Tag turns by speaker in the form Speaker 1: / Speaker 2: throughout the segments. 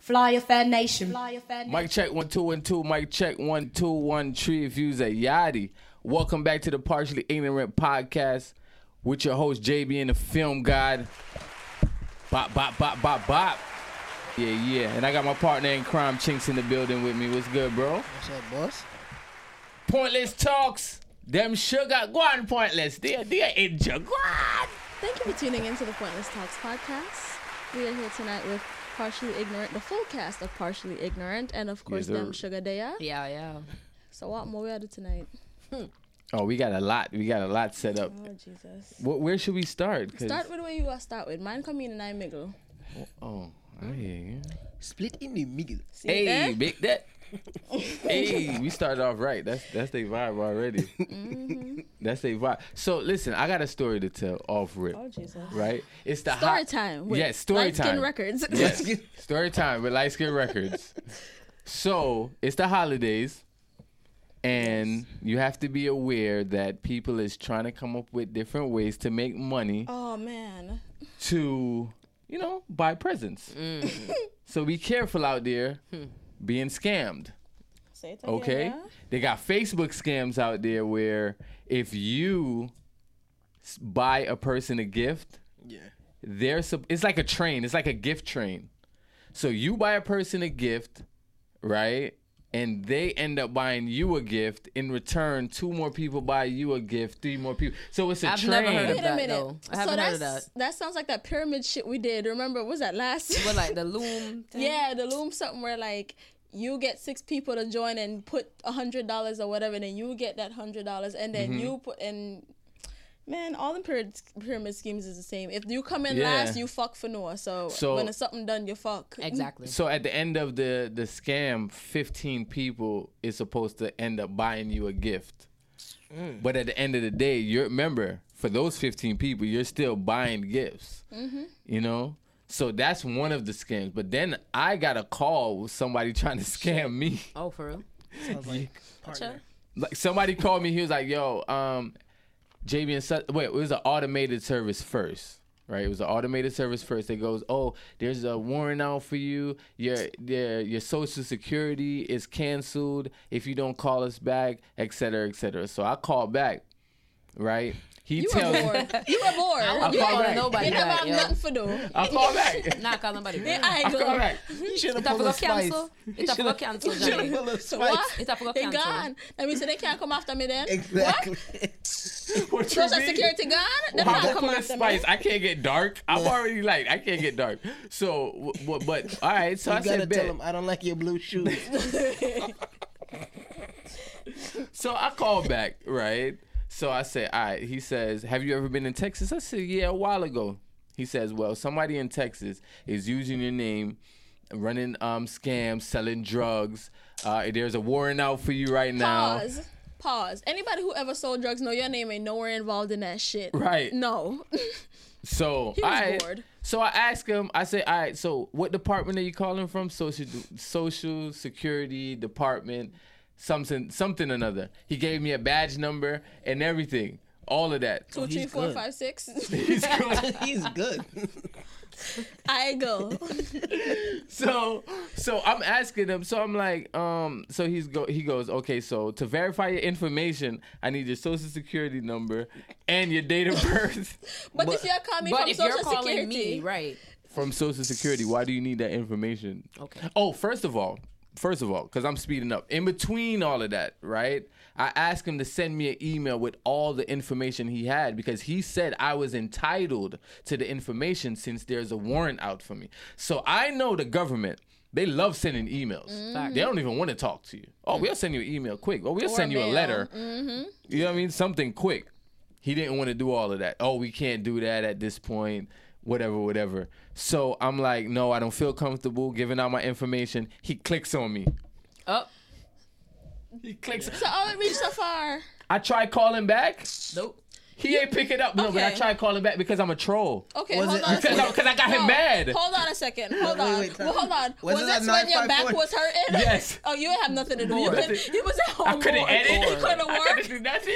Speaker 1: Flyer Fan Nation.
Speaker 2: Mike check one two one two. Mike check one two one three. If you's a yachty, welcome back to the Partially Ignorant podcast with your host JB and the Film God. Bop bop bop bop bop. Yeah yeah. And I got my partner in crime Chinks in the building with me. What's good, bro?
Speaker 3: What's up, boss?
Speaker 2: Pointless talks. Them sugar go on pointless. They they are injured. Go on.
Speaker 4: Thank you for tuning in to the Pointless Talks podcast. We are here tonight with Partially Ignorant, the full cast of Partially Ignorant, and of course,
Speaker 2: Yes, sir.
Speaker 4: them Sugar Daya.
Speaker 1: Yeah, yeah.
Speaker 4: So, what more we are do tonight?
Speaker 2: Oh, we got a lot. We got a lot set up.
Speaker 4: Oh, Jesus.
Speaker 2: Wh- Where should we start? 'Cause-
Speaker 4: Start with where you are start with. Mine come in and I mingle.
Speaker 2: Oh, I hear you.
Speaker 3: Split in the middle.
Speaker 4: See
Speaker 2: Hey,
Speaker 4: there?
Speaker 2: big that. hey, we started off right. That's that's their vibe already.
Speaker 4: Mm-hmm.
Speaker 2: That's their vibe. So listen, I got a story to tell off rip.
Speaker 4: Oh, Jesus.
Speaker 2: Right? It's the
Speaker 4: Story
Speaker 2: hot-
Speaker 4: time. With
Speaker 2: yes, story
Speaker 4: Light Skin
Speaker 2: time.
Speaker 4: Records.
Speaker 2: Yes. story time with Light Skin Records. So it's the holidays, and you have to be aware that people is trying to come up with different ways to make money
Speaker 4: oh, man.
Speaker 2: to, you know, buy presents.
Speaker 4: Mm.
Speaker 2: so be careful out there
Speaker 4: Hmm.
Speaker 2: being scammed.
Speaker 4: Say it again,
Speaker 2: Okay.
Speaker 4: yeah?
Speaker 2: They got Facebook scams out there where if you s- buy a person a gift,
Speaker 3: Yeah.
Speaker 2: they're sup- it's like a train, it's like a gift train. So you buy a person a gift, right? And they end up buying you a gift in return. Two more people buy you a gift. Three more people. So it's a
Speaker 1: I've
Speaker 2: train.
Speaker 1: never heard of
Speaker 4: Wait
Speaker 1: that,
Speaker 4: a minute.
Speaker 1: though. I
Speaker 4: so
Speaker 1: haven't heard
Speaker 4: that's,
Speaker 1: of that.
Speaker 4: that sounds like that pyramid shit we did. Remember, what was that last?
Speaker 1: But like the loom. Thing.
Speaker 4: Yeah, the loom something where like you get six people to join and put a hundred dollars or whatever, and then you get that hundred dollars, and then
Speaker 2: Mm-hmm.
Speaker 4: you put and man, all the pyramid pyramid schemes is the same. If you come in
Speaker 2: Yeah.
Speaker 4: last, you fuck for Noah. So,
Speaker 2: So-
Speaker 4: when it's something done, you fuck.
Speaker 1: Exactly.
Speaker 2: So at the end of the the scam, fifteen people is supposed to end up buying you a gift. But at the end of the day, you remember for those fifteen people, you're still buying gifts. You know. So that's one of the scams. But then I got a call with somebody trying to scam me.
Speaker 1: Oh, for real?
Speaker 3: Sounds like partner.
Speaker 2: Like somebody called me. He was like, "Yo, um, JB and Sus- wait, it was an automated service first, right? It was an automated service first. It goes, oh, there's a warrant out for you. Your your your social security is canceled if you don't call us back, et cetera, et cetera. So I call back, right? He
Speaker 4: You were
Speaker 2: tells me,
Speaker 4: bored. You were bored.
Speaker 2: I'm
Speaker 4: You
Speaker 1: You
Speaker 2: call
Speaker 1: ain't
Speaker 2: back.
Speaker 1: calling nobody
Speaker 4: you never
Speaker 1: back,
Speaker 4: have
Speaker 1: yo.
Speaker 4: nothing for do.
Speaker 2: I call back.
Speaker 1: Not calling nobody back.
Speaker 4: I
Speaker 2: I
Speaker 4: go. hmm?
Speaker 2: call back.
Speaker 3: You should have
Speaker 1: It's a
Speaker 3: pulled
Speaker 1: full
Speaker 3: a spice.
Speaker 1: cancel.
Speaker 3: You
Speaker 1: It's a full
Speaker 3: shoulda-
Speaker 1: cancel,
Speaker 3: You should
Speaker 1: Johnny.
Speaker 3: have pulled a
Speaker 4: What?
Speaker 3: spice.
Speaker 1: It's a full
Speaker 4: They
Speaker 1: cancel.
Speaker 4: gone. That means so they can't come after me then.
Speaker 3: Exactly.
Speaker 2: What you
Speaker 4: Social
Speaker 2: mean?
Speaker 4: security gone. They
Speaker 2: Wow,
Speaker 4: can't
Speaker 2: that's
Speaker 4: come
Speaker 2: what
Speaker 4: after
Speaker 2: spice.
Speaker 4: me.
Speaker 2: I can't get dark. I'm already like I can't get dark. So, w- w- but all right. So I
Speaker 3: You gotta
Speaker 2: said,
Speaker 3: tell
Speaker 2: bet.
Speaker 3: him I don't like your blue shoes.
Speaker 2: So I called back, right? So I said, all right. He says, have you ever been in Texas? I said, yeah, a while ago. He says, well, somebody in Texas is using your name, running um scams, selling drugs. Uh, there's a warrant out for you right now.
Speaker 4: Pause. Pause. Anybody who ever sold drugs know your name ain't nowhere involved in that shit.
Speaker 2: Right.
Speaker 4: No.
Speaker 2: So
Speaker 4: was
Speaker 2: alright.
Speaker 4: bored.
Speaker 2: So I asked him. I said, "All right. So what department are you calling from? Social Social Security Department, something something another." He gave me a badge number and everything, all of that.
Speaker 4: Two, three,
Speaker 3: he's
Speaker 4: four,
Speaker 3: good.
Speaker 4: five, six.
Speaker 2: He's cool.
Speaker 3: He's good.
Speaker 4: I go.
Speaker 2: so so I'm asking him. So I'm like, um. So he's go. He goes, okay. So to verify your information, I need your Social Security number and your date of birth
Speaker 4: But, if you're calling
Speaker 1: But
Speaker 4: from
Speaker 1: if
Speaker 4: Social
Speaker 1: you're calling
Speaker 4: Security,
Speaker 1: me, right?
Speaker 2: from Social Security. Why do you need that information?
Speaker 1: Okay.
Speaker 2: Oh, first of all, first of all, because I'm speeding up. In between all of that, right? I asked him to send me an email with all the information he had because he said I was entitled to the information since there's a warrant out for me. So I know the government. They love sending emails.
Speaker 1: Fact.
Speaker 2: They don't even want to talk to you. Oh, we'll send you an email quick. Oh, we'll
Speaker 4: Or
Speaker 2: send you a
Speaker 4: mail.
Speaker 2: letter. You know what I mean? Something quick. He didn't want to do all of that. Oh, we can't do that at this point. Whatever, whatever. So I'm like, no, I don't feel comfortable giving out my information. He clicks on me.
Speaker 1: Up.
Speaker 2: He clicks.
Speaker 4: so oh, it reached so far.
Speaker 2: I try calling back.
Speaker 1: Nope.
Speaker 2: He ain't pick it up. No, but I
Speaker 4: Okay.
Speaker 2: try calling back because I'm a troll.
Speaker 4: Okay,
Speaker 3: Was
Speaker 4: hold
Speaker 3: it-
Speaker 4: on. a
Speaker 2: Because I,
Speaker 4: second.
Speaker 2: 'cause I got him
Speaker 4: No,
Speaker 2: mad.
Speaker 4: Hold on a second. Hold
Speaker 3: wait,
Speaker 4: on.
Speaker 3: wait,
Speaker 4: well, hold on.
Speaker 3: Was
Speaker 4: Was,
Speaker 3: it
Speaker 4: this
Speaker 3: a
Speaker 4: when your
Speaker 3: 954?
Speaker 4: back was hurting?
Speaker 2: Yes.
Speaker 4: Oh, you didn't have nothing to do. You
Speaker 2: Bored.
Speaker 4: couldn't, he was at home.
Speaker 2: I couldn't
Speaker 4: bored.
Speaker 2: edit.
Speaker 4: He couldn't
Speaker 2: I couldn't
Speaker 4: work.
Speaker 2: do nothing.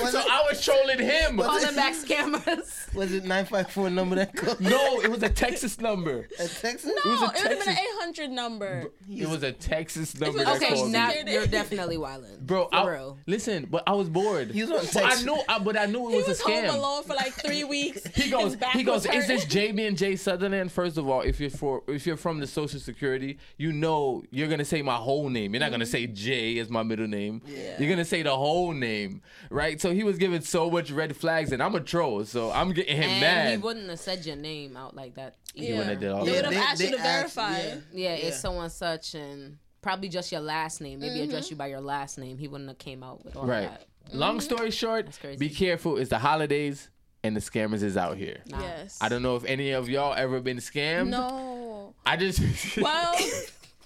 Speaker 3: Was
Speaker 2: So
Speaker 3: it-
Speaker 2: I was trolling him.
Speaker 1: Calling back scammers.
Speaker 3: Was it nine five four number that called?
Speaker 2: No, it was a Texas number.
Speaker 3: a Texas.
Speaker 4: No, it
Speaker 2: was a
Speaker 4: would have been an
Speaker 2: Texas-
Speaker 4: 800 number.
Speaker 2: It was a Texas number
Speaker 4: was
Speaker 2: that
Speaker 4: a
Speaker 1: Okay,
Speaker 2: called
Speaker 4: Texas
Speaker 2: me.
Speaker 1: now
Speaker 4: Security.
Speaker 1: you're definitely wildin'.
Speaker 2: Bro,
Speaker 1: for
Speaker 2: I,
Speaker 1: real.
Speaker 2: listen, but I was bored.
Speaker 3: He was on
Speaker 2: but I
Speaker 3: Texas.
Speaker 2: knew, I, but I knew it
Speaker 4: He
Speaker 2: was,
Speaker 4: was
Speaker 2: a
Speaker 4: home
Speaker 2: scam.
Speaker 4: alone for like three weeks.
Speaker 2: He goes.
Speaker 4: His back
Speaker 2: He goes.
Speaker 4: was
Speaker 2: Is this
Speaker 4: hurt."
Speaker 2: Jamie and Jay Sutherland? First of all, if you're for, if you're from the Social Security, you know you're gonna say my whole name. You're not gonna
Speaker 1: Mm-hmm.
Speaker 2: say Jay as my middle name. You're gonna say the whole name, right? So he was giving so much red flags, and I'm a troll, so I'm getting him
Speaker 1: And he
Speaker 2: mad.
Speaker 1: wouldn't have said your name out like that.
Speaker 4: Yeah.
Speaker 1: either.
Speaker 2: When I did all
Speaker 4: They
Speaker 3: Yeah,
Speaker 2: that.
Speaker 4: would have
Speaker 3: they-
Speaker 4: asked you
Speaker 3: they
Speaker 4: to
Speaker 3: asked-
Speaker 4: verify.
Speaker 3: yeah.
Speaker 1: Yeah, Mm-hmm. it's
Speaker 3: Yeah.
Speaker 1: so and such, and probably just your last name. Maybe address you by your last name. He wouldn't have came out with all
Speaker 2: Right.
Speaker 1: that.
Speaker 2: Long story short,
Speaker 1: Mm-hmm. crazy.
Speaker 2: be careful. It's the holidays, and the scammers is out here.
Speaker 1: Nah.
Speaker 4: Yes.
Speaker 2: I don't know if any of y'all ever been scammed.
Speaker 4: No.
Speaker 2: I just.
Speaker 4: Well,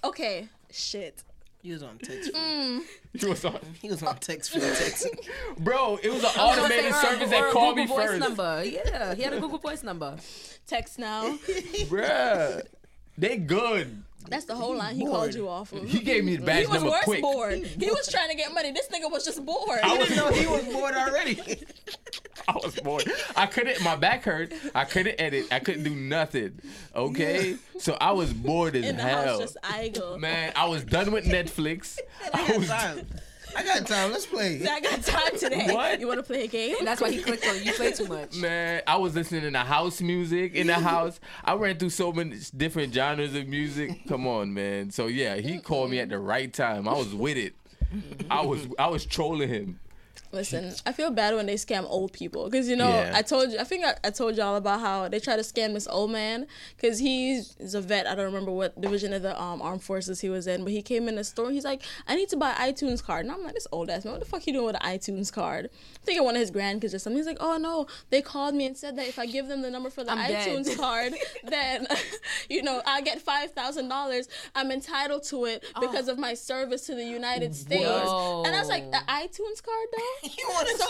Speaker 4: okay. Shit.
Speaker 3: He was on Texas.
Speaker 4: Mm.
Speaker 2: He was on-
Speaker 3: He was on Texas for Texas.
Speaker 2: Bro, it was an
Speaker 1: I was gonna say,
Speaker 2: automated
Speaker 1: or-
Speaker 2: service
Speaker 1: or
Speaker 2: that
Speaker 1: a
Speaker 2: called me
Speaker 1: Google voice
Speaker 2: first.
Speaker 1: Number. Yeah, he had a Google Voice number.
Speaker 4: Text now.
Speaker 2: Bruh. They good.
Speaker 4: That's the whole line he
Speaker 3: bored.
Speaker 4: called you off of.
Speaker 2: He gave me his badge
Speaker 4: He was
Speaker 2: number
Speaker 4: worse
Speaker 2: quick.
Speaker 4: bored. He was trying to get money. This nigga was just bored.
Speaker 2: I was,
Speaker 3: didn't know he was bored already.
Speaker 2: I was bored. I couldn't. My back hurt. I couldn't edit. I couldn't do nothing. Okay, so I was bored as
Speaker 4: in the house
Speaker 2: hell.
Speaker 4: just idle.
Speaker 2: Man, I was done with Netflix. I
Speaker 3: I got
Speaker 2: was,
Speaker 3: time. I got time. Let's play.
Speaker 4: I got time today.
Speaker 2: What?
Speaker 4: You want to play a game?
Speaker 1: And that's why he clicked on you play too much.
Speaker 2: man, I was listening to house music in the house. I ran through so many different genres of music. Come on, man. So yeah, he called me at the right time. I was with it. I was I was trolling him.
Speaker 4: Listen, I feel bad when they scam old people because you know
Speaker 2: Yeah.
Speaker 4: I told you I think I, I told y'all about how they try to scam this old man because he's, he's a vet. I don't remember what division of the um, armed forces he was in, but he came in the store. and He's like, I need to buy iTunes card, and I'm like, this old ass man, what the fuck you doing with an iTunes card? I think I one of his grandkids or something. He's like, oh no, they called me and said that if I give them the number for the
Speaker 1: I'm dead.
Speaker 4: iTunes card, then you know I get five thousand dollars. I'm entitled to it
Speaker 1: Oh.
Speaker 4: because of my service to the United States. And I was like, the iTunes card though.
Speaker 3: You wanted some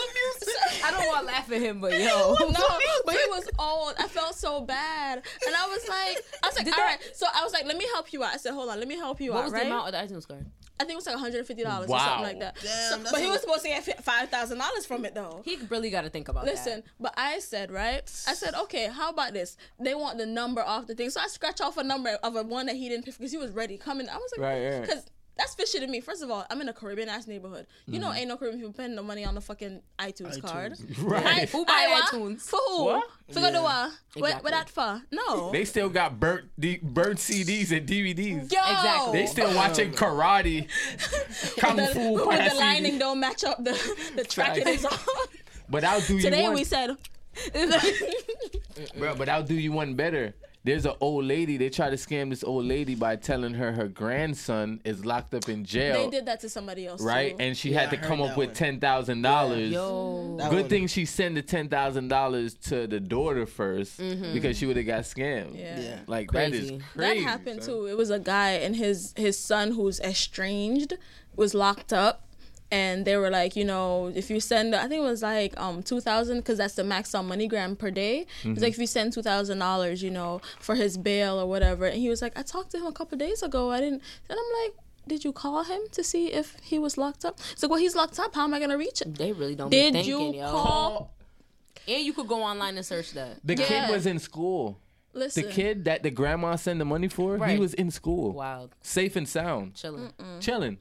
Speaker 3: music?
Speaker 1: I don't want to laugh at him, but yo.
Speaker 4: No, but he was old. I felt so bad, and I was like, I was like, all
Speaker 1: Did
Speaker 4: right.
Speaker 1: that-
Speaker 4: So I was like, let me help you out. I said, hold on, let me help you
Speaker 1: What
Speaker 4: out,
Speaker 1: was
Speaker 4: right?
Speaker 1: the amount of the iTunes card?
Speaker 4: I think it was like 150 dollars or
Speaker 2: Wow.
Speaker 4: something like that.
Speaker 3: Damn,
Speaker 4: So-
Speaker 3: that's
Speaker 4: but he
Speaker 3: a-
Speaker 4: was supposed to get five thousand dollars from it though.
Speaker 1: He really got to think about
Speaker 4: Listen, but I said, right? I said, okay, how about this? They want the number off the thing. So I scratch off a number of a one that he didn't pick because he was ready coming. I was like,
Speaker 2: Right, right.
Speaker 4: Because that's fishy to me. First of all, I'm in a Caribbean ass neighborhood. You
Speaker 2: Mm-hmm.
Speaker 4: know, ain't no Caribbean people paying no money on the fucking iTunes, card.
Speaker 1: that.
Speaker 2: Right.
Speaker 1: Who buy
Speaker 4: Iowa?
Speaker 1: iTunes?
Speaker 4: For who?
Speaker 2: What?
Speaker 4: For yeah. what?
Speaker 1: Exactly.
Speaker 4: What that for? No.
Speaker 2: They still got burnt D- burnt CDs and DVDs.
Speaker 4: Yo.
Speaker 1: Exactly.
Speaker 3: Oh,
Speaker 2: They still watching karate, kung
Speaker 4: the,
Speaker 2: fu,
Speaker 4: when
Speaker 2: on a
Speaker 4: the
Speaker 2: CD.
Speaker 4: lining don't match up the the track it is on.
Speaker 2: But I'll do you
Speaker 4: Today
Speaker 2: one,
Speaker 4: we said.
Speaker 2: bro, But I'll do you one better. There's an old lady. They try to scam this old lady by telling her her grandson is locked up in
Speaker 4: they
Speaker 2: jail,
Speaker 4: did that to somebody else.
Speaker 2: right?
Speaker 4: too.
Speaker 2: And she
Speaker 3: Yeah,
Speaker 2: had
Speaker 3: I
Speaker 2: to
Speaker 3: heard
Speaker 2: come up
Speaker 3: that
Speaker 2: with
Speaker 3: one.
Speaker 2: ten thousand dollars.
Speaker 1: Yo.
Speaker 3: That
Speaker 2: Good
Speaker 3: one-
Speaker 2: thing she sent the ten thousand dollars to the daughter 1st because she would have got scammed.
Speaker 4: Mm-hmm. Yeah.
Speaker 3: Yeah.
Speaker 2: Like that
Speaker 1: Crazy.
Speaker 2: is crazy.
Speaker 4: that happened
Speaker 2: son.
Speaker 4: too. It was a guy and his his son who's estranged was locked up. And they were like, you know, if you send, I think it was like um two thousand, because that's the max on MoneyGram per day. He's like, if you send two thousand dollars, you know, for his bail or whatever. And he was like, I talked to him a couple days ago. I didn't. And I'm like, did you call him to see if he was locked up? It's like, well, he's locked up. How am I gonna reach him?
Speaker 1: They really don't
Speaker 4: Did
Speaker 1: be thinking,
Speaker 4: you
Speaker 1: yo.
Speaker 4: call?
Speaker 1: And you could go online and search that.
Speaker 2: The
Speaker 4: Yeah.
Speaker 2: kid was in school. The
Speaker 4: Listen,
Speaker 2: kid that the grandma sent the money for,
Speaker 1: Right.
Speaker 2: he was in school,
Speaker 1: Wild.
Speaker 2: safe and sound,
Speaker 4: Mm.
Speaker 1: Chilling.
Speaker 2: chilling.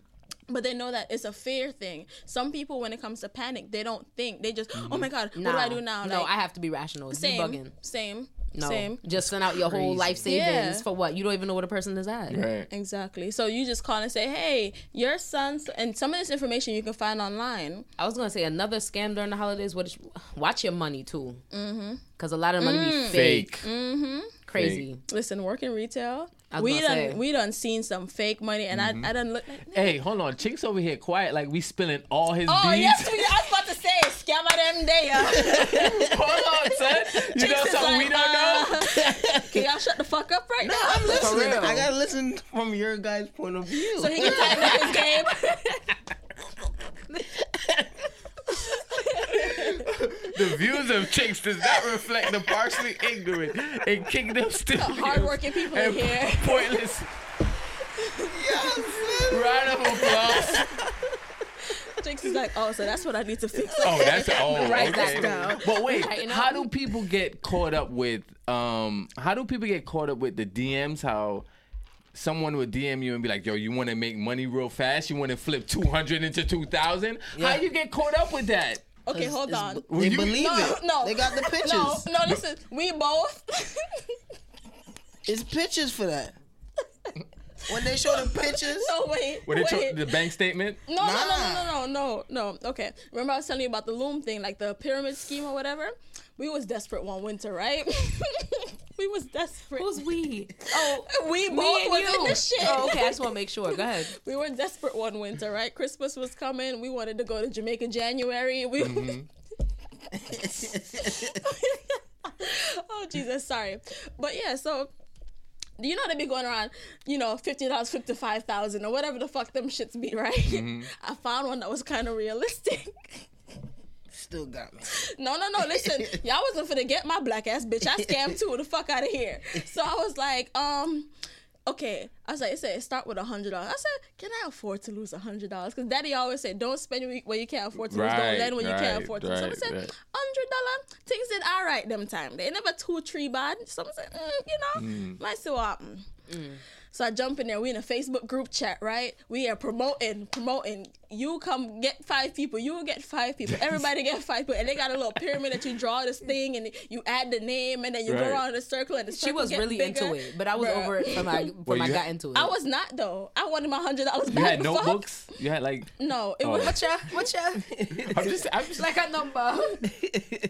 Speaker 4: but they know that it's a fear thing. Some people, when it comes to panic, they don't think. They just, oh my god,
Speaker 1: Mm-hmm. Nah.
Speaker 4: what do I do now?
Speaker 1: No,
Speaker 4: Like,
Speaker 1: I have to be rational.
Speaker 4: Same.
Speaker 1: Debugging.
Speaker 4: Same.
Speaker 1: No.
Speaker 4: Same.
Speaker 1: Just send out your whole
Speaker 3: Crazy.
Speaker 1: life savings
Speaker 4: Yeah.
Speaker 1: for what? You don't even know what a person is at.
Speaker 2: Right.
Speaker 4: Exactly. So you just call and say, "Hey, your son's," and some of this information you can find online.
Speaker 1: I was gonna say another scam during the holidays. What? Is, watch your money too,
Speaker 4: Mm-hmm.
Speaker 1: because a lot of
Speaker 4: Mm.
Speaker 1: money be fake,
Speaker 2: Fake. Mm-hmm.
Speaker 1: crazy.
Speaker 4: Listen, work in retail.
Speaker 1: I was
Speaker 4: We
Speaker 1: gonna
Speaker 4: done
Speaker 1: say.
Speaker 4: we done seen some fake money, and I I done look. Like,
Speaker 2: Hey, hold on. Chinks over here quiet like we spilling all his
Speaker 4: oh
Speaker 2: beans.
Speaker 4: yes, we, I was about to say scam out them day. Uh.
Speaker 2: hold on, son. You know
Speaker 4: Chinks is
Speaker 2: something we
Speaker 4: like, uh-huh. uh,
Speaker 2: don't know?
Speaker 4: can y'all shut the fuck up right now?
Speaker 3: I'm listening.
Speaker 1: real.
Speaker 3: I gotta listen from your guys' point of view.
Speaker 4: So he can tighten up his game.
Speaker 2: The views of Chinks does not reflect the partially ignorant and kingdom still
Speaker 4: Hardworking people in here.
Speaker 2: Pointless.
Speaker 3: Yes.
Speaker 2: Round of applause.
Speaker 4: Jinx She's like, oh, so that's what I need to fix.
Speaker 2: Oh, that's oh,
Speaker 1: Right
Speaker 2: okay.
Speaker 1: back down.
Speaker 2: But wait,
Speaker 1: Tighten
Speaker 2: how
Speaker 1: up.
Speaker 2: do people get caught up with um? How do people get caught up with the DMs? How someone would DM you and be like, "Yo, you want to make money real fast? You want to flip two hundred into two thousand? How you get caught up with that?"
Speaker 4: Okay, hold
Speaker 3: It's-
Speaker 4: on.
Speaker 3: They
Speaker 2: you-
Speaker 3: believe
Speaker 4: No,
Speaker 3: it.
Speaker 4: no.
Speaker 3: They got the pictures.
Speaker 4: No, no, listen. We both.
Speaker 3: It's pictures for that. when they show the pictures,
Speaker 4: no, wait.
Speaker 2: What they
Speaker 4: wait.
Speaker 2: took the bank statement?
Speaker 4: No, no, no,
Speaker 3: Nah.
Speaker 4: no, no, no, no. Okay. Remember I was telling you about the loom thing, like the pyramid scheme or whatever? We was desperate one winter, right? we was desperate.
Speaker 1: Who's we?
Speaker 4: oh, we both
Speaker 1: Me and
Speaker 4: was
Speaker 1: you.
Speaker 4: in this shit.
Speaker 1: Oh, okay. I just want to make sure. Go ahead.
Speaker 4: We were desperate one winter, right? Christmas was coming. We wanted to go to Jamaica January. We
Speaker 3: Mm-hmm.
Speaker 4: Oh Jesus, sorry. But yeah, so you know they be going around, you know, fifty dollars, fifty five thousand, or whatever the fuck them shits be, right? I found one that was kind of realistic.
Speaker 3: still got me.
Speaker 4: No, no, no. Listen, y'all wasn't finna get my black ass bitch. I scammed too. The fuck out of here. So I was like, um, okay. I was like, it said start with a hundred dollars. I said, can I afford to lose a hundred dollars? Because Daddy always said, don't spend what you can't afford to lose.
Speaker 2: Right,
Speaker 4: Don't lend what you
Speaker 2: right,
Speaker 4: can't afford to. lose. so I
Speaker 2: right,
Speaker 4: said, hundred
Speaker 2: right.
Speaker 4: dollar things did all right them time. They never two three bad. So I said, mm, you know, my so um. So I jump in there. We in a Facebook group chat, right? We are promoting, promoting. You come get five people. You get five people. Everybody get five people, and they got a little pyramid that you draw this thing, and you add the name, and then you
Speaker 2: Right.
Speaker 4: go around in a circle, and the
Speaker 1: She
Speaker 4: circle
Speaker 1: was
Speaker 4: get
Speaker 1: really
Speaker 4: bigger.
Speaker 1: into it, but I was
Speaker 4: Bruh.
Speaker 1: over it from I
Speaker 2: Well,
Speaker 1: from I
Speaker 2: you
Speaker 1: got
Speaker 2: had-
Speaker 1: into it.
Speaker 4: I was not though. I wanted my hundred dollars back.
Speaker 2: You had
Speaker 4: the fuck?
Speaker 2: notebooks. You had like.
Speaker 4: No, it
Speaker 2: Oh.
Speaker 4: was
Speaker 1: What's your what's your
Speaker 2: I'm just. I'm just like.
Speaker 1: like a number?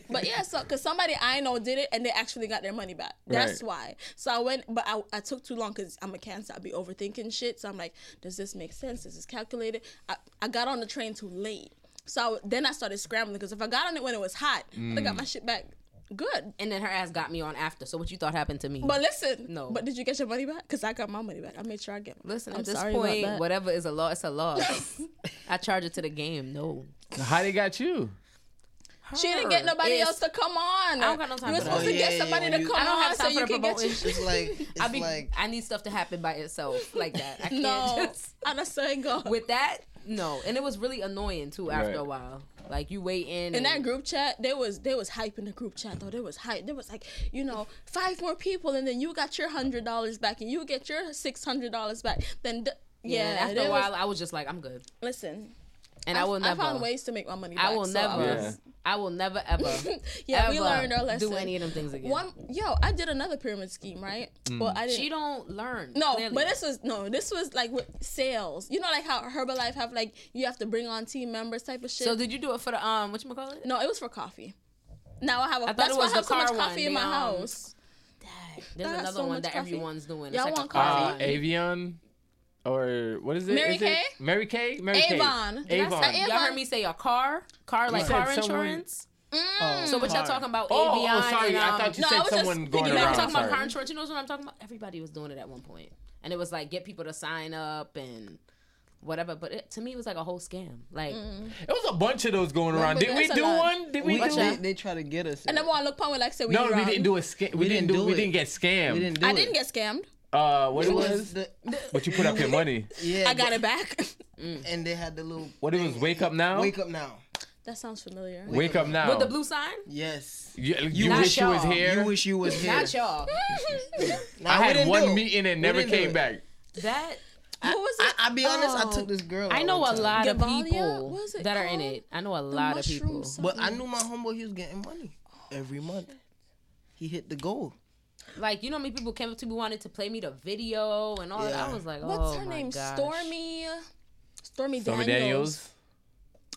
Speaker 4: But yeah, so because somebody I know did it and they actually got their money back. That's
Speaker 2: Right.
Speaker 4: why. So I went, but I, I took too long because I'm a cancer. I'll be overthinking shit. So I'm like, does this make sense? Is this calculated? I, I got on the train too late. So I w- then I started scrambling because if I got on it when it was hot, I
Speaker 3: Mm.
Speaker 4: got my shit back good.
Speaker 1: And then her ass got me on after. So what you thought happened to me?
Speaker 4: But listen,
Speaker 1: No.
Speaker 4: But did you get your money back? Because I got my money back. I made sure I get.
Speaker 1: listen,
Speaker 4: I'm
Speaker 1: at this
Speaker 4: sorry about
Speaker 1: point,
Speaker 4: that.
Speaker 1: whatever is a law, it's a loss. I charge it to the game. No,
Speaker 2: How they got you?
Speaker 4: She didn't get
Speaker 1: Her
Speaker 4: nobody
Speaker 1: is-
Speaker 4: else to come
Speaker 1: I
Speaker 4: on.
Speaker 1: don't got no time
Speaker 4: You were
Speaker 1: for that.
Speaker 4: supposed
Speaker 3: Oh,
Speaker 4: to
Speaker 3: yeah,
Speaker 4: get somebody
Speaker 3: yeah,
Speaker 4: to
Speaker 3: you-
Speaker 4: come
Speaker 1: I don't
Speaker 4: on
Speaker 1: have time
Speaker 4: so
Speaker 1: for
Speaker 4: you
Speaker 1: the
Speaker 4: can get your
Speaker 1: promotion.
Speaker 3: It's like it's
Speaker 1: I be,
Speaker 3: like
Speaker 1: I need stuff to happen by itself like that. I can't
Speaker 4: No,
Speaker 1: just
Speaker 4: I don't say go.
Speaker 1: with that. No, and it was really annoying too after
Speaker 2: Right.
Speaker 1: a while. Like you wait in
Speaker 4: In that group chat, there was there was hype in the group chat though. There was hype. There was like, you know, five more people, and then you got your hundred dollars back, and you get your six hundred dollars back. Then d-
Speaker 1: yeah,
Speaker 4: yeah,
Speaker 1: and after
Speaker 4: there
Speaker 1: a
Speaker 4: was-
Speaker 1: while, I was just like, I'm good,
Speaker 4: listen,
Speaker 1: and I, will never.
Speaker 4: I found ways to make my money. Back,
Speaker 1: I will
Speaker 4: so
Speaker 1: never.
Speaker 2: Yeah.
Speaker 4: was-
Speaker 1: I will never ever.
Speaker 4: yeah, we
Speaker 1: ever
Speaker 4: learned our lesson.
Speaker 1: Do any of them things again?
Speaker 4: One, yo, I did another pyramid scheme, right? Well, I didn't.
Speaker 1: she don't learn.
Speaker 4: No,
Speaker 1: clearly.
Speaker 4: but this was no, this was like with sales. You know, like how Herbalife have like you have to bring on team members type of shit.
Speaker 1: So did you do it for the um? What you call it?
Speaker 4: no, it was for coffee. Now I have a.
Speaker 1: thought
Speaker 4: that's
Speaker 1: it
Speaker 4: why I
Speaker 1: was
Speaker 4: have
Speaker 1: the
Speaker 4: so much
Speaker 1: car
Speaker 4: coffee
Speaker 1: one,
Speaker 4: in my
Speaker 1: the, um,
Speaker 4: house.
Speaker 1: There's
Speaker 4: I got
Speaker 1: another
Speaker 4: so
Speaker 1: one
Speaker 4: much
Speaker 1: that
Speaker 4: coffee.
Speaker 1: everyone's doing. It's
Speaker 4: Y'all
Speaker 1: like a
Speaker 4: want
Speaker 2: Uh,
Speaker 4: coffee?
Speaker 2: Avion, or what is it?
Speaker 4: Mary
Speaker 2: Is
Speaker 4: Kay?
Speaker 2: It? Mary Kay. Mary Kay.
Speaker 4: Avon. Did I say
Speaker 2: Avon.
Speaker 4: Avon?
Speaker 1: Y'all heard me say a car, car like
Speaker 2: said
Speaker 1: car
Speaker 2: someone-
Speaker 1: insurance.
Speaker 2: Oh,
Speaker 1: So what y'all
Speaker 2: car.
Speaker 1: talking about?
Speaker 2: Oh, oh,
Speaker 1: Avion
Speaker 2: sorry.
Speaker 1: and,
Speaker 2: I
Speaker 1: um,
Speaker 2: thought you
Speaker 4: No, I
Speaker 2: said
Speaker 4: was just
Speaker 2: someone going
Speaker 4: thinking
Speaker 1: Yeah,
Speaker 2: around.
Speaker 1: I'm talking about car
Speaker 2: Sorry.
Speaker 1: insurance. You know what I'm talking about? Everybody was doing it at one point, and it was like get people to sign up and whatever. But it, to me, it was like a whole scam. Like
Speaker 4: Mm.
Speaker 2: It was a bunch of those going around.
Speaker 3: but
Speaker 2: Did we
Speaker 4: that's a
Speaker 2: do
Speaker 4: lot.
Speaker 2: one? Did we
Speaker 3: we,
Speaker 2: do?
Speaker 3: they, they try to get us.
Speaker 4: And then when I look point, like said, we
Speaker 2: No, we
Speaker 4: wrong.
Speaker 2: didn't do a scam. We, didn't,
Speaker 3: didn't
Speaker 2: do.
Speaker 3: do
Speaker 2: We
Speaker 3: it.
Speaker 2: didn't get scammed.
Speaker 3: we didn't do
Speaker 4: I
Speaker 3: it.
Speaker 4: didn't get scammed.
Speaker 2: Uh, what it
Speaker 3: It
Speaker 2: was?
Speaker 3: the,
Speaker 2: But you put up your money.
Speaker 3: yeah,
Speaker 4: I got it back.
Speaker 3: And they had the little
Speaker 2: What it was? Wake up now.
Speaker 3: wake up now.
Speaker 4: that sounds familiar.
Speaker 2: Wake up now.
Speaker 1: with the blue sign.
Speaker 3: Yes.
Speaker 2: You, you
Speaker 1: Not
Speaker 2: wish you was
Speaker 1: y'all.
Speaker 2: here.
Speaker 3: You wish you was here.
Speaker 1: Not y'all.
Speaker 3: Nah,
Speaker 2: I
Speaker 3: we
Speaker 2: had
Speaker 3: didn't do
Speaker 2: one
Speaker 3: it.
Speaker 2: meeting and
Speaker 3: We
Speaker 2: never
Speaker 3: didn't do
Speaker 2: came
Speaker 3: it.
Speaker 2: back.
Speaker 1: That
Speaker 4: What was
Speaker 3: I,
Speaker 4: it?
Speaker 3: I be honest, I
Speaker 4: Oh.
Speaker 3: took this girl.
Speaker 1: I
Speaker 3: out
Speaker 1: know
Speaker 3: one
Speaker 1: a
Speaker 3: time.
Speaker 1: lot of
Speaker 4: Gevalia?
Speaker 1: people
Speaker 4: What is it
Speaker 1: that are in
Speaker 4: called?
Speaker 1: it. I know a
Speaker 4: The
Speaker 1: lot of
Speaker 4: mushroom
Speaker 1: people.
Speaker 4: something.
Speaker 3: But I knew my homeboy. He was getting money
Speaker 4: Oh,
Speaker 3: every month. He hit the goal.
Speaker 1: Like you know, how many people came up to me wanted to play me the video and all that.
Speaker 3: Yeah.
Speaker 1: I was like, oh,
Speaker 4: What's her
Speaker 1: my
Speaker 4: name?
Speaker 1: gosh.
Speaker 4: Stormy. Stormy
Speaker 2: Stormy
Speaker 4: Daniels.
Speaker 2: Daniels.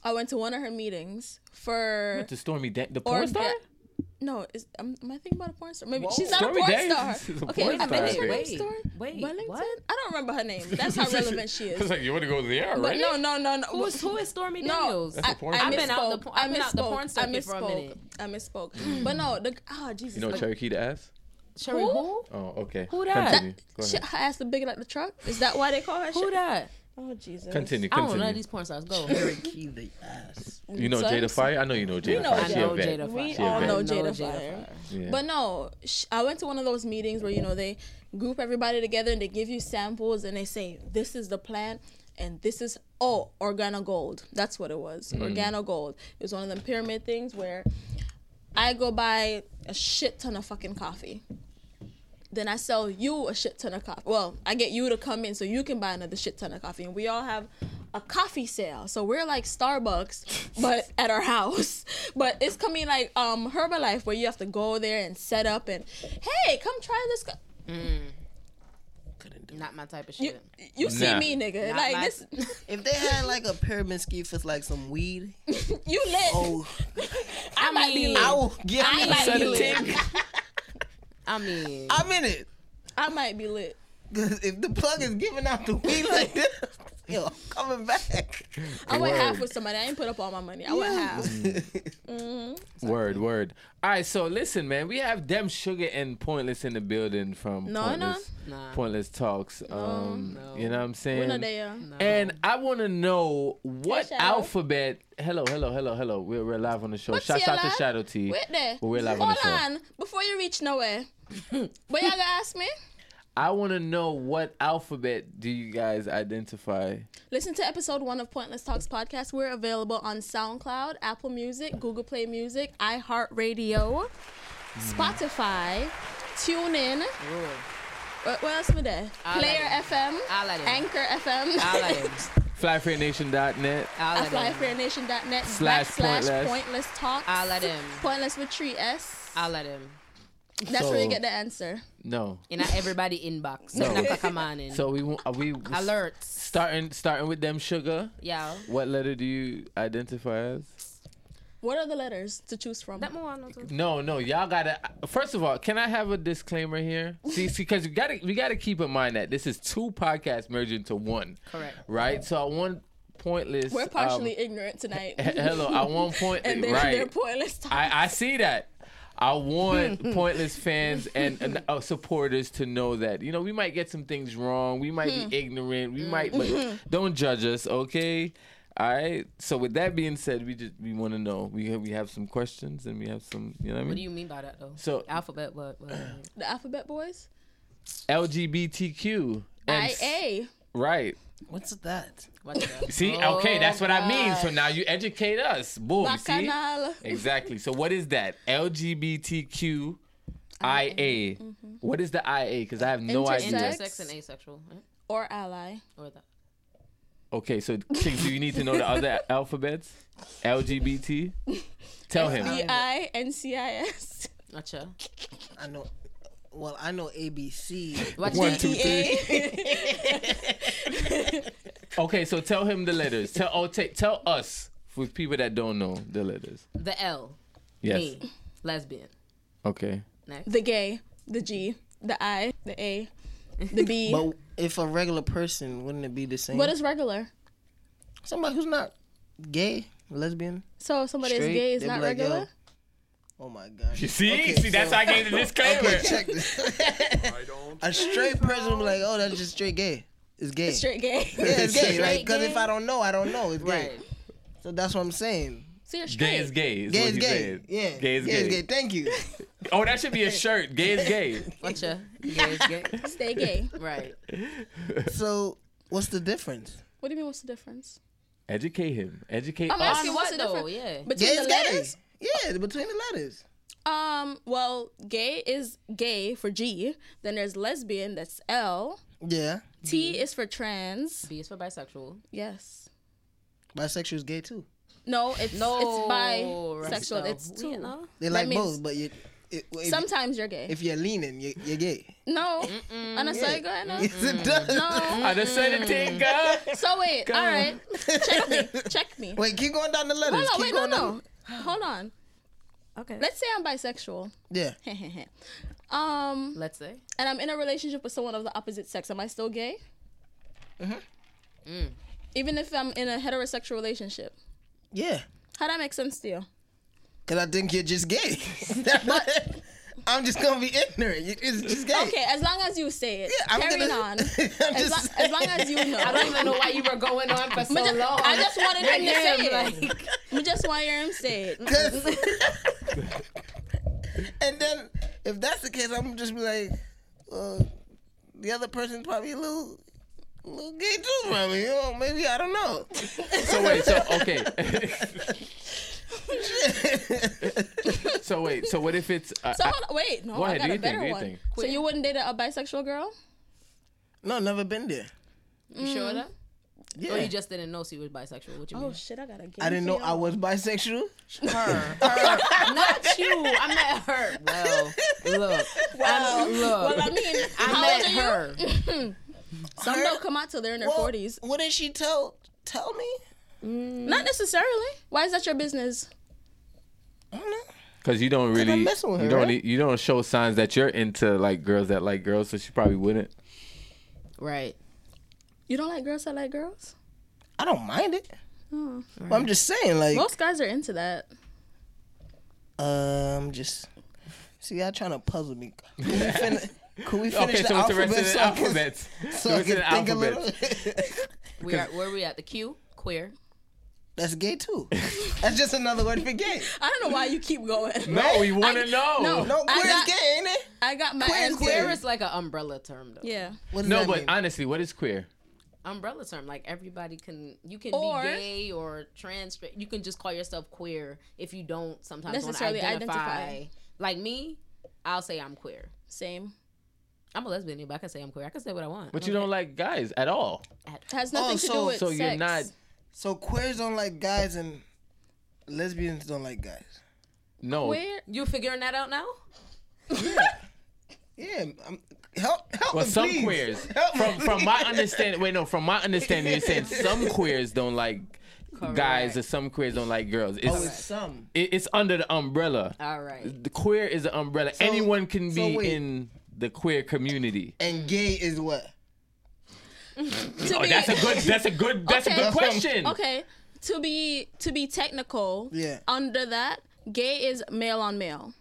Speaker 4: I went to one of her meetings for
Speaker 2: The Stormy Dan- the porn star.
Speaker 4: Ga- no, is, um, am I thinking about a porn star? Maybe
Speaker 1: Whoa.
Speaker 4: she's not
Speaker 2: Stormy
Speaker 4: a porn
Speaker 2: Daniels
Speaker 4: star.
Speaker 2: is a
Speaker 4: okay,
Speaker 2: porn
Speaker 4: I think
Speaker 2: star,
Speaker 4: it's her
Speaker 2: I
Speaker 4: name
Speaker 1: think.
Speaker 4: story.
Speaker 1: Wait,
Speaker 4: Wellington?
Speaker 1: what?
Speaker 4: I don't remember her name. That's how relevant she
Speaker 2: It's
Speaker 4: is.
Speaker 2: like you want to go there,
Speaker 4: But
Speaker 2: right?
Speaker 4: no, no, no, no.
Speaker 1: Who is who is Stormy
Speaker 4: No,
Speaker 1: Daniels?
Speaker 2: That's
Speaker 4: I,
Speaker 2: a porn
Speaker 4: I
Speaker 2: star.
Speaker 1: I've been out the
Speaker 4: misspoke.
Speaker 1: por-
Speaker 4: I
Speaker 1: I've been out the
Speaker 4: misspoke.
Speaker 1: porn
Speaker 4: I
Speaker 1: circuit for a
Speaker 4: misspoke.
Speaker 1: minute. Mm.
Speaker 4: I misspoke. But no, the oh Jesus.
Speaker 2: You know
Speaker 4: like,
Speaker 2: Cherokee to ask.
Speaker 1: Sherry,
Speaker 4: Who?
Speaker 1: who?
Speaker 2: Oh, okay.
Speaker 1: Who that?
Speaker 2: Continue. Go
Speaker 4: she,
Speaker 2: ahead.
Speaker 4: her ass look big like the truck. Is that why they call her?
Speaker 1: Who
Speaker 4: shit?
Speaker 1: that?
Speaker 4: Oh Jesus.
Speaker 2: Continue.
Speaker 1: I don't know none
Speaker 2: Continue.
Speaker 1: of these porn stars. Go.
Speaker 3: Very key the ass.
Speaker 2: You know
Speaker 4: Son,
Speaker 2: Jada Fire? I know you know Jada
Speaker 4: know
Speaker 2: Fire.
Speaker 1: I
Speaker 2: She
Speaker 1: know
Speaker 2: a vet.
Speaker 1: Jada Fye.
Speaker 4: We
Speaker 2: She a
Speaker 4: all
Speaker 2: vet.
Speaker 4: know
Speaker 1: I know
Speaker 4: Jada,
Speaker 1: Jada
Speaker 4: Fire.
Speaker 1: Fye.
Speaker 2: Yeah.
Speaker 4: But no, sh- I went to one of those meetings where you know they group everybody together and they give you samples and they say this is the plan. and this is oh organogold. That's what it was.
Speaker 2: Mm.
Speaker 4: Organogold. It was one of them pyramid things where I go buy a shit ton of fucking coffee. Then I sell you a shit ton of coffee. Well, I get you to come in so you can buy another shit ton of coffee. And we all have a coffee sale. So we're like Starbucks, but at our house. But it's coming like um Herbalife where you have to go there and set up and hey, come try this. Co-.
Speaker 3: Couldn't do it.
Speaker 1: Not my type of
Speaker 4: You,
Speaker 1: shit.
Speaker 4: you see
Speaker 2: Nah.
Speaker 4: me, nigga.
Speaker 1: Not
Speaker 4: like
Speaker 1: my-
Speaker 4: this,
Speaker 3: If they had like a pyramid scheme for like some weed,
Speaker 4: you lit.
Speaker 3: oh,
Speaker 4: I, might be
Speaker 1: mean-
Speaker 4: lit.
Speaker 3: I will get
Speaker 4: I
Speaker 3: me
Speaker 4: like
Speaker 3: a
Speaker 4: you.
Speaker 3: ting.
Speaker 1: I mean,
Speaker 3: I'm in it.
Speaker 4: I might be lit.
Speaker 3: Cause if the plug is giving out the weed like this, yo, I'm coming back.
Speaker 4: I went
Speaker 2: Word.
Speaker 4: half with somebody. I didn't put up all my money. I Mm-hmm. went half.
Speaker 3: Mm.
Speaker 2: Word, word. All right, so listen, man, we have Dem Sugar and Pointless in the building from
Speaker 4: No, no.
Speaker 2: Pointless,
Speaker 1: Nah.
Speaker 2: Pointless Talks. um,
Speaker 1: No.
Speaker 2: You know what I'm saying?
Speaker 4: We're not there.
Speaker 2: And I want to know what
Speaker 4: Shadow.
Speaker 2: alphabet. Hello, hello, hello, hello. We're, we're live on the show.
Speaker 4: What's
Speaker 2: Shouts
Speaker 4: your
Speaker 2: out to
Speaker 4: live?
Speaker 2: Shadow T.
Speaker 4: Wait there.
Speaker 2: But we're live
Speaker 4: Hold
Speaker 2: on the show.
Speaker 4: on. Before you reach nowhere, what y'all gonna ask me?
Speaker 2: I want to know what alphabet do you guys identify?
Speaker 4: Listen to episode one of Pointless Talks podcast. We're available on SoundCloud, Apple Music, Google Play Music, iHeartRadio, Spotify, TuneIn.
Speaker 1: Ooh,
Speaker 4: What, what else am I there?
Speaker 1: All of
Speaker 4: Player
Speaker 1: them.
Speaker 4: FM,
Speaker 1: All of them.
Speaker 4: Anchor FM,
Speaker 1: all of them.
Speaker 2: Flyfreightnation.net.
Speaker 1: All of them.
Speaker 4: flyfairnation.net
Speaker 2: Slash
Speaker 4: backslash
Speaker 2: Pointless.
Speaker 4: pointless. talks.
Speaker 1: All of them.
Speaker 4: Pointless with three S.
Speaker 1: All of them.
Speaker 4: That's where
Speaker 2: So-
Speaker 4: you get the answer.
Speaker 2: No.
Speaker 1: And not everybody inbox.
Speaker 2: No.
Speaker 1: So no. come on in.
Speaker 2: So we want- are we
Speaker 1: Alerts,
Speaker 2: starting starting with Dem Sugar.
Speaker 1: y'all.
Speaker 2: What letter do you identify as?
Speaker 4: What are the letters to choose from?
Speaker 1: That more I know too.
Speaker 2: No, no, y'all gotta. First of all, can I have a disclaimer here? See, because you gotta, we gotta keep in mind that this is two podcasts merged into one.
Speaker 1: Correct.
Speaker 2: Right. So at one pointless.
Speaker 4: We're
Speaker 2: um,
Speaker 4: partially ignorant tonight.
Speaker 2: he- hello. At one point.
Speaker 4: and they're,
Speaker 2: right.
Speaker 4: they're pointless talks.
Speaker 2: I, I see that. I want pointless fans and, and uh, supporters to know that you know we might get some things wrong, we might
Speaker 4: Hmm.
Speaker 2: be ignorant, we might, but don't judge us, okay? All right. So with that being said, we just we want to know we have, we have some questions and we have some you know what I
Speaker 1: What
Speaker 2: mean.
Speaker 1: do you mean by that though?
Speaker 2: So-
Speaker 1: alphabet, what? what
Speaker 4: the Alphabet Boys?
Speaker 2: LGBTQ and s-
Speaker 4: IA.
Speaker 2: right.
Speaker 3: What's that?
Speaker 1: what's that?
Speaker 2: See, okay, that's what I mean. So now you educate us. Boom. See.
Speaker 4: Bacchanal.
Speaker 2: Exactly. So what is that? LGBTQIA. Mm-hmm. What is the IA? Because I have no idea.
Speaker 4: Intersex.
Speaker 1: Intersex and asexual, right?
Speaker 4: Or ally.
Speaker 1: Or that?
Speaker 2: Okay, so Chicks, do you need to know the other alphabets? LGBT. Tell him.
Speaker 1: Yeah.
Speaker 4: BI NCIS.
Speaker 1: Gotcha.
Speaker 3: I know. Well, I know ABC.
Speaker 1: What's
Speaker 2: One,
Speaker 1: that?
Speaker 2: two, three. Okay, so tell him the letters. Tell oh, ta- tell us for people that don't know the letters.
Speaker 1: The L.
Speaker 2: Yes.
Speaker 1: Me. Lesbian.
Speaker 2: Okay.
Speaker 1: Next.
Speaker 4: The gay. The G. The I. The A. The B.
Speaker 3: But if a regular person, wouldn't it be the same?
Speaker 4: what is regular?
Speaker 3: somebody who's not gay, lesbian,
Speaker 4: So if somebody
Speaker 3: straight?
Speaker 4: is gay is
Speaker 3: they'd be
Speaker 4: not
Speaker 3: like, yo,
Speaker 4: regular?
Speaker 3: Oh my god.
Speaker 2: You see,
Speaker 3: Okay,
Speaker 2: see, that's
Speaker 3: so-
Speaker 2: why I gave the disclaimer.
Speaker 3: Okay, check this. a straight person would be like, oh, that's just straight gay. It's gay.
Speaker 4: Straight gay.
Speaker 3: Yeah, it's gay.
Speaker 1: Straight
Speaker 3: Like, cause
Speaker 1: gay.
Speaker 3: if I don't know, I don't know. It's gay.
Speaker 1: Right.
Speaker 3: So that's what I'm saying.
Speaker 4: so you're straight.
Speaker 2: Gay is gay. Is
Speaker 3: Gay
Speaker 2: what
Speaker 3: is
Speaker 2: you
Speaker 3: gay.
Speaker 2: said.
Speaker 3: Yeah.
Speaker 2: Gay is gay.
Speaker 3: Thank you.
Speaker 2: Oh, that should be a shirt. Gay is gay.
Speaker 1: Whatcha? Gay is gay.
Speaker 4: Stay gay.
Speaker 1: Right.
Speaker 3: So what's the difference?
Speaker 4: What do you mean what's the difference?
Speaker 2: Educate him. Educate
Speaker 4: I'm
Speaker 2: us.
Speaker 4: asking what's the
Speaker 1: though?
Speaker 4: difference?
Speaker 1: Yeah.
Speaker 4: Between
Speaker 3: Gay
Speaker 4: the
Speaker 3: is gay.
Speaker 4: letters?
Speaker 3: Yeah, between the letters.
Speaker 4: Um, well, gay is gay for G. Then there's lesbian, that's L.
Speaker 3: Yeah.
Speaker 4: T
Speaker 2: Mm-hmm.
Speaker 4: is for trans.
Speaker 1: B is for bisexual.
Speaker 4: Yes.
Speaker 3: Bisexual is gay too.
Speaker 4: No, it's
Speaker 1: No,
Speaker 4: it's bisexual.
Speaker 1: Rasta.
Speaker 4: It's two.
Speaker 1: You know?
Speaker 3: They like
Speaker 4: means-
Speaker 3: both, but you, it, if,
Speaker 4: Sometimes you're gay.
Speaker 3: if you're leaning, you, you're gay.
Speaker 4: no, on a side guy, no. Mm.
Speaker 3: Yes, it does.
Speaker 4: No.
Speaker 2: I just said it, Tinka.
Speaker 4: So wait, all right. Check me. Check me.
Speaker 3: Wait, keep going down the letters.
Speaker 4: Hold on, wait,
Speaker 3: keep
Speaker 4: no,
Speaker 3: going down
Speaker 4: no. Hold on.
Speaker 1: Okay.
Speaker 4: Let's say I'm bisexual.
Speaker 3: the- Yeah.
Speaker 4: um,
Speaker 1: Let's say.
Speaker 4: and I'm in a relationship with someone of the opposite sex. Am I still gay?
Speaker 3: Mm-hmm.
Speaker 1: Mm.
Speaker 4: Even if I'm in a heterosexual relationship.
Speaker 3: Yeah.
Speaker 4: How that make sense to you?
Speaker 3: Cause I think you're just gay. I'm just gonna be ignorant. You- It's just gay.
Speaker 4: Okay, as long as you say it.
Speaker 3: Yeah, I'm
Speaker 4: Carrying
Speaker 3: gonna-
Speaker 4: on.
Speaker 3: I'm
Speaker 4: As, lo-
Speaker 3: just
Speaker 4: as long as you know.
Speaker 1: I don't even know why you were going on for so
Speaker 4: But ju-
Speaker 1: long.
Speaker 4: I just wanted him to say it.
Speaker 1: Damn, like-
Speaker 4: We just want to hear him say it.
Speaker 3: Cause- and then if that's the case, I'm just be like, uh, the other person's probably a little little gay too, mommy. You know, maybe I don't know.
Speaker 2: So wait, so okay. so wait, so what if it's uh,
Speaker 4: So
Speaker 2: I-
Speaker 4: hold on, wait, no,
Speaker 2: Go
Speaker 4: I
Speaker 2: ahead, do
Speaker 4: got a
Speaker 2: you think,
Speaker 4: better
Speaker 2: do you
Speaker 4: one.
Speaker 2: think?
Speaker 4: So you wouldn't date a, a bisexual girl?
Speaker 3: no, never been there.
Speaker 4: Oh,
Speaker 1: You sure of that?
Speaker 3: Yeah.
Speaker 1: Or Oh, you just didn't know she was bisexual? What you
Speaker 4: mm. Oh
Speaker 1: mean?
Speaker 4: shit, I got a game.
Speaker 3: I didn't know
Speaker 4: for
Speaker 3: I
Speaker 4: you.
Speaker 3: was bisexual.
Speaker 1: her. Not you. I met her. Well, look. Wow. Look.
Speaker 4: Well, I mean,
Speaker 1: I
Speaker 4: how
Speaker 1: met
Speaker 4: old are you?
Speaker 1: her.
Speaker 4: Some don't come out till they're in their
Speaker 3: Well,
Speaker 4: forties.
Speaker 3: Wouldn't she tell tell me?
Speaker 4: Not necessarily. Why is that your business?
Speaker 3: I don't know.
Speaker 2: Because you don't really,
Speaker 3: I'm messing with
Speaker 2: you
Speaker 3: her,
Speaker 2: don't, e,
Speaker 3: right?
Speaker 2: you don't show signs that you're into like girls that like girls, so she probably wouldn't.
Speaker 1: Right.
Speaker 4: You don't like girls that like girls?
Speaker 3: I don't mind it.
Speaker 4: Oh.
Speaker 3: But I'm just saying, like,
Speaker 4: Most guys are into that.
Speaker 3: um, just see, y'all trying to puzzle me. Could we, fin- could we finish
Speaker 2: Okay,
Speaker 3: the
Speaker 2: so what's the rest
Speaker 3: alphabet
Speaker 2: of the
Speaker 3: so I can-
Speaker 2: alphabet?
Speaker 3: So
Speaker 2: So
Speaker 3: I
Speaker 2: what's in
Speaker 3: can
Speaker 2: the
Speaker 3: think a little.
Speaker 2: alphabet?
Speaker 1: We are, where we at? The Q? Queer.
Speaker 3: That's gay too. That's just another word for gay.
Speaker 4: I don't know why you keep going.
Speaker 2: No, we want to know.
Speaker 4: no.
Speaker 3: No,
Speaker 4: I
Speaker 3: queer
Speaker 4: got-
Speaker 3: is gay, ain't it?
Speaker 4: I got my
Speaker 3: Queer is
Speaker 4: answer.
Speaker 1: Queer is like an umbrella term, though.
Speaker 4: Yeah.
Speaker 3: What does
Speaker 2: No,
Speaker 3: that
Speaker 2: but
Speaker 3: mean?
Speaker 2: honestly, what is queer?
Speaker 1: Umbrella term. Like everybody can, you can
Speaker 4: Or-
Speaker 1: be gay or trans. You can just call yourself queer if you don't sometimes wanna
Speaker 4: Necessarily
Speaker 1: identify.
Speaker 4: identify.
Speaker 1: Like me, I'll say I'm queer.
Speaker 4: Same.
Speaker 1: I'm a lesbian, but I can say I'm queer. I can say what I want.
Speaker 2: But you don't like guys at all.
Speaker 4: It has nothing
Speaker 3: Oh,
Speaker 4: to do
Speaker 3: so-
Speaker 4: with
Speaker 2: so you're
Speaker 4: sex.
Speaker 2: not-
Speaker 3: so queers don't like guys and lesbians don't like guys.
Speaker 2: No.
Speaker 4: Where?
Speaker 1: You figuring that out now?
Speaker 3: Yeah, i help, help
Speaker 2: Well,
Speaker 3: me,
Speaker 2: some
Speaker 3: please.
Speaker 2: queers,
Speaker 3: Help me,
Speaker 2: from from my
Speaker 3: please.
Speaker 2: understanding, wait, no, from my understanding, you're saying some queers don't like guys,
Speaker 1: Correct.
Speaker 2: or some queers don't like girls. It's
Speaker 3: Oh, it's some.
Speaker 2: it- it's under the umbrella.
Speaker 1: All right.
Speaker 2: The queer is an umbrella. Anyone can
Speaker 3: so
Speaker 2: be
Speaker 3: wait.
Speaker 2: in the queer community.
Speaker 3: And gay is what?
Speaker 4: To
Speaker 2: Oh,
Speaker 4: be-
Speaker 2: that's a good. That's a good. That's a
Speaker 4: Okay.
Speaker 2: good question.
Speaker 4: Okay. To be to be technical.
Speaker 3: Yeah.
Speaker 4: Under that, gay is male on male.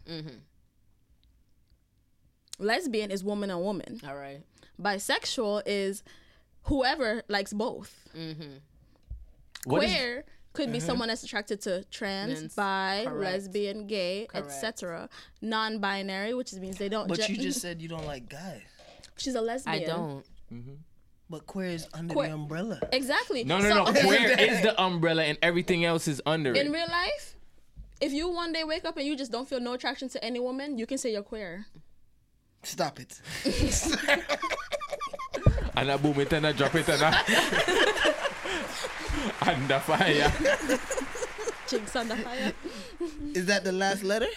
Speaker 4: Lesbian is woman on woman.
Speaker 1: All right.
Speaker 4: Bisexual is whoever likes both.
Speaker 2: What is-
Speaker 4: queer could be someone that's attracted to trans,
Speaker 1: Trans,
Speaker 4: bi,
Speaker 1: correct.
Speaker 4: lesbian, gay, etc. Non-binary, which means they don't.
Speaker 3: But
Speaker 4: ju-
Speaker 3: you just said you don't like guys.
Speaker 4: she's a lesbian.
Speaker 1: I don't.
Speaker 3: But queer is under
Speaker 4: Queer-
Speaker 3: the umbrella.
Speaker 4: Exactly.
Speaker 2: No, no,
Speaker 4: So-
Speaker 2: no. Queer is the umbrella, and everything else is under
Speaker 4: in
Speaker 2: it.
Speaker 4: real life, if you one day wake up and you just don't feel no attraction to any woman, you can say you're queer.
Speaker 3: Stop it.
Speaker 2: And I boom it and I drop it and I. Under fire.
Speaker 4: Jigs on the fire.
Speaker 3: Is that the last letter?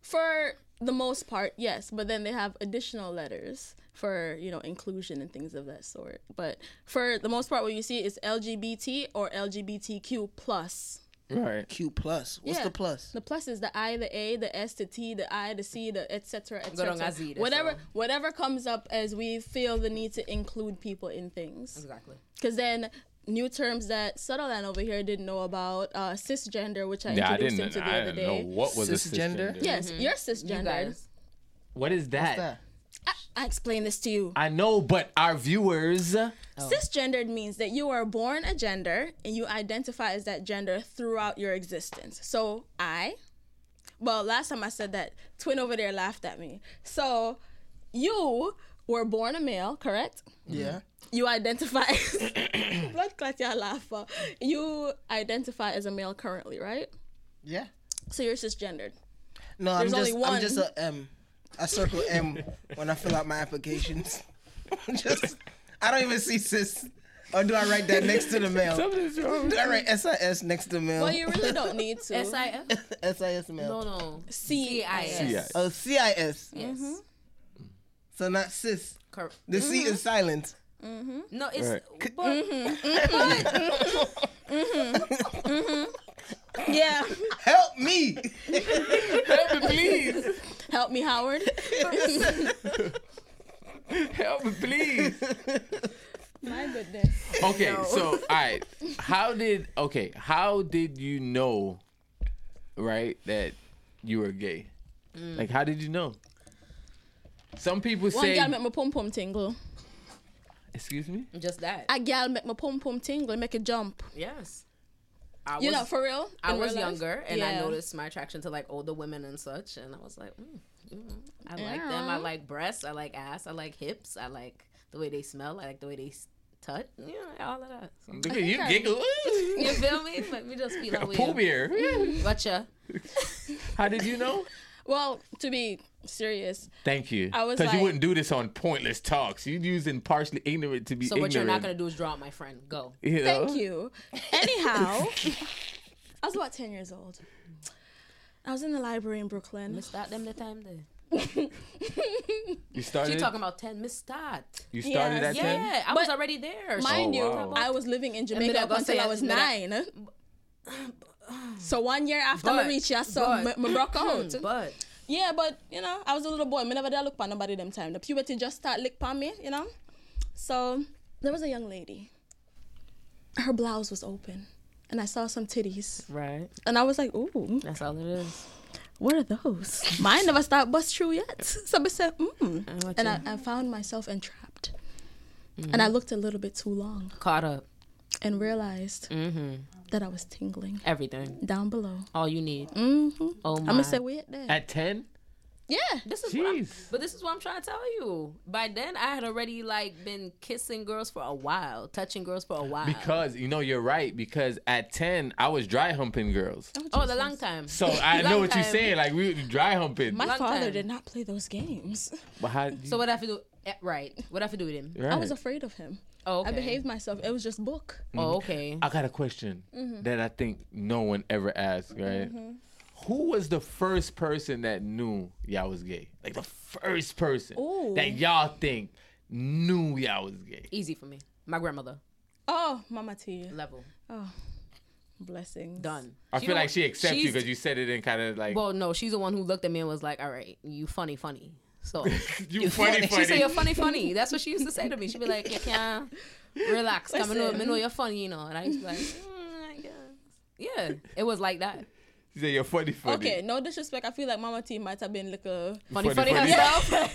Speaker 4: For the most part, yes, but then they have additional letters for you know inclusion and things of that sort. But for the most part, what you see is LGBT or LGBTQ plus.
Speaker 2: Right.
Speaker 3: Q plus. What's
Speaker 4: Yeah.
Speaker 3: the plus?
Speaker 4: The plus is the I, the A, the S, the T, the I, the C, the etc.
Speaker 1: Gorong
Speaker 4: etc.
Speaker 1: azida,
Speaker 4: Whatever
Speaker 1: so-
Speaker 4: whatever comes up as we feel the need to include people in things.
Speaker 1: Exactly.
Speaker 4: Because then new terms that Sutherland over here didn't know about, uh, cisgender, which I
Speaker 2: Yeah, I
Speaker 4: introduced
Speaker 2: didn't.
Speaker 4: him to the
Speaker 2: I
Speaker 4: other
Speaker 2: didn't know
Speaker 4: day.
Speaker 2: what was
Speaker 3: Cisgender?
Speaker 2: a cisgender.
Speaker 4: Yes, you're
Speaker 1: Mm-hmm. You
Speaker 4: cisgender.
Speaker 1: guys.
Speaker 2: What is that?
Speaker 3: That.
Speaker 4: I, I explained this to you.
Speaker 2: I know, but our viewers.
Speaker 1: Oh.
Speaker 4: Cisgendered means that you are born a gender and you identify as that gender throughout your existence. So I, well, last time I said that, twin over there laughed at me. So you were born a male, correct?
Speaker 3: Yeah.
Speaker 4: You identify blood clot, y'all laugh. uh, You identify as a male currently, right?
Speaker 3: Yeah.
Speaker 4: So you're cisgendered.
Speaker 3: No,
Speaker 4: There's
Speaker 3: I'm
Speaker 4: only
Speaker 3: just
Speaker 4: one.
Speaker 3: I'm just a M. I circle M when I fill out my applications. just I don't even see cis. Or do I write that next to the mail? Do I write SIS next to mail?
Speaker 4: Well, you really don't need to.
Speaker 1: S I F.
Speaker 3: SIS mail.
Speaker 1: No, no.
Speaker 4: C I S.
Speaker 2: Yeah.
Speaker 3: Oh, CIS.
Speaker 1: Yes.
Speaker 3: So not cis.
Speaker 1: Cor-
Speaker 3: The C
Speaker 4: Mm-hmm.
Speaker 3: is silent.
Speaker 1: No, it's
Speaker 2: Right.
Speaker 1: but
Speaker 4: Yeah.
Speaker 3: Help me.
Speaker 2: Help me, please.
Speaker 4: Help me, Howard.
Speaker 2: Help me, please.
Speaker 4: My goodness.
Speaker 2: Okay, so all right, how did okay? How did you know, right, that you were gay? Like, how did you know? Some people
Speaker 4: One
Speaker 2: say,
Speaker 4: gal make my pom pom tingle.
Speaker 2: excuse me.
Speaker 1: just that.
Speaker 4: a gal make my pom pom tingle, make it jump.
Speaker 1: yes. I was,
Speaker 4: You know, for real.
Speaker 1: I
Speaker 4: in real
Speaker 1: was
Speaker 4: life.
Speaker 1: younger and I
Speaker 4: Yeah.
Speaker 1: noticed my attraction to like older women and such, and I was like, mm, mm, I like them. I
Speaker 4: Yeah.
Speaker 1: like breasts. I like ass. I like hips. I like the way they smell, I like the way they s- touch, you know, like all of that. So,
Speaker 2: Look at you
Speaker 4: I-
Speaker 2: giggle.
Speaker 1: you feel me? Let me just feel
Speaker 2: Got a
Speaker 1: like
Speaker 2: pool beer.
Speaker 1: Gotcha.
Speaker 2: How did you know?
Speaker 4: Well, to be serious,
Speaker 2: Thank you.
Speaker 4: I was
Speaker 2: Because you
Speaker 4: like-
Speaker 2: wouldn't do this on pointless talks. You're using partially ignorant to be
Speaker 1: So what
Speaker 2: ignorant.
Speaker 1: you're not gonna do is draw up my friend. Go.
Speaker 2: you know?
Speaker 4: Thank you. Anyhow, I was about 10 years old. I was in the library in Brooklyn.
Speaker 1: Missed out them the time there.
Speaker 2: You started.
Speaker 1: She talking about ten. Missed out.
Speaker 2: you started
Speaker 4: Yes.
Speaker 2: at
Speaker 1: Yeah,
Speaker 2: ten.
Speaker 1: I was
Speaker 4: But
Speaker 1: already there.
Speaker 4: Mind
Speaker 2: Oh,
Speaker 4: you,
Speaker 2: wow.
Speaker 4: I was living in
Speaker 1: then
Speaker 4: Jamaica
Speaker 1: I
Speaker 4: up
Speaker 1: go say
Speaker 4: until I
Speaker 1: yes,
Speaker 4: was
Speaker 1: but I-
Speaker 4: nine. So one year after I
Speaker 1: But-
Speaker 4: reached, I saw
Speaker 1: but- hmm.
Speaker 4: m- Morocco out.
Speaker 1: But
Speaker 4: Yeah, but you know, I was a little boy. Me never did look pon nobody them time. The puberty just start lick pon me, you know. So there was a young lady. Her blouse was open, and I saw some titties,
Speaker 1: right,
Speaker 4: and I was like, "Ooh,
Speaker 1: that's all it is.
Speaker 4: what are those?" Mine never start bust through yet. So I said, "Mm,"
Speaker 1: I want
Speaker 4: and I,
Speaker 1: you. Mm.
Speaker 4: I found myself entrapped. And I looked a little bit too long
Speaker 1: Caught up.
Speaker 4: and realized
Speaker 1: Mm-hmm.
Speaker 4: that I was tingling
Speaker 1: Everything.
Speaker 4: down below.
Speaker 1: All you need.
Speaker 4: Mm-hmm.
Speaker 1: Oh my.
Speaker 4: I'm gonna say wait there.
Speaker 2: At ten.
Speaker 4: yeah.
Speaker 1: This is what I'm-
Speaker 2: Jeez.
Speaker 1: but this is what I'm trying to tell you. By then, I had already like been kissing girls for a while, touching girls for a while.
Speaker 2: Because you know you're right. Because at ten, I was dry humping girls.
Speaker 1: oh, the long time.
Speaker 2: So I know what you're
Speaker 1: time.
Speaker 2: saying. Like we were dry humping.
Speaker 4: My
Speaker 1: Long
Speaker 4: father
Speaker 1: time.
Speaker 4: did not play those games.
Speaker 2: But how did you-
Speaker 1: So what I have to do? eh, Right. What I have to do with him?
Speaker 2: right.
Speaker 4: I was afraid of him.
Speaker 1: Oh, okay.
Speaker 4: I behaved myself. It was just book.
Speaker 1: Oh, okay.
Speaker 2: I got a question that I think no one ever asked. Right. Who was the first person that knew y'all was gay? Like the first person
Speaker 4: Ooh.
Speaker 2: that y'all think knew y'all was gay.
Speaker 1: Easy for me. My grandmother
Speaker 4: Oh, Mama T.
Speaker 1: level
Speaker 4: Blessings.
Speaker 1: done.
Speaker 2: I feel
Speaker 1: don't-
Speaker 2: like she accepts you
Speaker 1: she's-
Speaker 2: because you said it in kind of like
Speaker 1: Well, no, she's the one who looked at me and was like, "All right, you funny, funny." So
Speaker 2: you funny,
Speaker 1: she said,
Speaker 2: funny.
Speaker 1: "You're funny, funny." That's what she used to say to me. She'd be like, "You can't relax. Come, I know, I know you're funny, you know." And I used to be like, mm, I guess. "Yeah, it was like that."
Speaker 2: She said you're funny, funny.
Speaker 4: Okay, no disrespect. I feel like Mama T might have been like a.
Speaker 1: Funny,
Speaker 2: Funny,
Speaker 1: funny,
Speaker 2: funny.
Speaker 1: herself.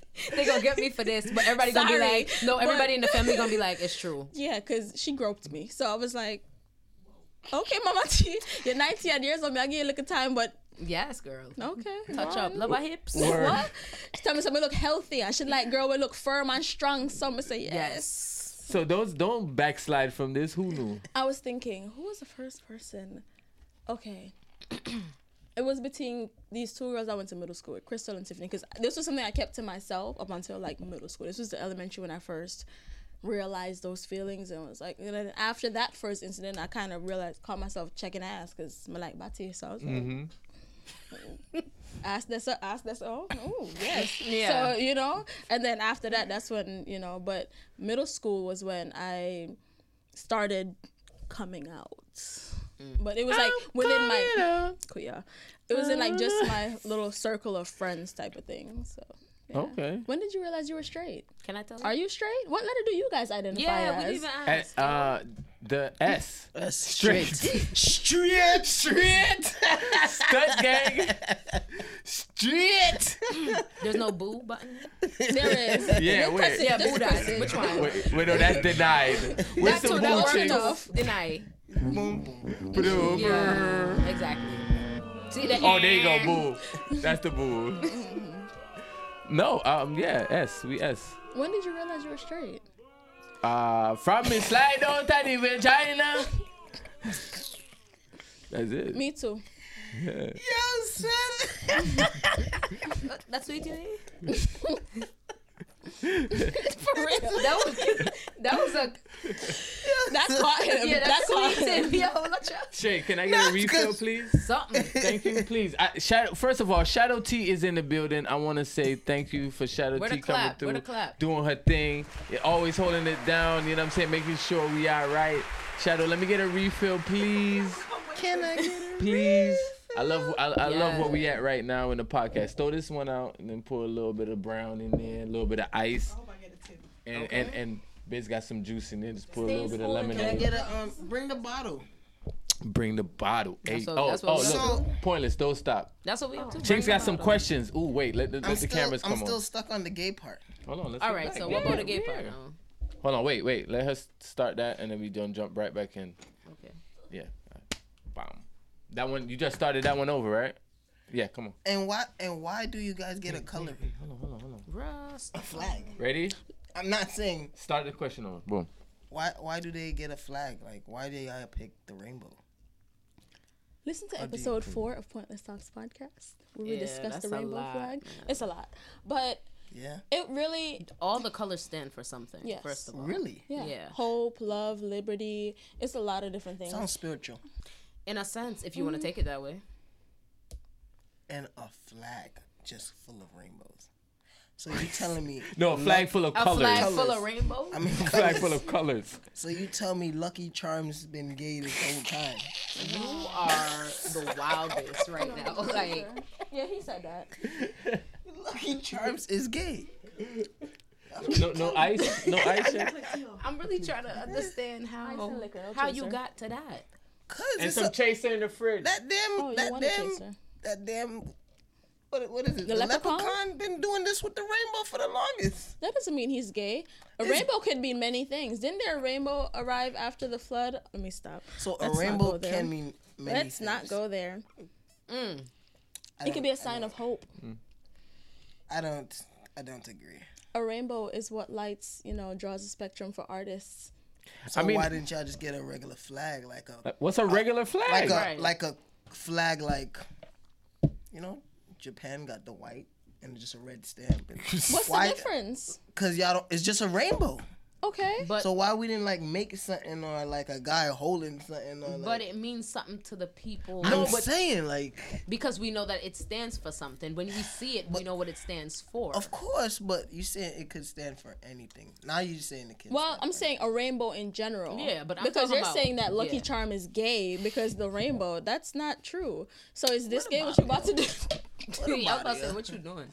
Speaker 1: they gonna get me for this, but everybody gonna be
Speaker 4: Sorry,
Speaker 1: like, "No, everybody
Speaker 4: but-
Speaker 1: in the family gonna be like, it's true."
Speaker 4: Yeah, because she groped me. So I was like, okay, Mama T, you're 90 odd years old. me. I give you a little time, but
Speaker 1: Yes, girl.
Speaker 4: okay.
Speaker 1: Touch up,
Speaker 4: fine.
Speaker 1: love our hips.
Speaker 2: Word.
Speaker 4: What? She tell me something look healthy. I should like girl will look firm and strong. So I say yes.
Speaker 1: Yes.
Speaker 2: So those don't backslide from this. Who knew?
Speaker 4: I was thinking, who was the first person? Okay. it was between these two girls I went to middle school with, Crystal and Tiffany, because this was something I kept to myself up until like middle school. This was the elementary when I first realized those feelings and was like, and then after that first incident, I kind of realized, caught myself checking ass because I like body. So I was like, ass this, ass this, oh, ooh, yes.
Speaker 1: Yeah.
Speaker 4: So, you know, and then after that, that's when, you know, but middle school was when I started coming out. But it was like within my cool, yeah. It was in like just my little circle of friends type of thing. So yeah.
Speaker 2: Okay.
Speaker 4: When did you realize you were straight?
Speaker 1: Can I tell you?
Speaker 4: Are you straight? What letter do you guys identify
Speaker 1: yeah, we
Speaker 4: as?
Speaker 1: didn't even
Speaker 2: And,
Speaker 1: ask.
Speaker 2: uh, the S.
Speaker 3: That's
Speaker 2: Straight.
Speaker 3: Straight. Straight.
Speaker 2: Stud gang. Straight.
Speaker 1: There's no boo button.
Speaker 4: there is.
Speaker 2: Yeah, wait.
Speaker 4: press it.
Speaker 1: Yeah,
Speaker 4: Just
Speaker 1: boo
Speaker 4: press
Speaker 1: that.
Speaker 4: it.
Speaker 1: Which one?
Speaker 2: Wait, wait, no, that's denied.
Speaker 1: That's
Speaker 2: What's the
Speaker 1: what that
Speaker 2: boo
Speaker 1: worked
Speaker 2: thing?
Speaker 1: off. Deny.
Speaker 3: Boom, boom.
Speaker 2: Boo.
Speaker 1: Yeah, exactly. See that?
Speaker 2: Oh, there you go, boo. That's the boo. No, um, yeah, S. We S.
Speaker 4: When did you realize you were straight?
Speaker 2: Uh, from me slide down to the vagina. That's it.
Speaker 4: Me too.
Speaker 3: Yo, son.
Speaker 1: Uh, That's what you did.
Speaker 4: For real.
Speaker 1: That was that was a
Speaker 4: That caught him.
Speaker 1: yeah.
Speaker 4: that
Speaker 1: That's
Speaker 4: caught
Speaker 1: sweet
Speaker 4: him.
Speaker 1: tip. Yo, let your
Speaker 2: Shay, can I get a
Speaker 3: That's
Speaker 2: refill,
Speaker 3: good.
Speaker 2: please?
Speaker 1: something.
Speaker 2: Thank you, please. I, Shadow, first of all, Shadow T is in the building. I want to say thank you for Shadow
Speaker 1: Where the
Speaker 2: T coming
Speaker 1: clap?
Speaker 2: through,
Speaker 1: Where the clap?
Speaker 2: doing her thing, yeah, always holding it down. You know what I'm saying, making sure we all right. Shadow, let me get a refill, please,
Speaker 3: Can I get it?
Speaker 2: please. I love I, I love where
Speaker 1: Yes.
Speaker 2: we at right now in the podcast. Throw this one out and then pour a little bit of brown in there, a little bit of ice, and and and Biz got some juice in there. Just pour a little bit of
Speaker 3: Can I
Speaker 2: lemonade.
Speaker 3: get a um? Bring the bottle.
Speaker 2: Bring the bottle. Hey,
Speaker 1: what-
Speaker 2: oh,
Speaker 1: that's what
Speaker 2: oh,
Speaker 1: we-
Speaker 2: look,
Speaker 3: So-
Speaker 2: pointless. Don't stop.
Speaker 1: That's what we up to. Bring
Speaker 2: Chink's got
Speaker 1: them
Speaker 2: some
Speaker 1: out.
Speaker 2: questions. Ooh, wait, let, let,
Speaker 3: I'm
Speaker 2: let the
Speaker 3: still,
Speaker 2: cameras come
Speaker 3: I'm still
Speaker 2: on.
Speaker 3: stuck on the gay part.
Speaker 2: Hold on, let's
Speaker 1: All
Speaker 2: go
Speaker 1: right,
Speaker 2: back.
Speaker 1: so
Speaker 2: Yeah,
Speaker 1: what about the gay
Speaker 2: yeah.
Speaker 1: part? now?
Speaker 2: Hold on, wait, wait. Let her s- start that, and then we don't jump right back in.
Speaker 1: Okay.
Speaker 2: Yeah. Bam. That one, you just started that one over, right? Yeah, come on.
Speaker 3: And why? And why do you guys get a color
Speaker 2: Hold on, hold on, hold on.
Speaker 1: Rust.
Speaker 3: flag?
Speaker 2: Ready?
Speaker 3: I'm not saying
Speaker 2: Start the question over. Boom.
Speaker 3: why. Why do they get a flag? Like why do I pick the rainbow?
Speaker 4: Listen to
Speaker 3: do you
Speaker 4: episode four of Pointless Talks podcast where we
Speaker 1: Yeah,
Speaker 4: discuss
Speaker 1: that's
Speaker 4: the
Speaker 1: a
Speaker 4: rainbow
Speaker 1: lot,
Speaker 4: flag.
Speaker 1: man.
Speaker 4: It's a lot, but
Speaker 3: Yeah.
Speaker 4: it really,
Speaker 1: All the colors stand for something.
Speaker 4: Yes.
Speaker 1: First of all,
Speaker 3: Really?
Speaker 4: yeah,
Speaker 1: Yeah.
Speaker 4: hope, love, liberty. It's a lot of different things.
Speaker 3: Sounds spiritual.
Speaker 1: in a sense, if you want to take it that way,
Speaker 3: And a flag just full of rainbows. So you telling me?
Speaker 2: No, a flag full of
Speaker 1: a
Speaker 2: colors.
Speaker 1: flag full
Speaker 3: Colors.
Speaker 1: of rainbow.
Speaker 3: I mean,
Speaker 2: flag full of colors.
Speaker 3: so you tell me Lucky Charms been gay this whole time?
Speaker 1: You are the wildest right now. Like
Speaker 4: yeah, he said that.
Speaker 3: Lucky Charms is gay.
Speaker 2: No, no ice. No ice. yet?
Speaker 1: I'm really trying to understand how
Speaker 4: and liquor, no
Speaker 1: how you
Speaker 4: chaser.
Speaker 1: got to that.
Speaker 3: Cause
Speaker 2: And
Speaker 3: it's
Speaker 2: some
Speaker 3: a,
Speaker 2: chaser in the fridge.
Speaker 3: that damn
Speaker 4: Oh, you
Speaker 3: that
Speaker 4: want a
Speaker 3: damn
Speaker 4: chaser?
Speaker 3: that damn what, what is it? The,
Speaker 4: leprechaun?
Speaker 3: been doing this with the rainbow for the longest.
Speaker 4: That doesn't mean he's gay. A rainbow could mean many things. Didn't there a rainbow arrive after the flood? Let me stop.
Speaker 3: So
Speaker 4: Let's
Speaker 3: a
Speaker 4: not
Speaker 3: rainbow
Speaker 4: go there.
Speaker 3: can mean many
Speaker 4: Let's not
Speaker 3: things.
Speaker 4: go there.
Speaker 1: Mm.
Speaker 3: I
Speaker 4: It could
Speaker 3: don't-
Speaker 4: be a sign of hope.
Speaker 3: I don't. I don't agree.
Speaker 4: A rainbow is what lights, you know, draws a spectrum for artists.
Speaker 3: So
Speaker 2: I mean-
Speaker 3: why didn't y'all just get a regular flag, like a
Speaker 2: What's a regular flag?
Speaker 3: like a
Speaker 1: Right.
Speaker 3: like a flag, like you know, Japan got the white and just a red stamp. And
Speaker 4: What's
Speaker 3: why,
Speaker 4: the difference?
Speaker 3: Cause y'all don't. It's just a rainbow.
Speaker 4: Okay.
Speaker 1: But
Speaker 3: So why we didn't like make something or like a guy holding something or like.
Speaker 1: but it means something to the people
Speaker 3: I'm saying like,
Speaker 1: because we know that it stands for something. When we see it, we know what it stands for.
Speaker 3: of course, but you said it could stand for anything. Now you're just saying the kids.
Speaker 4: Well, I'm saying a rainbow in general.
Speaker 1: Yeah, but I'm
Speaker 4: because
Speaker 1: talking
Speaker 4: you're
Speaker 1: about-
Speaker 4: saying that Lucky
Speaker 1: yeah.
Speaker 4: Charm is gay because the rainbow. That's not true. So is this gay? What you about to do?
Speaker 1: Yeah, I was about to
Speaker 3: about
Speaker 1: say, what you doing?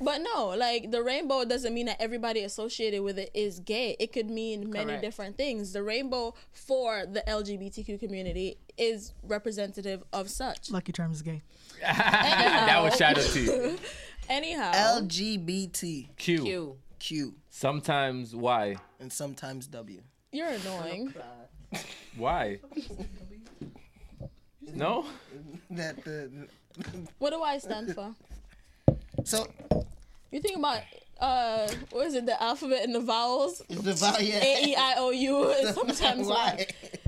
Speaker 4: but no, like the rainbow doesn't mean that everybody associated with it is gay. It could mean many
Speaker 1: Correct.
Speaker 4: different things. The rainbow for the LGBTQ community is representative of such.
Speaker 5: Lucky Charms is gay.
Speaker 2: that was shadow T.
Speaker 4: Anyhow,
Speaker 3: LGBTQ
Speaker 2: Q.
Speaker 1: You.
Speaker 2: Sometimes why?
Speaker 3: and sometimes W.
Speaker 4: you're annoying.
Speaker 2: Why? No.
Speaker 3: That the
Speaker 4: What do I stand for?
Speaker 3: so
Speaker 4: You think about uh, what is it? The alphabet and the vowels.
Speaker 3: the vowel yeah.
Speaker 4: A E I O U is sometimes
Speaker 3: Why?
Speaker 4: like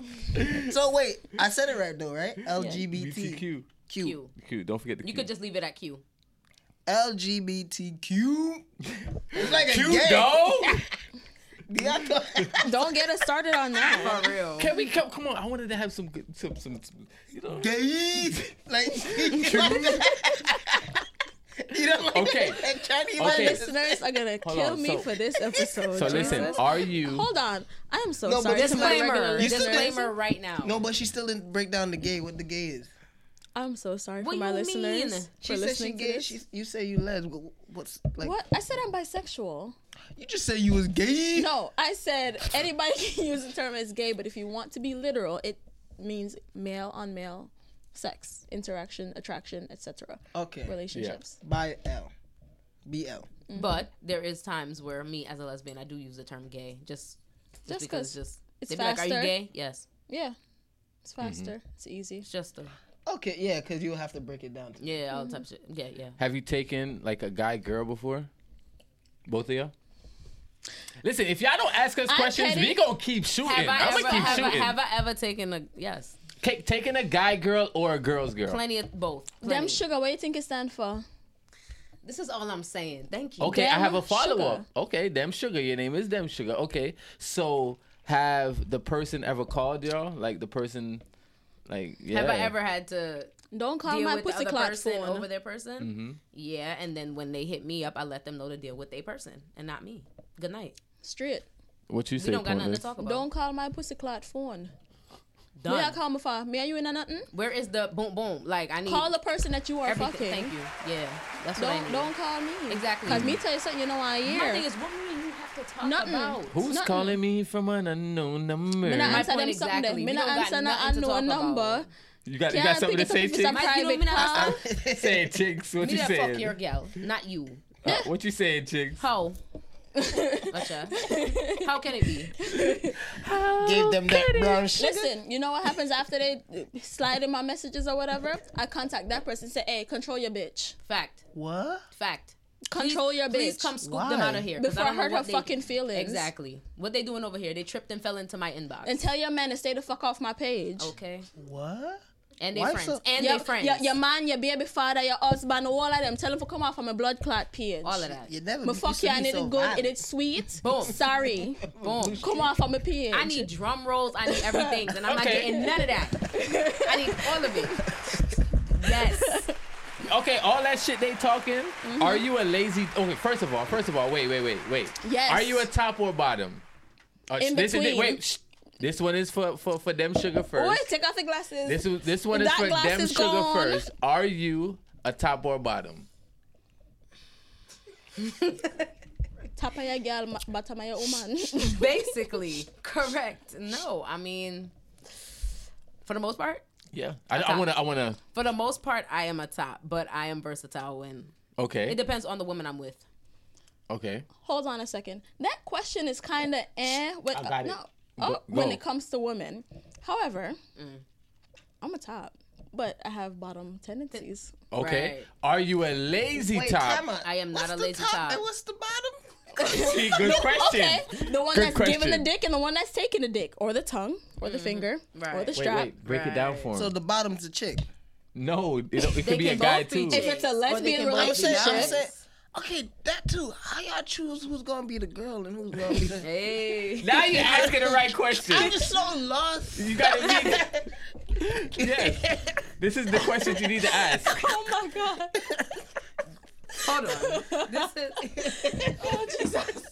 Speaker 3: so wait, I said it right though, right? LGBTQ.
Speaker 2: BTQ.
Speaker 3: Q.
Speaker 1: Q.
Speaker 2: Q. Don't forget the Q.
Speaker 1: You could just leave it at Q.
Speaker 3: LGBTQ. It's like a
Speaker 2: Q
Speaker 3: gang.
Speaker 2: dog.
Speaker 3: Y'all thought-
Speaker 4: Don't get us started on that.
Speaker 1: For real.
Speaker 2: Can we come? Come on! I wanted to have some good, some, some, some you know.
Speaker 3: Gay. Like, you don't like
Speaker 2: Okay.
Speaker 3: That Chinese
Speaker 2: Okay.
Speaker 3: man.
Speaker 4: Listeners are gonna
Speaker 2: Hold
Speaker 4: kill
Speaker 2: on,
Speaker 4: me
Speaker 2: so-
Speaker 4: for this episode.
Speaker 2: So listen,
Speaker 4: Jesus.
Speaker 2: are you?
Speaker 4: hold on. I am so
Speaker 3: No, but
Speaker 4: sorry. to my
Speaker 3: disclaimer.
Speaker 4: regular
Speaker 1: Disclaimer.
Speaker 3: You still
Speaker 4: listeners.
Speaker 1: Disclaimer right now.
Speaker 3: No, but she still didn't break down the gay. What the gay is?
Speaker 4: I'm so sorry
Speaker 1: What
Speaker 4: for my
Speaker 1: you
Speaker 4: listeners
Speaker 1: mean?
Speaker 4: for
Speaker 3: She said she
Speaker 4: listening to
Speaker 3: gay.
Speaker 4: this.
Speaker 3: She, you say you les. wh- What's like?
Speaker 4: What? I said I'm bisexual.
Speaker 3: You just say you was gay.
Speaker 4: No, I said anybody can use the term as gay, but if you want to be literal, it means male on male sex interaction, attraction, etc.
Speaker 3: Okay.
Speaker 4: Relationships.
Speaker 3: By L. B L.
Speaker 2: Mm-hmm.
Speaker 1: But there is times where me as a lesbian, I do use the term gay just just,
Speaker 4: Just
Speaker 1: because
Speaker 4: 'cause
Speaker 1: just
Speaker 4: it's
Speaker 1: they be like, are you
Speaker 4: faster."
Speaker 1: gay? Yes,
Speaker 4: Yeah. It's
Speaker 2: Mm-hmm.
Speaker 4: faster. It's easy.
Speaker 1: it's just a
Speaker 3: Okay, yeah, because you'll have to break it down. To
Speaker 1: yeah,
Speaker 4: Mm-hmm.
Speaker 1: all types of yeah, yeah.
Speaker 2: Have you taken like a guy girl before? Both of y'all. Listen, if y'all don't ask us
Speaker 4: I'm
Speaker 2: questions,
Speaker 4: petty.
Speaker 2: we gonna keep shooting.
Speaker 1: Have I
Speaker 2: I'm
Speaker 1: ever
Speaker 2: gonna keep
Speaker 1: have, I-
Speaker 2: shooting.
Speaker 1: have I ever taken a yes?
Speaker 2: Take, taking a guy girl or a girl's girl.
Speaker 1: Plenty of both.
Speaker 4: Them
Speaker 1: Plenty.
Speaker 4: sugar, what you think it stand for?
Speaker 1: this is all I'm saying. Thank you.
Speaker 2: Okay, I
Speaker 4: Damn
Speaker 2: have a follow up.
Speaker 4: sugar.
Speaker 2: Okay, damn sugar. Your name is damn sugar. Okay, so have the person ever called y'all? Like the person, like yeah.
Speaker 1: Have I ever had to
Speaker 4: Don't call
Speaker 1: deal
Speaker 4: my
Speaker 1: with the
Speaker 4: pussy
Speaker 1: other
Speaker 4: clot
Speaker 1: person
Speaker 4: phone.
Speaker 1: over their person? Yeah, and then when they hit me up, I let them know to deal with their person and not me. Good night.
Speaker 4: Straight.
Speaker 2: What you
Speaker 1: We
Speaker 2: say?
Speaker 1: don't got nothing
Speaker 2: Pointless?
Speaker 1: to talk about.
Speaker 4: Don't call my pussy clot phone.
Speaker 1: Done.
Speaker 4: Me I call my phone. Me and you in a nothing.
Speaker 1: Where is the boom boom? Like I need
Speaker 4: Call the person that you are
Speaker 1: everything.
Speaker 4: fucking.
Speaker 1: Thank you. Yeah, that's what I
Speaker 4: Don't
Speaker 1: need.
Speaker 4: don't call me.
Speaker 1: Exactly.
Speaker 4: Cause me tell you something you know I hear.
Speaker 1: My thing is, what do you have to talk
Speaker 4: Nothing.
Speaker 1: about?
Speaker 2: Who's
Speaker 4: Nothing.
Speaker 2: calling me from an unknown number?
Speaker 4: Mina
Speaker 1: My
Speaker 4: answer them
Speaker 1: point
Speaker 4: something.
Speaker 1: exactly.
Speaker 4: Exactly.
Speaker 1: We
Speaker 4: Mina
Speaker 1: don't got
Speaker 4: answer no
Speaker 1: nothing to
Speaker 4: unknown
Speaker 1: talk
Speaker 4: number.
Speaker 1: about.
Speaker 2: you got, you
Speaker 4: Can't
Speaker 2: got
Speaker 4: pick
Speaker 2: something to
Speaker 4: it up
Speaker 2: say,
Speaker 4: if it's a
Speaker 2: chicks?
Speaker 1: Mike, you know
Speaker 4: private
Speaker 1: Mina
Speaker 4: call.
Speaker 2: Say, it, chicks. What
Speaker 1: Me
Speaker 2: you
Speaker 1: that fuck your
Speaker 2: saying?
Speaker 1: gal, not you.
Speaker 2: Uh, what you saying, chicks?
Speaker 1: How? Gotcha. How can it be?
Speaker 3: Gave them that brown sugar.
Speaker 4: Listen, you know what happens after they slide in my messages or whatever? I contact that person, say, "Hey, control your bitch."
Speaker 1: Fact.
Speaker 3: What?
Speaker 1: Fact.
Speaker 4: Control your bitch.
Speaker 1: Please come scoop them
Speaker 3: Why?
Speaker 1: out of here. 'cause I
Speaker 4: before I
Speaker 1: don't know
Speaker 4: hurt
Speaker 1: what
Speaker 4: her
Speaker 1: they-
Speaker 4: fucking feelings.
Speaker 1: Exactly. What they doing over here? They tripped and fell into my inbox.
Speaker 4: And tell your man to stay the fuck off my page.
Speaker 1: okay.
Speaker 3: What?
Speaker 1: And they
Speaker 3: Why
Speaker 1: friends.
Speaker 3: so-
Speaker 1: Oh. and
Speaker 4: Your,
Speaker 1: they friends.
Speaker 4: Your, your man, your baby father, your husband, all of them. Tell them to come off from a blood clot page.
Speaker 1: All of that.
Speaker 3: You never.
Speaker 4: But
Speaker 3: used
Speaker 4: fuck
Speaker 3: to
Speaker 4: you,
Speaker 3: be
Speaker 4: and it
Speaker 3: so
Speaker 4: is good,
Speaker 3: violent.
Speaker 4: it is sweet.
Speaker 1: Boom.
Speaker 4: Sorry.
Speaker 1: Boom.
Speaker 4: Come off from a page.
Speaker 1: I need drum rolls. I need everything, and I'm not
Speaker 2: Okay.
Speaker 1: getting none of that. I need all of it. Yes.
Speaker 2: Okay, all that shit they talking.
Speaker 1: Mm-hmm.
Speaker 2: Are you a lazy? Okay, first of all, first of all, wait, wait, wait, wait.
Speaker 4: Yes.
Speaker 2: Are you a top or bottom? Uh,
Speaker 4: In
Speaker 2: this Is,
Speaker 4: between.
Speaker 2: wait, shh. this one is for for for them sugar first.
Speaker 4: Wait, take off the glasses.
Speaker 2: This is this one is
Speaker 4: That
Speaker 2: for
Speaker 4: glass
Speaker 2: them
Speaker 4: is
Speaker 2: sugar
Speaker 4: gone.
Speaker 2: first. Are you a top or bottom?
Speaker 4: Top of your girl, ma- bottom of your woman.
Speaker 1: Basically, correct. No, I mean, for the most part,
Speaker 2: Yeah, I, I
Speaker 1: top.
Speaker 2: wanna I wanna.
Speaker 1: for the most part, I am a top, but I am versatile. When
Speaker 2: Okay,
Speaker 1: it depends on the woman I'm with.
Speaker 2: okay.
Speaker 4: Hold on a second. That question is kind of eh. When,
Speaker 2: I got it.
Speaker 4: no, oh,
Speaker 2: Go- Mm.
Speaker 4: when
Speaker 2: go.
Speaker 4: it comes to women. However, I'm a top, but I have bottom tendencies.
Speaker 2: Okay.
Speaker 1: Right.
Speaker 2: Are you a lazy
Speaker 3: Wait,
Speaker 2: top?
Speaker 3: time out.
Speaker 1: I am not
Speaker 3: What's
Speaker 1: a
Speaker 3: the
Speaker 1: lazy top.
Speaker 3: And what's the bottom?
Speaker 2: See, good question.
Speaker 4: Okay, the one
Speaker 2: Good
Speaker 4: that's giving
Speaker 2: question. Mm-hmm.
Speaker 4: the dick and the one that's taking the dick, or the tongue, or the finger, or
Speaker 1: Right.
Speaker 4: the
Speaker 1: Wait,
Speaker 2: Wait,
Speaker 4: strap.
Speaker 2: wait, break it down
Speaker 1: Right.
Speaker 2: for him.
Speaker 3: so the bottom's a chick.
Speaker 2: no, it, don't- it
Speaker 1: They
Speaker 2: could be a
Speaker 1: can
Speaker 2: guy
Speaker 1: both be
Speaker 2: too.
Speaker 1: chicks.
Speaker 4: If it's a
Speaker 1: Or they
Speaker 4: lesbian
Speaker 1: can both be
Speaker 3: I'm saying, I'm
Speaker 1: Yes.
Speaker 4: relationship,
Speaker 3: saying, okay, that too. How y'all choose who's gonna be the girl and who's gonna be the?
Speaker 1: Hey.
Speaker 2: Now you're asking the right question.
Speaker 3: I'm just so lost.
Speaker 2: You gotta be. yes. This is the question you need to ask.
Speaker 4: oh my god,
Speaker 1: Hold on. This is
Speaker 4: oh Jesus.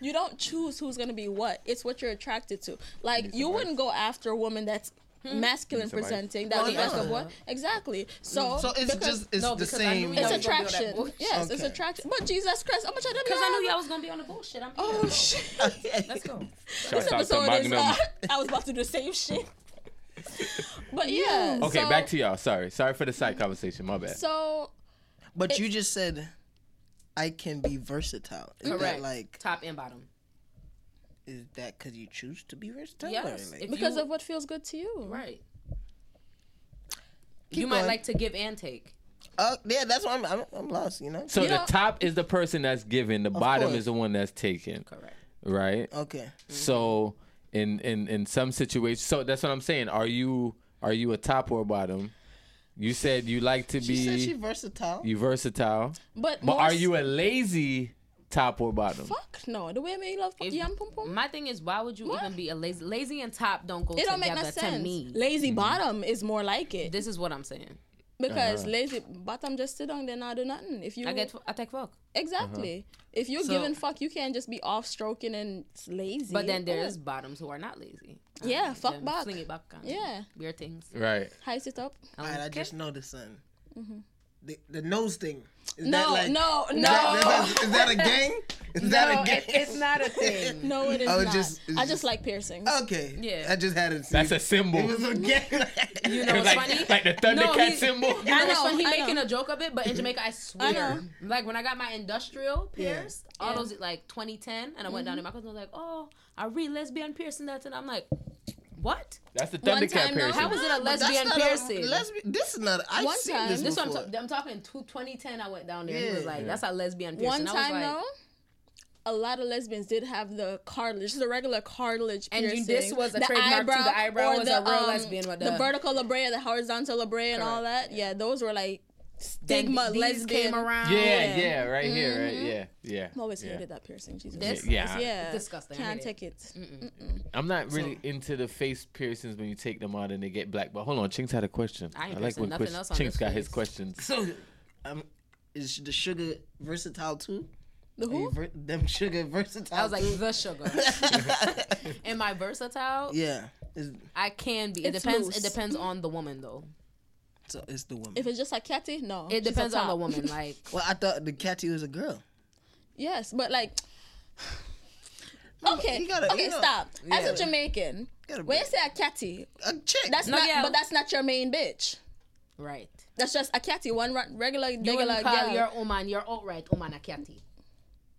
Speaker 4: You don't choose who's gonna be what. It's what you're attracted to. Like you wouldn't go after a woman that's masculine
Speaker 2: somebody.
Speaker 4: presenting. That
Speaker 3: Well,
Speaker 4: that's
Speaker 3: no.
Speaker 4: the what? Exactly. So,
Speaker 3: Hmm. So it's
Speaker 4: because-
Speaker 3: just it's
Speaker 1: no,
Speaker 3: the
Speaker 1: because I knew
Speaker 3: same.
Speaker 1: y'all was
Speaker 4: it's
Speaker 1: gonna do
Speaker 4: attraction.
Speaker 1: that bullshit.
Speaker 4: Yes, it's
Speaker 3: Okay.
Speaker 4: attraction. But Jesus Christ, how much of them?
Speaker 1: because I knew
Speaker 4: y'all-
Speaker 1: y'all was gonna be on the bullshit. I'm here.
Speaker 4: Oh shit.
Speaker 1: Let's go.
Speaker 2: Shout
Speaker 4: This
Speaker 2: out to
Speaker 4: episode is.
Speaker 2: Magnum.
Speaker 4: Uh, I was about to do the same shit. But yeah.
Speaker 2: Okay,
Speaker 4: so,
Speaker 2: back to y'all. Sorry, sorry for the side conversation. My bad.
Speaker 4: So
Speaker 3: But you just said I can be versatile. Is
Speaker 1: Correct.
Speaker 3: that like
Speaker 1: Top and bottom.
Speaker 3: is that because you choose to be versatile?
Speaker 1: Yes,
Speaker 3: Or
Speaker 1: if
Speaker 3: like,
Speaker 4: because
Speaker 1: you-
Speaker 4: of what feels good to you.
Speaker 1: Right.
Speaker 3: Keep
Speaker 1: you might
Speaker 3: going.
Speaker 1: like to give and take.
Speaker 3: uh, yeah, that's why I'm, I'm I'm lost. You know.
Speaker 2: So
Speaker 4: You
Speaker 2: the
Speaker 4: know-
Speaker 2: top is the person that's given, the bottom
Speaker 3: course.
Speaker 2: is the one that's taken,
Speaker 1: Correct.
Speaker 2: right?
Speaker 3: Okay.
Speaker 2: So in in in some situations, so that's what I'm saying. Are you are you a top or a bottom? You said you like to
Speaker 3: She said
Speaker 2: be
Speaker 3: she versatile.
Speaker 2: you versatile,
Speaker 4: But,
Speaker 2: but
Speaker 4: more
Speaker 2: are you a lazy top or bottom?
Speaker 4: Fuck no. The way me love yam pum pum.
Speaker 1: My thing is, why would you
Speaker 4: What?
Speaker 1: even be a lazy? Lazy and top don't go
Speaker 4: It
Speaker 1: together
Speaker 4: don't make no
Speaker 1: to
Speaker 4: sense.
Speaker 1: me.
Speaker 4: Lazy bottom is more like it
Speaker 1: This is what I'm saying.
Speaker 4: because lazy bottom just sit on there not do nothing. If you
Speaker 1: I get, I take fuck.
Speaker 4: exactly, if you're
Speaker 3: So-
Speaker 4: giving fuck, you can't just be off stroking and it's lazy.
Speaker 1: But then there's
Speaker 4: Oh,
Speaker 1: bottoms who are not lazy.
Speaker 4: Yeah, fuck
Speaker 1: them
Speaker 4: back.
Speaker 1: Fling it back. on.
Speaker 4: Yeah.
Speaker 1: Weird things.
Speaker 2: Right.
Speaker 4: heist it up.
Speaker 1: I
Speaker 3: All
Speaker 1: don't
Speaker 3: right,
Speaker 1: care.
Speaker 3: I
Speaker 1: Mm-hmm.
Speaker 3: just noticed something. The, the nose thing. Is
Speaker 4: No,
Speaker 3: that like,
Speaker 4: no, no,
Speaker 3: Is that, is that- is that a gang? Is that
Speaker 1: No,
Speaker 3: a gang?
Speaker 1: it- it's not a thing.
Speaker 4: no, it is
Speaker 3: I was
Speaker 4: not.
Speaker 3: just- it's
Speaker 4: I
Speaker 3: just- Oh.
Speaker 4: just like piercings.
Speaker 3: okay.
Speaker 1: Yeah.
Speaker 3: I just hadn't seen.
Speaker 2: That's a symbol.
Speaker 3: It was a gang.
Speaker 1: You know what's
Speaker 2: like,
Speaker 1: funny?
Speaker 2: like the Thundercat
Speaker 1: No, he-
Speaker 2: symbol.
Speaker 1: I know,
Speaker 4: know,
Speaker 1: he
Speaker 4: I
Speaker 1: making
Speaker 4: know.
Speaker 1: a joke of it, but in Jamaica, I swear,
Speaker 4: know.
Speaker 1: like when I got my industrial pierced, all
Speaker 4: Yeah. Mm-hmm.
Speaker 1: those like 2010, and I went down to my cousin, I was like, "Oh, I read lesbian piercing that," and I'm like, "What?
Speaker 2: That's the
Speaker 4: One
Speaker 2: Thundercat
Speaker 4: time, no.
Speaker 2: piercing.
Speaker 1: How was it a
Speaker 3: But that's
Speaker 1: lesbian
Speaker 3: not a-
Speaker 1: piercing?"
Speaker 3: lesbian. This is not. I've
Speaker 4: One
Speaker 3: seen
Speaker 4: time.
Speaker 3: this,
Speaker 1: this one, I'm,
Speaker 3: before.
Speaker 1: ta- I'm talking to 2010. I went down there. and He was
Speaker 3: Yeah.
Speaker 1: like, "That's a lesbian piercing."
Speaker 4: One
Speaker 1: And I was
Speaker 4: time
Speaker 1: like,
Speaker 4: though, a lot of lesbians did have the cartilage, just the regular cartilage
Speaker 1: And you-
Speaker 4: piercing.
Speaker 1: this was a trademark too. The eyebrow
Speaker 4: or
Speaker 1: was a real lesbian with
Speaker 4: the,
Speaker 1: the-
Speaker 4: vertical labrea, the horizontal labrea, and all
Speaker 1: Correct,
Speaker 4: that. Yeah, those were like
Speaker 1: Then
Speaker 4: stigma
Speaker 1: these
Speaker 4: lesbian.
Speaker 1: came around.
Speaker 2: Yeah, yeah, right here, right? Yeah, yeah.
Speaker 4: I always
Speaker 2: yeah.
Speaker 4: hated that piercing. Jesus.
Speaker 1: This?
Speaker 2: Yeah,
Speaker 4: yeah.
Speaker 1: Disgusting. I
Speaker 4: Can't
Speaker 1: hate
Speaker 4: take it.
Speaker 2: I'm not really into the face piercings when you take them out and they get black. But hold on, Chinks had a question.
Speaker 1: I ain't
Speaker 2: like
Speaker 1: piercing
Speaker 2: when
Speaker 1: nothing
Speaker 2: Chris-
Speaker 1: else on
Speaker 2: Chinks
Speaker 1: this
Speaker 2: got his
Speaker 1: face.
Speaker 2: questions.
Speaker 3: So, um, is the sugar versatile too?
Speaker 4: The
Speaker 3: Are you
Speaker 4: who?
Speaker 3: ver- them sugar versatile.
Speaker 1: I was like,
Speaker 3: too?
Speaker 1: "The sugar." Am I versatile?
Speaker 3: yeah. It's,
Speaker 1: I can be. It
Speaker 4: It's
Speaker 1: depends.
Speaker 4: loose.
Speaker 1: It depends on the woman, though.
Speaker 3: so it's the woman.
Speaker 4: If it's just like catty, no.
Speaker 1: It
Speaker 4: She's a
Speaker 1: depends on the
Speaker 4: top.
Speaker 1: woman. Like,
Speaker 3: well, I thought the catty was a girl.
Speaker 4: Yes, but like.
Speaker 3: but
Speaker 4: Okay.
Speaker 3: you gotta-
Speaker 4: okay.
Speaker 3: you know-
Speaker 4: stop. As
Speaker 1: Yeah.
Speaker 4: a Jamaican,
Speaker 3: Gotta be-
Speaker 4: when you say a catty,
Speaker 3: A chick.
Speaker 4: that's
Speaker 1: No,
Speaker 4: not.
Speaker 1: yeah.
Speaker 4: But that's not your main bitch.
Speaker 1: right?
Speaker 4: That's just a catty, one ra- regular,
Speaker 1: You
Speaker 4: regular
Speaker 1: wouldn't call
Speaker 4: girl.
Speaker 1: your woman, your outright woman a catty.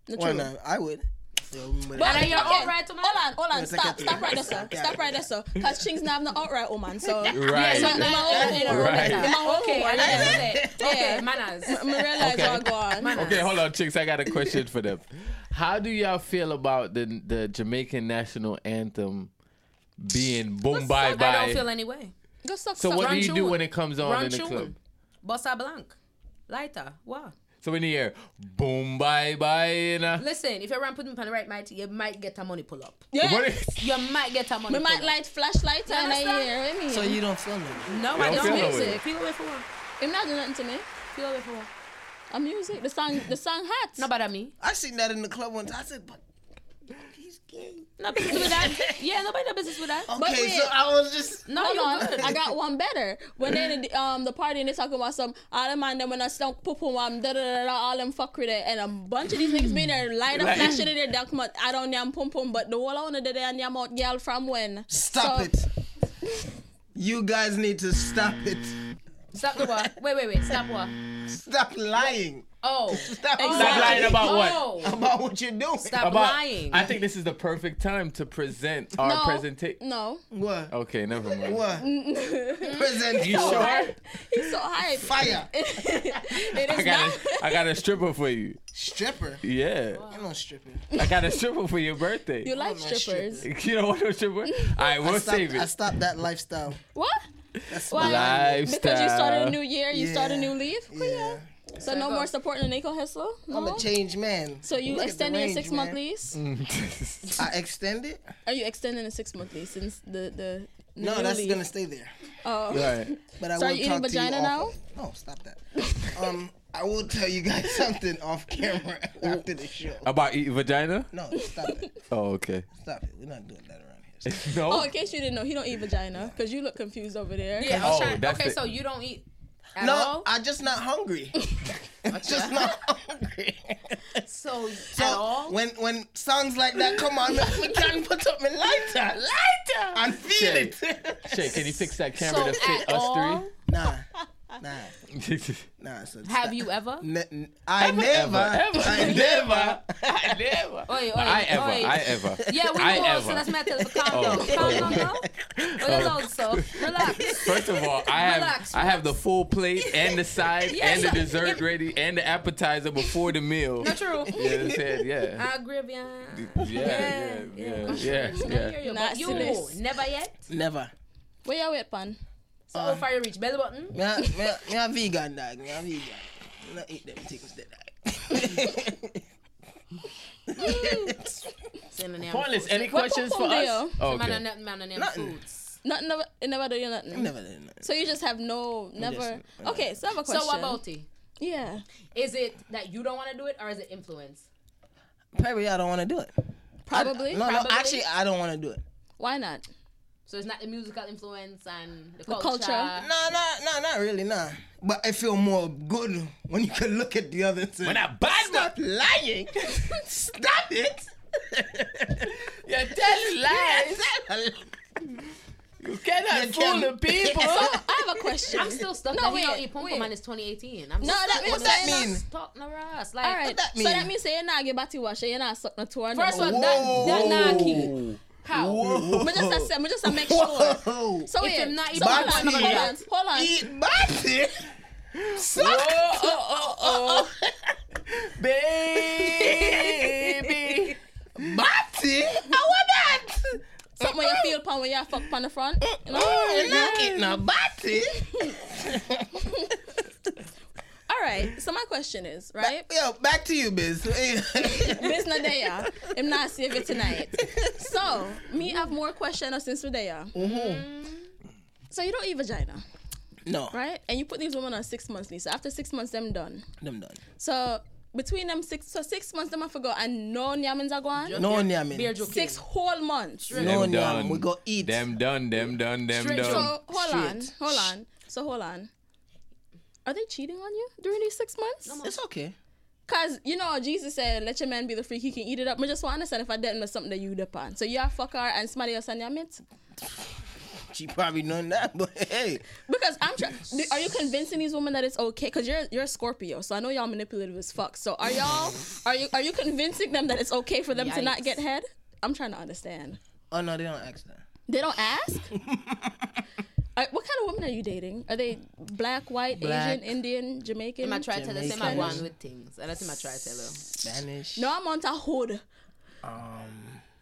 Speaker 4: No,
Speaker 3: Why
Speaker 4: true.
Speaker 3: not? I would.
Speaker 4: But
Speaker 1: And then you're
Speaker 4: Oh, okay,
Speaker 1: outright to my-
Speaker 4: Hold on, hold on,
Speaker 3: Yes, I
Speaker 4: stop,
Speaker 3: get
Speaker 4: stop
Speaker 3: you.
Speaker 4: right there, sir.
Speaker 3: Yeah.
Speaker 4: Stop right there, sir. Cause Ching's not have no outright woman, so
Speaker 2: Right.
Speaker 4: So, am I
Speaker 1: Yeah,
Speaker 4: old?
Speaker 2: Right.
Speaker 4: Am I
Speaker 1: Okay,
Speaker 4: old?
Speaker 1: I
Speaker 4: Yeah.
Speaker 1: get it. Okay, manners.
Speaker 4: I'm gonna realize
Speaker 2: Okay.
Speaker 4: what I go on.
Speaker 1: Manners.
Speaker 2: Okay, hold on, chicks. I got a question for them. How do y'all feel about the the Jamaican national anthem being boom bye
Speaker 1: I don't feel
Speaker 2: bye?
Speaker 1: any way.
Speaker 4: Go suck
Speaker 2: So
Speaker 4: suck.
Speaker 2: what do
Speaker 1: Run
Speaker 2: you do
Speaker 1: tune.
Speaker 2: when it comes on
Speaker 1: Run
Speaker 2: in the
Speaker 1: tune.
Speaker 2: club?
Speaker 1: Bossa Blanc, lighter, wow.
Speaker 2: So when you hear boom bye bye, you know,
Speaker 1: Listen, if you run put me on the right mighty, you might get a money pull up.
Speaker 4: Yeah.
Speaker 2: what is,
Speaker 1: You might get a money
Speaker 4: We
Speaker 1: pull
Speaker 4: might
Speaker 1: up.
Speaker 4: light flashlight and I
Speaker 1: understand?
Speaker 4: hear what I mean.
Speaker 3: So you don't feel nothing.
Speaker 1: no, I
Speaker 2: don't
Speaker 1: don't
Speaker 2: feel no way.
Speaker 1: music. Feel away for what?
Speaker 4: I'm not doing nothing to me.
Speaker 1: Feel away for what?
Speaker 4: I'm music. The song the song hot.
Speaker 1: Not bad at me.
Speaker 3: I seen that in the club once. I said, but he's gay.
Speaker 1: No business with that. Yeah, nobody no business with that.
Speaker 3: Okay, so
Speaker 4: wait.
Speaker 3: I was just.
Speaker 1: No,
Speaker 4: Hold
Speaker 1: you're
Speaker 4: on,
Speaker 1: good.
Speaker 4: I got one better. When they in the, um the party and they talking about some all them man them when I stunk poo poo um da da da da all them fuckery there and a bunch of these niggas being there light up
Speaker 2: Like-
Speaker 4: that shit in their dark mouth. I don't damn pum pum but the whole I wanna do and damn out girl from when
Speaker 3: Stop
Speaker 4: So-
Speaker 3: it. You guys need to stop it.
Speaker 1: Stop the what? Wait, wait, wait. Stop what?
Speaker 3: Stop lying.
Speaker 1: Oh.
Speaker 3: Stop
Speaker 4: Exactly.
Speaker 2: Stop lying about what?
Speaker 1: oh.
Speaker 3: about what you're doing.
Speaker 1: Stop
Speaker 2: about?
Speaker 1: lying.
Speaker 2: I think this is the perfect time to present our
Speaker 4: No.
Speaker 2: presentation.
Speaker 4: No.
Speaker 3: What?
Speaker 2: Okay, never mind.
Speaker 3: What? Present
Speaker 2: Oh You
Speaker 3: your
Speaker 2: sure?
Speaker 4: He's so hype.
Speaker 3: fire
Speaker 4: it
Speaker 2: I
Speaker 4: is
Speaker 2: got
Speaker 4: not
Speaker 2: a, I got a stripper for you.
Speaker 3: stripper.
Speaker 2: Yeah,
Speaker 3: I'm not stripping.
Speaker 2: I got a stripper for your birthday.
Speaker 4: you like
Speaker 3: I'm not
Speaker 4: strippers.
Speaker 2: You don't want no stripper? All right, we'll
Speaker 3: I stopped,
Speaker 2: save
Speaker 3: I
Speaker 2: it.
Speaker 3: stopped that lifestyle.
Speaker 4: What?
Speaker 3: That's
Speaker 4: Why?
Speaker 3: lying.
Speaker 2: Lifestyle.
Speaker 4: Because you started a new year, you
Speaker 3: Yeah.
Speaker 4: started a new leaf?
Speaker 3: Yeah.
Speaker 4: So no
Speaker 1: go.
Speaker 4: more supporting the Nico Hessel?
Speaker 3: I'm
Speaker 4: No?
Speaker 3: a changed man.
Speaker 4: So you
Speaker 3: Look at the
Speaker 4: extending a
Speaker 3: range,
Speaker 4: six month
Speaker 3: man.
Speaker 4: lease?
Speaker 2: Mm.
Speaker 3: I extend it?
Speaker 4: Are you extending a six month lease since the the
Speaker 3: No,
Speaker 4: new
Speaker 3: that's
Speaker 4: leaf?
Speaker 3: gonna stay there.
Speaker 4: Oh.
Speaker 2: right.
Speaker 3: But I
Speaker 4: So are
Speaker 3: will
Speaker 4: you
Speaker 3: talk
Speaker 4: eating
Speaker 3: to you
Speaker 4: vagina now?
Speaker 3: off- No, stop that. um, I will tell you guys something off camera after the show.
Speaker 2: About eating vagina?
Speaker 3: No, stop it.
Speaker 2: Oh, okay.
Speaker 3: Stop it. We're not doing that around here.
Speaker 2: No.
Speaker 4: Oh, in case you didn't know, he don't eat vagina because you look confused over there.
Speaker 1: yeah,
Speaker 2: Oh,
Speaker 1: I'm trying.
Speaker 2: that's
Speaker 1: Okay,
Speaker 2: the-
Speaker 1: so you don't eat at
Speaker 3: No,
Speaker 1: all?
Speaker 3: I'm just not hungry. I'm just not hungry.
Speaker 1: so,
Speaker 3: So
Speaker 1: at all?
Speaker 3: when when songs like that come on, we can put up my lighter, lighter, and feel
Speaker 2: Okay.
Speaker 3: it.
Speaker 2: Shay, can you fix that camera
Speaker 1: so
Speaker 2: to fit
Speaker 1: at
Speaker 2: us
Speaker 1: all?
Speaker 3: Nah, nah,
Speaker 2: three?
Speaker 3: nah. So
Speaker 1: Have you ever?
Speaker 3: Ne- n- I never,
Speaker 2: ever,
Speaker 3: I never.
Speaker 2: never, I never,
Speaker 1: Oi, oi,
Speaker 2: I ever,
Speaker 1: oi.
Speaker 2: I ever.
Speaker 1: Yeah, we
Speaker 2: I
Speaker 1: know,
Speaker 2: ever.
Speaker 1: so that's matter. So calm down.
Speaker 2: Oh.
Speaker 1: Calm down, girl. Relax, so. Relax.
Speaker 2: First of all, I have
Speaker 1: Relax,
Speaker 2: I have the full plate and the side
Speaker 1: Yeah,
Speaker 2: and the
Speaker 1: so-
Speaker 2: dessert ready and the appetizer before the meal.
Speaker 1: Not true.
Speaker 2: You understand? Yeah.
Speaker 1: Ah, Caribbean.
Speaker 2: Yeah, yeah, yeah, yeah,
Speaker 1: I
Speaker 2: yeah.
Speaker 1: hear you, but you,
Speaker 4: Nastiness.
Speaker 1: never yet.
Speaker 3: Never.
Speaker 4: Where you wait, pan?
Speaker 1: So far you reach bell button.
Speaker 3: Me a, me a, me a vegan dog. Me a vegan. Me not eat them things that
Speaker 1: Say no name
Speaker 2: Pointless.
Speaker 1: foods.
Speaker 2: Any
Speaker 4: What
Speaker 2: questions for
Speaker 4: pom-pom do
Speaker 2: us?
Speaker 4: you?
Speaker 1: Man, I
Speaker 2: Oh, Okay.
Speaker 1: ne- man, I name
Speaker 3: Nothing.
Speaker 1: foods.
Speaker 4: Nothing. Never, it never do you nothing.
Speaker 3: never did nothing.
Speaker 4: So you just have no, never.
Speaker 3: Yes.
Speaker 4: Okay, so I have a question.
Speaker 1: So what about it?
Speaker 4: Yeah.
Speaker 1: Is it that you don't want to do it, or is it influence?
Speaker 3: Probably I don't want to do it. I-
Speaker 4: Probably.
Speaker 3: no,
Speaker 1: Probably.
Speaker 3: no. Actually, I don't want to do it.
Speaker 4: Why not?
Speaker 1: So it's not the musical influence and the,
Speaker 4: culture.
Speaker 1: culture.
Speaker 3: No, no, no, not really, nah. But I feel more good when you can look at the other thing.
Speaker 2: When I bad mouth-
Speaker 3: Stop lying. Stop it.
Speaker 2: You're telling lies. You cannot
Speaker 3: You
Speaker 2: fool the
Speaker 3: can't-
Speaker 2: people.
Speaker 4: I have a question.
Speaker 1: I'm still stuck.
Speaker 4: No,
Speaker 1: No, we
Speaker 4: wait,
Speaker 1: don't eat pom
Speaker 4: wait.
Speaker 1: pom and it's 2018. I'm
Speaker 4: No,
Speaker 1: stuck on
Speaker 4: that- what
Speaker 1: the
Speaker 4: that
Speaker 1: same
Speaker 3: mean?
Speaker 1: Stuck no rust. Like,
Speaker 4: All right.
Speaker 3: that
Speaker 4: So
Speaker 3: mean?
Speaker 4: that means say you're not get back to wash, you're not suck no two and
Speaker 1: First
Speaker 4: no-
Speaker 1: one, that, that nah key. How?
Speaker 3: Whoa.
Speaker 4: But just to say, but just to make sure.
Speaker 3: Whoa.
Speaker 4: So
Speaker 1: If
Speaker 4: wait,
Speaker 1: I'm not
Speaker 4: so
Speaker 1: eating
Speaker 4: hold
Speaker 3: back
Speaker 4: on,
Speaker 3: to
Speaker 4: hold
Speaker 3: you.
Speaker 4: on, hold on.
Speaker 3: Oh, Eat body.
Speaker 2: Oh, oh, oh, oh, oh. Baby.
Speaker 3: Body. I want that.
Speaker 4: Something when you feel pan when you fuck pan the front. You know?
Speaker 3: Oh, you're not eating a body.
Speaker 4: All right. So my question is, right?
Speaker 3: Yo, back to you, Biz.
Speaker 4: Business day, yeah. I'm not save it tonight. So me have more questions since we're there. So you don't eat vagina,
Speaker 3: Mm-hmm. no,
Speaker 4: right? And you put these women on six months leave. So after six months, them done.
Speaker 3: them done.
Speaker 4: So between them six, so six months them I forgot and no yamins are gone.
Speaker 1: Joking.
Speaker 3: No one near me.
Speaker 1: Beer joking.
Speaker 4: Six whole months.
Speaker 3: No
Speaker 2: Them
Speaker 3: one
Speaker 2: done.
Speaker 3: We go eat.
Speaker 2: Them done, them done, them
Speaker 1: Straight
Speaker 2: done.
Speaker 4: So hold on,
Speaker 3: Shit.
Speaker 4: hold on. So hold on. Are they cheating on you during these six months?
Speaker 3: It's okay.
Speaker 4: Cause you know Jesus said, "Let your man be the freak; he can eat it up." I just want to understand if I didn't know something that you depend. So you are fucker and somebody else on your meat.
Speaker 3: She probably known that, but hey,
Speaker 4: Because I'm trying. Are you convincing these women that it's okay? Because you're you're a Scorpio, so I know y'all manipulative as fuck. So are y'all are you are you convincing them that it's okay for them to not
Speaker 1: Yikes.
Speaker 4: get head? I'm trying to understand.
Speaker 3: oh no, they don't ask that.
Speaker 4: They don't ask. Are- what kind of women are you dating? Are they black, white,
Speaker 3: Black.
Speaker 4: Asian, Indian, Jamaican?
Speaker 1: I'm gonna try to tell her, say my
Speaker 3: Jamaican.
Speaker 1: one with things. And that's him I try to tell her.
Speaker 3: Spanish,
Speaker 4: no, I'm on to hood.
Speaker 3: um,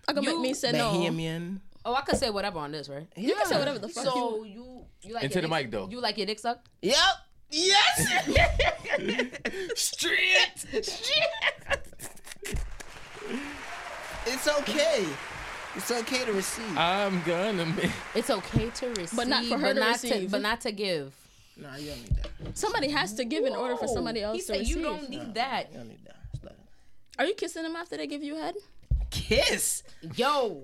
Speaker 4: I can make
Speaker 1: You-
Speaker 4: me say no.
Speaker 3: Bahamian.
Speaker 1: Oh, I could say whatever on this, right?
Speaker 4: You can say whatever the fuck. you-
Speaker 1: So you, you like
Speaker 2: Into
Speaker 1: your
Speaker 2: the
Speaker 1: dick-
Speaker 2: mic, though.
Speaker 1: You like your dick sucked?
Speaker 3: Yep. Yes. Straight. Straight. It's okay. It's okay to receive.
Speaker 2: I'm gonna. ma-
Speaker 1: It's okay to receive,
Speaker 4: not for her to receive.
Speaker 1: but not to give.
Speaker 3: nah, you don't need that.
Speaker 4: somebody has to give in order for
Speaker 1: Whoa.
Speaker 4: somebody else
Speaker 1: he
Speaker 4: to
Speaker 1: said
Speaker 4: receive.
Speaker 1: you don't need that.
Speaker 3: You don't need that. It's not-
Speaker 4: Are you kissing them after they give you head?
Speaker 3: Kiss.
Speaker 1: Yo,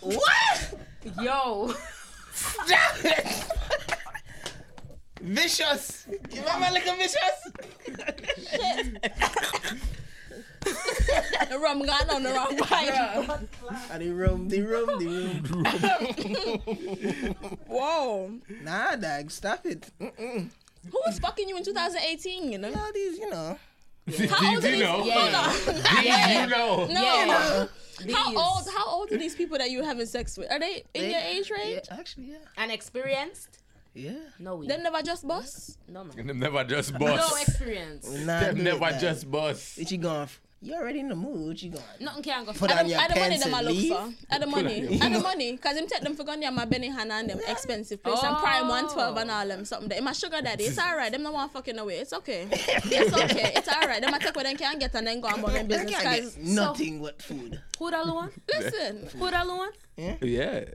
Speaker 3: What?
Speaker 1: yo,
Speaker 3: Stop it. Vicious. You want my liquor vicious?
Speaker 4: Rum got on the wrong pipe.
Speaker 3: Ah, the room, the room, the room.
Speaker 4: Whoa.
Speaker 3: nah, dog, stop it. Mm-mm.
Speaker 4: Who was fucking you in 2018?
Speaker 3: All these, you know.
Speaker 4: How old
Speaker 2: do
Speaker 4: are
Speaker 2: you
Speaker 4: these?
Speaker 2: know?
Speaker 4: Hold on.
Speaker 2: Do you know?
Speaker 4: No.
Speaker 1: Yeah.
Speaker 4: How
Speaker 1: These.
Speaker 4: old? How old are these people that you having sex with? Are they in
Speaker 3: They-
Speaker 4: your age range?
Speaker 3: Actually, yeah.
Speaker 1: Unexperienced?
Speaker 3: Yeah.
Speaker 1: No, we,
Speaker 4: Them never just bust.
Speaker 1: no man,
Speaker 2: Them never just
Speaker 1: no
Speaker 2: bust.
Speaker 1: experience.
Speaker 3: Nah,
Speaker 2: Them
Speaker 3: do it,
Speaker 2: never
Speaker 3: dog.
Speaker 2: just bust.
Speaker 3: What you going? f- You already in the mood. What you going?
Speaker 1: Nothing can go.
Speaker 3: Put
Speaker 1: I
Speaker 3: on
Speaker 1: don't-
Speaker 3: your
Speaker 4: Add the money
Speaker 3: pants
Speaker 4: them I
Speaker 3: and
Speaker 4: look
Speaker 3: leave.
Speaker 4: for. Add the money.
Speaker 2: on.
Speaker 4: Add the money. Cause them take them for gone there my Benny Hanna and them expensive place and Prime
Speaker 1: Oh.
Speaker 4: 112 and all them something. there. In my sugar daddy, it's alright. Them no want fucking away. It's okay. It's okay. It's alright. Them I take what they can get and then go on about them
Speaker 3: I
Speaker 4: business.
Speaker 3: can't
Speaker 4: Cause
Speaker 3: get nothing with food.
Speaker 1: Who that one?
Speaker 4: listen,
Speaker 1: Who that one?
Speaker 2: Yeah,
Speaker 4: which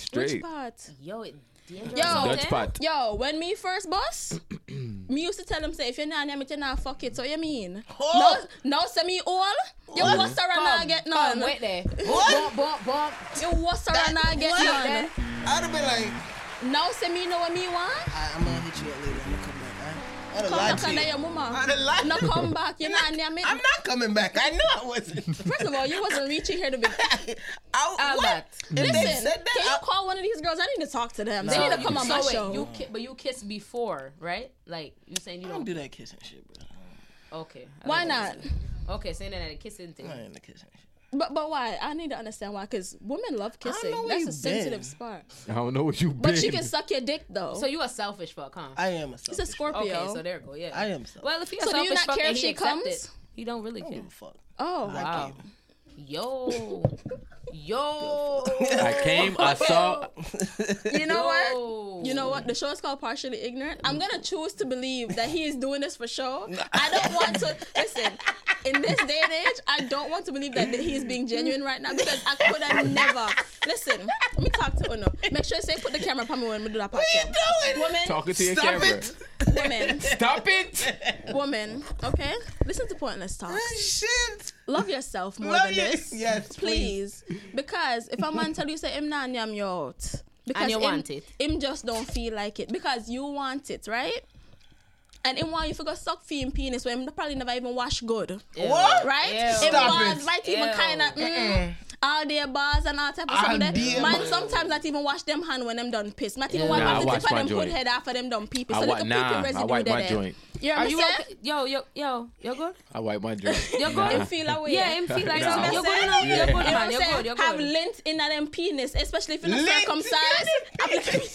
Speaker 2: straight
Speaker 4: part?
Speaker 1: Yo, it dangerous.
Speaker 4: Yo.
Speaker 1: out
Speaker 2: Dutch
Speaker 1: there.
Speaker 2: pot.
Speaker 4: Yo, when me first bust, me used to tell them say if you're not near me, you're not fuck it. So you mean?
Speaker 3: Oh.
Speaker 4: No, no, send me all. You
Speaker 3: What?
Speaker 4: bust around and I
Speaker 1: Come,
Speaker 4: get
Speaker 1: come,
Speaker 4: none.
Speaker 1: wait there.
Speaker 3: What?
Speaker 1: Bump, bump, bump.
Speaker 4: You bust around and I get
Speaker 3: What?
Speaker 4: none.
Speaker 3: I'd have been like,
Speaker 4: Now say me know what me want.
Speaker 3: I, I'm gonna hit you up later. I'm gonna come back. I, I'd have
Speaker 4: Come
Speaker 3: lied
Speaker 4: knock
Speaker 3: to
Speaker 4: on
Speaker 3: you.
Speaker 4: your mama.
Speaker 3: I'd have lied.
Speaker 4: No come back. You know
Speaker 3: I'm
Speaker 4: near me.
Speaker 3: not, I'm not coming back. I knew I wasn't.
Speaker 4: First of all, you wasn't reaching here to be.
Speaker 3: I,
Speaker 1: I'm
Speaker 3: what?
Speaker 1: back.
Speaker 3: If they
Speaker 4: Listen,
Speaker 3: said that,
Speaker 4: can you
Speaker 3: I-
Speaker 4: call one of these girls? I need to talk to them. They
Speaker 3: No.
Speaker 4: need to come on my
Speaker 1: so wait,
Speaker 4: show.
Speaker 1: You ki- but you kissed before, right? Like you saying you
Speaker 3: I don't
Speaker 1: don't.
Speaker 3: do that kissing shit, bro.
Speaker 1: okay. I
Speaker 4: Why
Speaker 1: don't
Speaker 4: not?
Speaker 1: know. Okay, saying that at a kissing thing.
Speaker 3: I'm not in the kissing shit.
Speaker 4: But but why? I need to understand why. Because women love kissing.
Speaker 3: know where
Speaker 4: That's
Speaker 3: you
Speaker 4: a sensitive
Speaker 3: been.
Speaker 4: spot.
Speaker 2: I don't know what you been.
Speaker 4: But she can suck your dick though.
Speaker 1: So you a selfish fuck, huh?
Speaker 3: I am a selfish.
Speaker 4: She's a Scorpio.
Speaker 1: okay, so there you go. Yeah.
Speaker 3: I am selfish.
Speaker 1: Well, if you a
Speaker 4: So do
Speaker 1: selfish
Speaker 4: you not
Speaker 1: fuck
Speaker 4: care
Speaker 1: and
Speaker 4: if
Speaker 1: he
Speaker 4: she
Speaker 1: accept it,
Speaker 4: comes?
Speaker 1: he don't really
Speaker 3: I don't
Speaker 1: care.
Speaker 3: give a fuck.
Speaker 4: oh,
Speaker 1: Wow.
Speaker 3: care.
Speaker 1: Yo. Yo.
Speaker 2: I came. I saw.
Speaker 4: you know what?
Speaker 1: Yo.
Speaker 4: You know what? The show is called Partially Ignorant. I'm gonna choose to believe that he is doing this for show. I don't want to listen. In this day and age, I don't want to believe that he is being genuine right now because I could have never. Listen, let me talk to Uno. Make sure you say put the camera upon me when we do that podcast.
Speaker 3: you doing?
Speaker 4: Woman,
Speaker 2: Talking to your
Speaker 3: Stop
Speaker 2: camera.
Speaker 3: it.
Speaker 4: woman,
Speaker 2: Stop it.
Speaker 4: woman. Okay, listen to pointless talks.
Speaker 3: Shit.
Speaker 4: Love yourself more
Speaker 3: Love
Speaker 4: than
Speaker 3: you.
Speaker 4: this,
Speaker 3: Yes,
Speaker 4: please. Because if a man tell you say him nah nyam you out, because
Speaker 1: you
Speaker 4: him,
Speaker 1: want it.
Speaker 4: him just don't feel like it because you want it, right? And him want you to go suck for him penis when him probably never even wash good,
Speaker 1: Ew.
Speaker 3: What?
Speaker 4: right?
Speaker 1: Ew.
Speaker 4: Him
Speaker 3: Stop
Speaker 4: want
Speaker 3: it.
Speaker 4: might even
Speaker 1: Ew.
Speaker 4: kind of mm, all their bars and all type of
Speaker 3: All
Speaker 4: stuff. There.
Speaker 3: day
Speaker 4: Man
Speaker 3: bars.
Speaker 4: sometimes not even wash them hand when them done piss. Not even
Speaker 1: Ew.
Speaker 4: wipe
Speaker 1: Nah,
Speaker 4: off
Speaker 2: I
Speaker 4: the
Speaker 2: wash
Speaker 4: tip of
Speaker 2: my
Speaker 4: them good
Speaker 2: joint.
Speaker 4: head after them done pee.
Speaker 2: I
Speaker 4: So
Speaker 2: wa-
Speaker 4: look
Speaker 2: nah,
Speaker 4: at
Speaker 2: I
Speaker 4: residue
Speaker 2: wipe
Speaker 4: there.
Speaker 2: my joint.
Speaker 4: You
Speaker 1: Are you
Speaker 4: understand?
Speaker 1: okay? Yo, yo, yo, you're good.
Speaker 2: I wipe my drink.
Speaker 1: You're
Speaker 4: It
Speaker 1: good.
Speaker 2: Nah.
Speaker 4: feel away.
Speaker 1: Yeah, him feel like
Speaker 2: Nah.
Speaker 1: something. You're good, you know?
Speaker 2: Yeah.
Speaker 1: You're good,
Speaker 4: You know what
Speaker 1: man.
Speaker 4: I'm
Speaker 1: You're
Speaker 4: saying?
Speaker 1: good. You're
Speaker 4: Have
Speaker 1: good.
Speaker 4: lint in that them penis, especially if you're not
Speaker 3: Lint
Speaker 4: circumcised.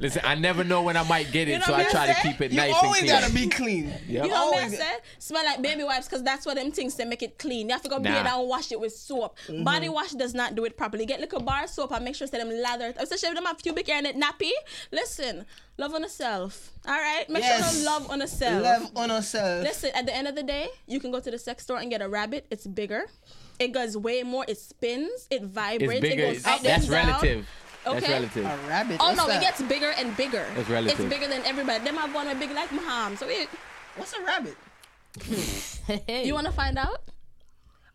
Speaker 2: Listen, I never know when I might get it,
Speaker 4: know
Speaker 2: so
Speaker 4: what
Speaker 2: I
Speaker 4: I'm
Speaker 2: try to
Speaker 4: saying?
Speaker 2: keep it
Speaker 3: You
Speaker 2: nice
Speaker 3: always
Speaker 2: and clean.
Speaker 3: gotta be clean.
Speaker 2: Yep.
Speaker 4: You know what I'm
Speaker 3: Always.
Speaker 4: saying? Smell like baby wipes because that's what them things they make it clean. You have to go
Speaker 2: Nah.
Speaker 4: beard and wash it with soap. Body wash does not do it properly. Get little bar soap and make sure say them lather it. Especially if them have pubic hair and it nappy. Listen, love on yourself. All right? Make
Speaker 3: Yes.
Speaker 4: sure you love on yourself.
Speaker 3: Love on ourselves.
Speaker 4: Listen, at the end of the day, you can go to the sex store and get a rabbit. It's bigger. It goes way more. It spins. It vibrates.
Speaker 2: It's bigger.
Speaker 4: It goes
Speaker 2: it's-
Speaker 4: up
Speaker 2: that's
Speaker 4: and down.
Speaker 2: relative. That's
Speaker 4: Okay.
Speaker 2: relative.
Speaker 3: a rabbit.
Speaker 4: Oh
Speaker 3: what's
Speaker 4: no, it
Speaker 3: that?
Speaker 4: gets bigger and bigger.
Speaker 2: It's relative.
Speaker 4: It's bigger than everybody. Them have one with big like Maham. So it,
Speaker 3: What's a rabbit?
Speaker 1: Hey.
Speaker 4: you want to find out?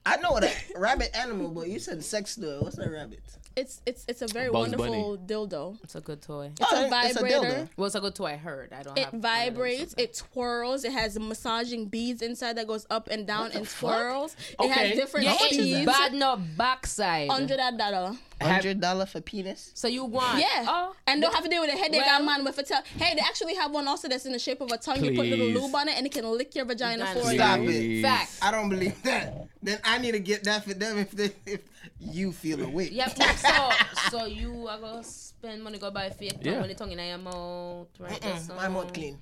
Speaker 3: I know what a rabbit animal, but you said sex store. What's a rabbit?
Speaker 4: It's it's it's a very
Speaker 2: Bugs
Speaker 4: wonderful dildo.
Speaker 1: It's a good toy.
Speaker 4: It's a
Speaker 3: Oh,
Speaker 4: vibrator.
Speaker 1: Well, it's a good toy. I heard. I don't.
Speaker 4: It
Speaker 1: have one of them,
Speaker 4: vibrates,
Speaker 1: so-
Speaker 4: it twirls, it has massaging beads inside that goes up and down and twirls. It
Speaker 2: Okay.
Speaker 4: has different
Speaker 1: Yeah,
Speaker 4: keys.
Speaker 1: it's bad no backside.
Speaker 4: Hundred dollar.
Speaker 3: Hundred dollar for penis.
Speaker 1: So you want?
Speaker 4: Yeah,
Speaker 1: Oh,
Speaker 4: and don't have to deal with a headache.
Speaker 1: Well-
Speaker 4: I'm man with a tongue. Hey, they actually have one also that's in the shape of a tongue. You put
Speaker 2: Please.
Speaker 4: little lube on it, and it can lick your vagina
Speaker 1: Vagina.
Speaker 4: for you.
Speaker 3: Stop
Speaker 2: Please.
Speaker 3: it.
Speaker 1: fact.
Speaker 3: I don't believe that. Then I need to get that for them if they, if you feel awake.
Speaker 1: Yep. So so you are gonna spend money go buy a fake tongue
Speaker 2: Yeah.
Speaker 1: when the tongue in your mouth, right?
Speaker 3: Mm,
Speaker 1: So-
Speaker 3: My mouth clean.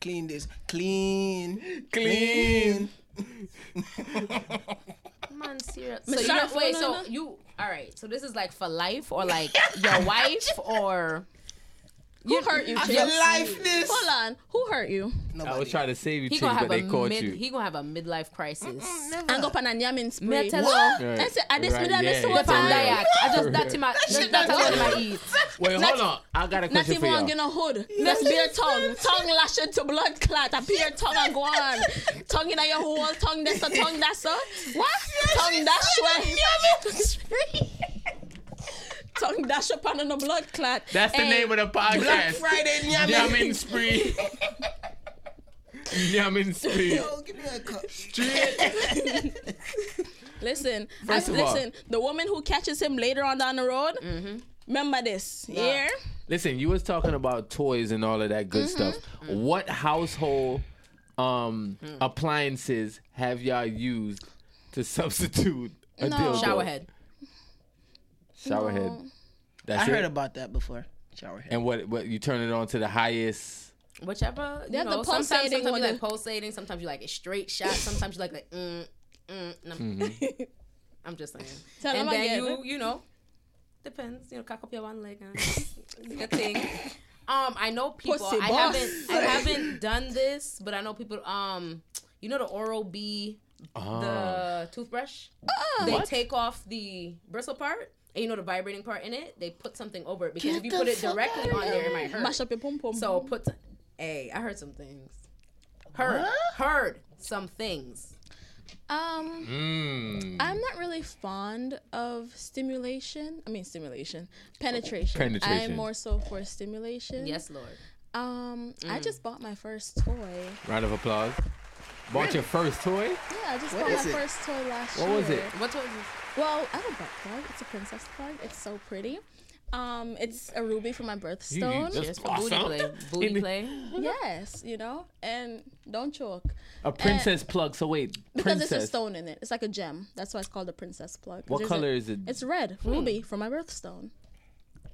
Speaker 3: clean this. Clean.
Speaker 2: Clean.
Speaker 1: Man, serious. So
Speaker 4: Miss
Speaker 1: you know,
Speaker 4: Sarah,
Speaker 1: wait,
Speaker 4: no,
Speaker 1: so
Speaker 4: no, no.
Speaker 1: you all right? So this is like for life, or like your wife, or
Speaker 4: Who hurt you?
Speaker 3: For
Speaker 4: Jay?
Speaker 3: life this.
Speaker 4: Hold on. Who hurt you?
Speaker 2: I was trying to save you,
Speaker 1: he
Speaker 2: Chase,
Speaker 1: gonna
Speaker 2: but
Speaker 1: have
Speaker 2: they
Speaker 1: a
Speaker 2: caught
Speaker 1: mid,
Speaker 2: you.
Speaker 1: he gonna have a midlife crisis.
Speaker 4: And go pan and yamin
Speaker 1: Me I
Speaker 4: spray.
Speaker 1: tell
Speaker 4: What?
Speaker 1: you,
Speaker 2: Right.
Speaker 4: I said, I just
Speaker 2: Right,
Speaker 4: made a
Speaker 2: yeah,
Speaker 4: mistake.
Speaker 2: yeah,
Speaker 1: left on
Speaker 2: for
Speaker 4: Right.
Speaker 2: real.
Speaker 1: diet. I just that in my just that alone I eat.
Speaker 2: Wait,
Speaker 4: Not-
Speaker 2: hold on. I got a
Speaker 4: Not
Speaker 2: question for
Speaker 4: even
Speaker 2: y'all.
Speaker 4: on get a hood. Just bare tongue. Tongue lash into blood clot. A bare tongue and go on. Tongue in your whole tongue. That's a tongue. That's a what? Tongue dash way. Tongue dash upon on a blood clot.
Speaker 2: That's the
Speaker 4: Hey,
Speaker 2: name of the
Speaker 3: Black
Speaker 2: podcast.
Speaker 3: Friday nyamin.
Speaker 2: Yamin spree. Yamin spree.
Speaker 3: Yo, give me a cup.
Speaker 4: Listen,
Speaker 2: First
Speaker 4: I-
Speaker 2: of all-
Speaker 4: listen. The woman who catches him later on down the road.
Speaker 1: Mm-hmm.
Speaker 4: Remember this. Yeah.
Speaker 2: Listen, you was talking about toys and all of that good stuff. What household um appliances have y'all used to substitute a
Speaker 4: No.
Speaker 2: dildo?
Speaker 1: Showerhead.
Speaker 2: Showerhead. That's
Speaker 3: I
Speaker 2: it.
Speaker 3: heard about that before. Showerhead.
Speaker 2: and what what you turn it on to the highest
Speaker 1: Whichever. You
Speaker 4: They have
Speaker 1: know,
Speaker 4: the
Speaker 1: sometimes,
Speaker 4: pulsating
Speaker 1: sometimes
Speaker 4: one
Speaker 1: you like
Speaker 4: that-
Speaker 1: pulsating. Sometimes you like a straight shot. Sometimes you like like mm mm. And I'm, I'm just saying.
Speaker 4: Tell
Speaker 1: and
Speaker 4: them
Speaker 1: then
Speaker 4: again.
Speaker 1: you you know depends. You know, cock up your one leg and do your thing. Um, I know people.
Speaker 4: Pussy
Speaker 1: I
Speaker 4: boss.
Speaker 1: haven't I haven't done this, but I know people. Um, you know the Oral B
Speaker 2: Ah.
Speaker 1: the toothbrush. they take off the bristle part, and you know the vibrating part in it. They put something over it because if you put it directly on there, it might hurt.
Speaker 4: Mash up your pom pom.
Speaker 1: So put. Hey, I heard some things. Heard, heard some things.
Speaker 4: um.
Speaker 2: Mm.
Speaker 4: I'm not really fond of stimulation. I mean stimulation, penetration.
Speaker 2: Penetration.
Speaker 4: I'm more so for stimulation.
Speaker 1: Yes, Lord.
Speaker 4: Um, I just bought my first toy.
Speaker 2: Round of applause. Bought your first toy?
Speaker 4: Yeah, I just
Speaker 3: What
Speaker 4: bought
Speaker 3: is
Speaker 4: my
Speaker 3: it?
Speaker 4: first toy last
Speaker 2: What
Speaker 4: year.
Speaker 2: was it?
Speaker 1: What was this?
Speaker 4: Well, I have a butt plug. It's a princess plug. It's so pretty. Um, it's a ruby for my birthstone.
Speaker 1: Just
Speaker 2: just-
Speaker 1: for booty
Speaker 2: Awesome.
Speaker 1: play. Booty
Speaker 2: In the-
Speaker 1: play.
Speaker 4: yes, you know, and don't choke
Speaker 2: A princess plug. So wait,
Speaker 4: because it's a
Speaker 2: princess.
Speaker 4: stone in it. It's like a gem. That's why it's called a princess plug. 'Cause
Speaker 2: What
Speaker 4: there's
Speaker 2: color
Speaker 4: a,
Speaker 2: is it?
Speaker 4: It's red ruby for my birthstone.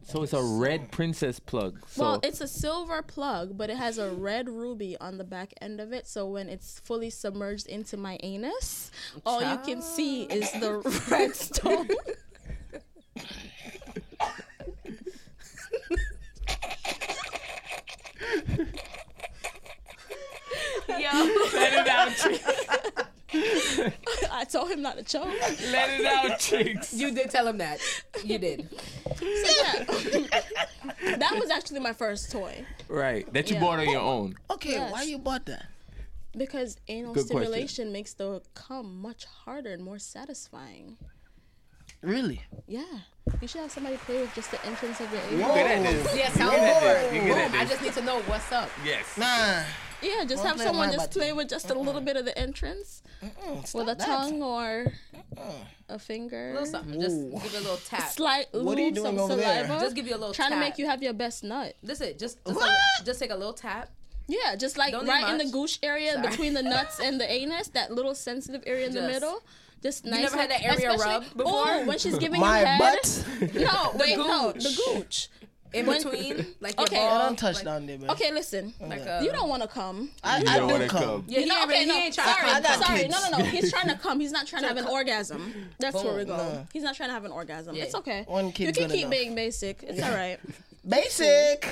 Speaker 2: so it's a red princess plug. So
Speaker 4: Well, it's a silver plug, but it has a red ruby on the back end of it. So when it's fully submerged into my anus, all you can see is the red stone.
Speaker 1: Yo.
Speaker 2: let it out, chicks.
Speaker 4: I told him not to choke.
Speaker 2: Let it out, chicks.
Speaker 1: You did tell him that. You did.
Speaker 4: So yeah. that was actually my first toy
Speaker 2: Right, that you
Speaker 4: Yeah.
Speaker 2: bought on your own.
Speaker 3: Okay,
Speaker 4: Yes.
Speaker 3: why you bought that?
Speaker 4: because anal
Speaker 2: Good question.
Speaker 4: stimulation makes the cum much harder and more satisfying.
Speaker 3: Really?
Speaker 4: Yeah. You should have somebody play with just the entrance of your anus.
Speaker 3: Whoa.
Speaker 2: Good at this.
Speaker 1: Yes,
Speaker 2: You
Speaker 1: how
Speaker 2: good at this.
Speaker 1: Lord.
Speaker 2: You good at
Speaker 1: Oh, I
Speaker 2: this.
Speaker 1: just need to know what's up.
Speaker 2: Yes.
Speaker 3: Nah.
Speaker 4: Yeah, just have
Speaker 3: play
Speaker 4: someone
Speaker 3: my
Speaker 4: just
Speaker 3: button.
Speaker 4: play with just a little bit of the entrance
Speaker 3: Mm, stop
Speaker 4: with a
Speaker 3: that.
Speaker 4: tongue or a finger.
Speaker 1: A little something. Just give it a little tap.
Speaker 4: slight
Speaker 3: What are you
Speaker 4: ooh,
Speaker 3: doing
Speaker 4: some
Speaker 3: over there?
Speaker 4: saliva.
Speaker 1: Just give you a little
Speaker 4: trying
Speaker 1: tap.
Speaker 4: to make you have your best nut.
Speaker 1: This it. Just just,
Speaker 3: What?
Speaker 1: like, just take a little tap.
Speaker 4: Yeah, just like
Speaker 1: Don't do
Speaker 4: right in the
Speaker 1: much.
Speaker 4: gooch area
Speaker 1: Sorry.
Speaker 4: between the nuts and the anus, that little sensitive area in the
Speaker 1: Yes.
Speaker 4: middle. Just nice.
Speaker 1: never had
Speaker 4: like-
Speaker 1: that area
Speaker 4: especially-
Speaker 1: rubbed before?
Speaker 4: Oh, when she's giving
Speaker 3: My
Speaker 4: you head.
Speaker 3: butt.
Speaker 4: No, wait, no,
Speaker 1: gooch.
Speaker 4: the gooch.
Speaker 1: In
Speaker 4: When-
Speaker 1: between. Like your
Speaker 4: Okay.
Speaker 1: ball,
Speaker 4: I
Speaker 3: Don't touch
Speaker 1: like,
Speaker 3: down there, man.
Speaker 4: Okay, listen.
Speaker 1: Like a,
Speaker 4: You don't want to come.
Speaker 3: I,
Speaker 2: You
Speaker 3: I
Speaker 2: don't
Speaker 3: do
Speaker 2: wanna
Speaker 3: come.
Speaker 2: come.
Speaker 1: Yeah,
Speaker 4: You
Speaker 1: he
Speaker 4: know,
Speaker 1: ain't,
Speaker 4: okay,
Speaker 1: really-
Speaker 4: no,
Speaker 1: he ain't trying
Speaker 4: sorry,
Speaker 1: to
Speaker 3: I got
Speaker 4: sorry,
Speaker 3: kids.
Speaker 4: no, no, no. He's trying to come. He's not trying to have an orgasm. That's where we
Speaker 1: Boom.
Speaker 4: go. He's not trying to have an orgasm.
Speaker 1: Yeah.
Speaker 4: It's okay.
Speaker 3: One
Speaker 4: you
Speaker 3: kid's
Speaker 4: can
Speaker 3: not
Speaker 4: keep
Speaker 3: enough.
Speaker 4: being basic. It's all right.
Speaker 3: Basic.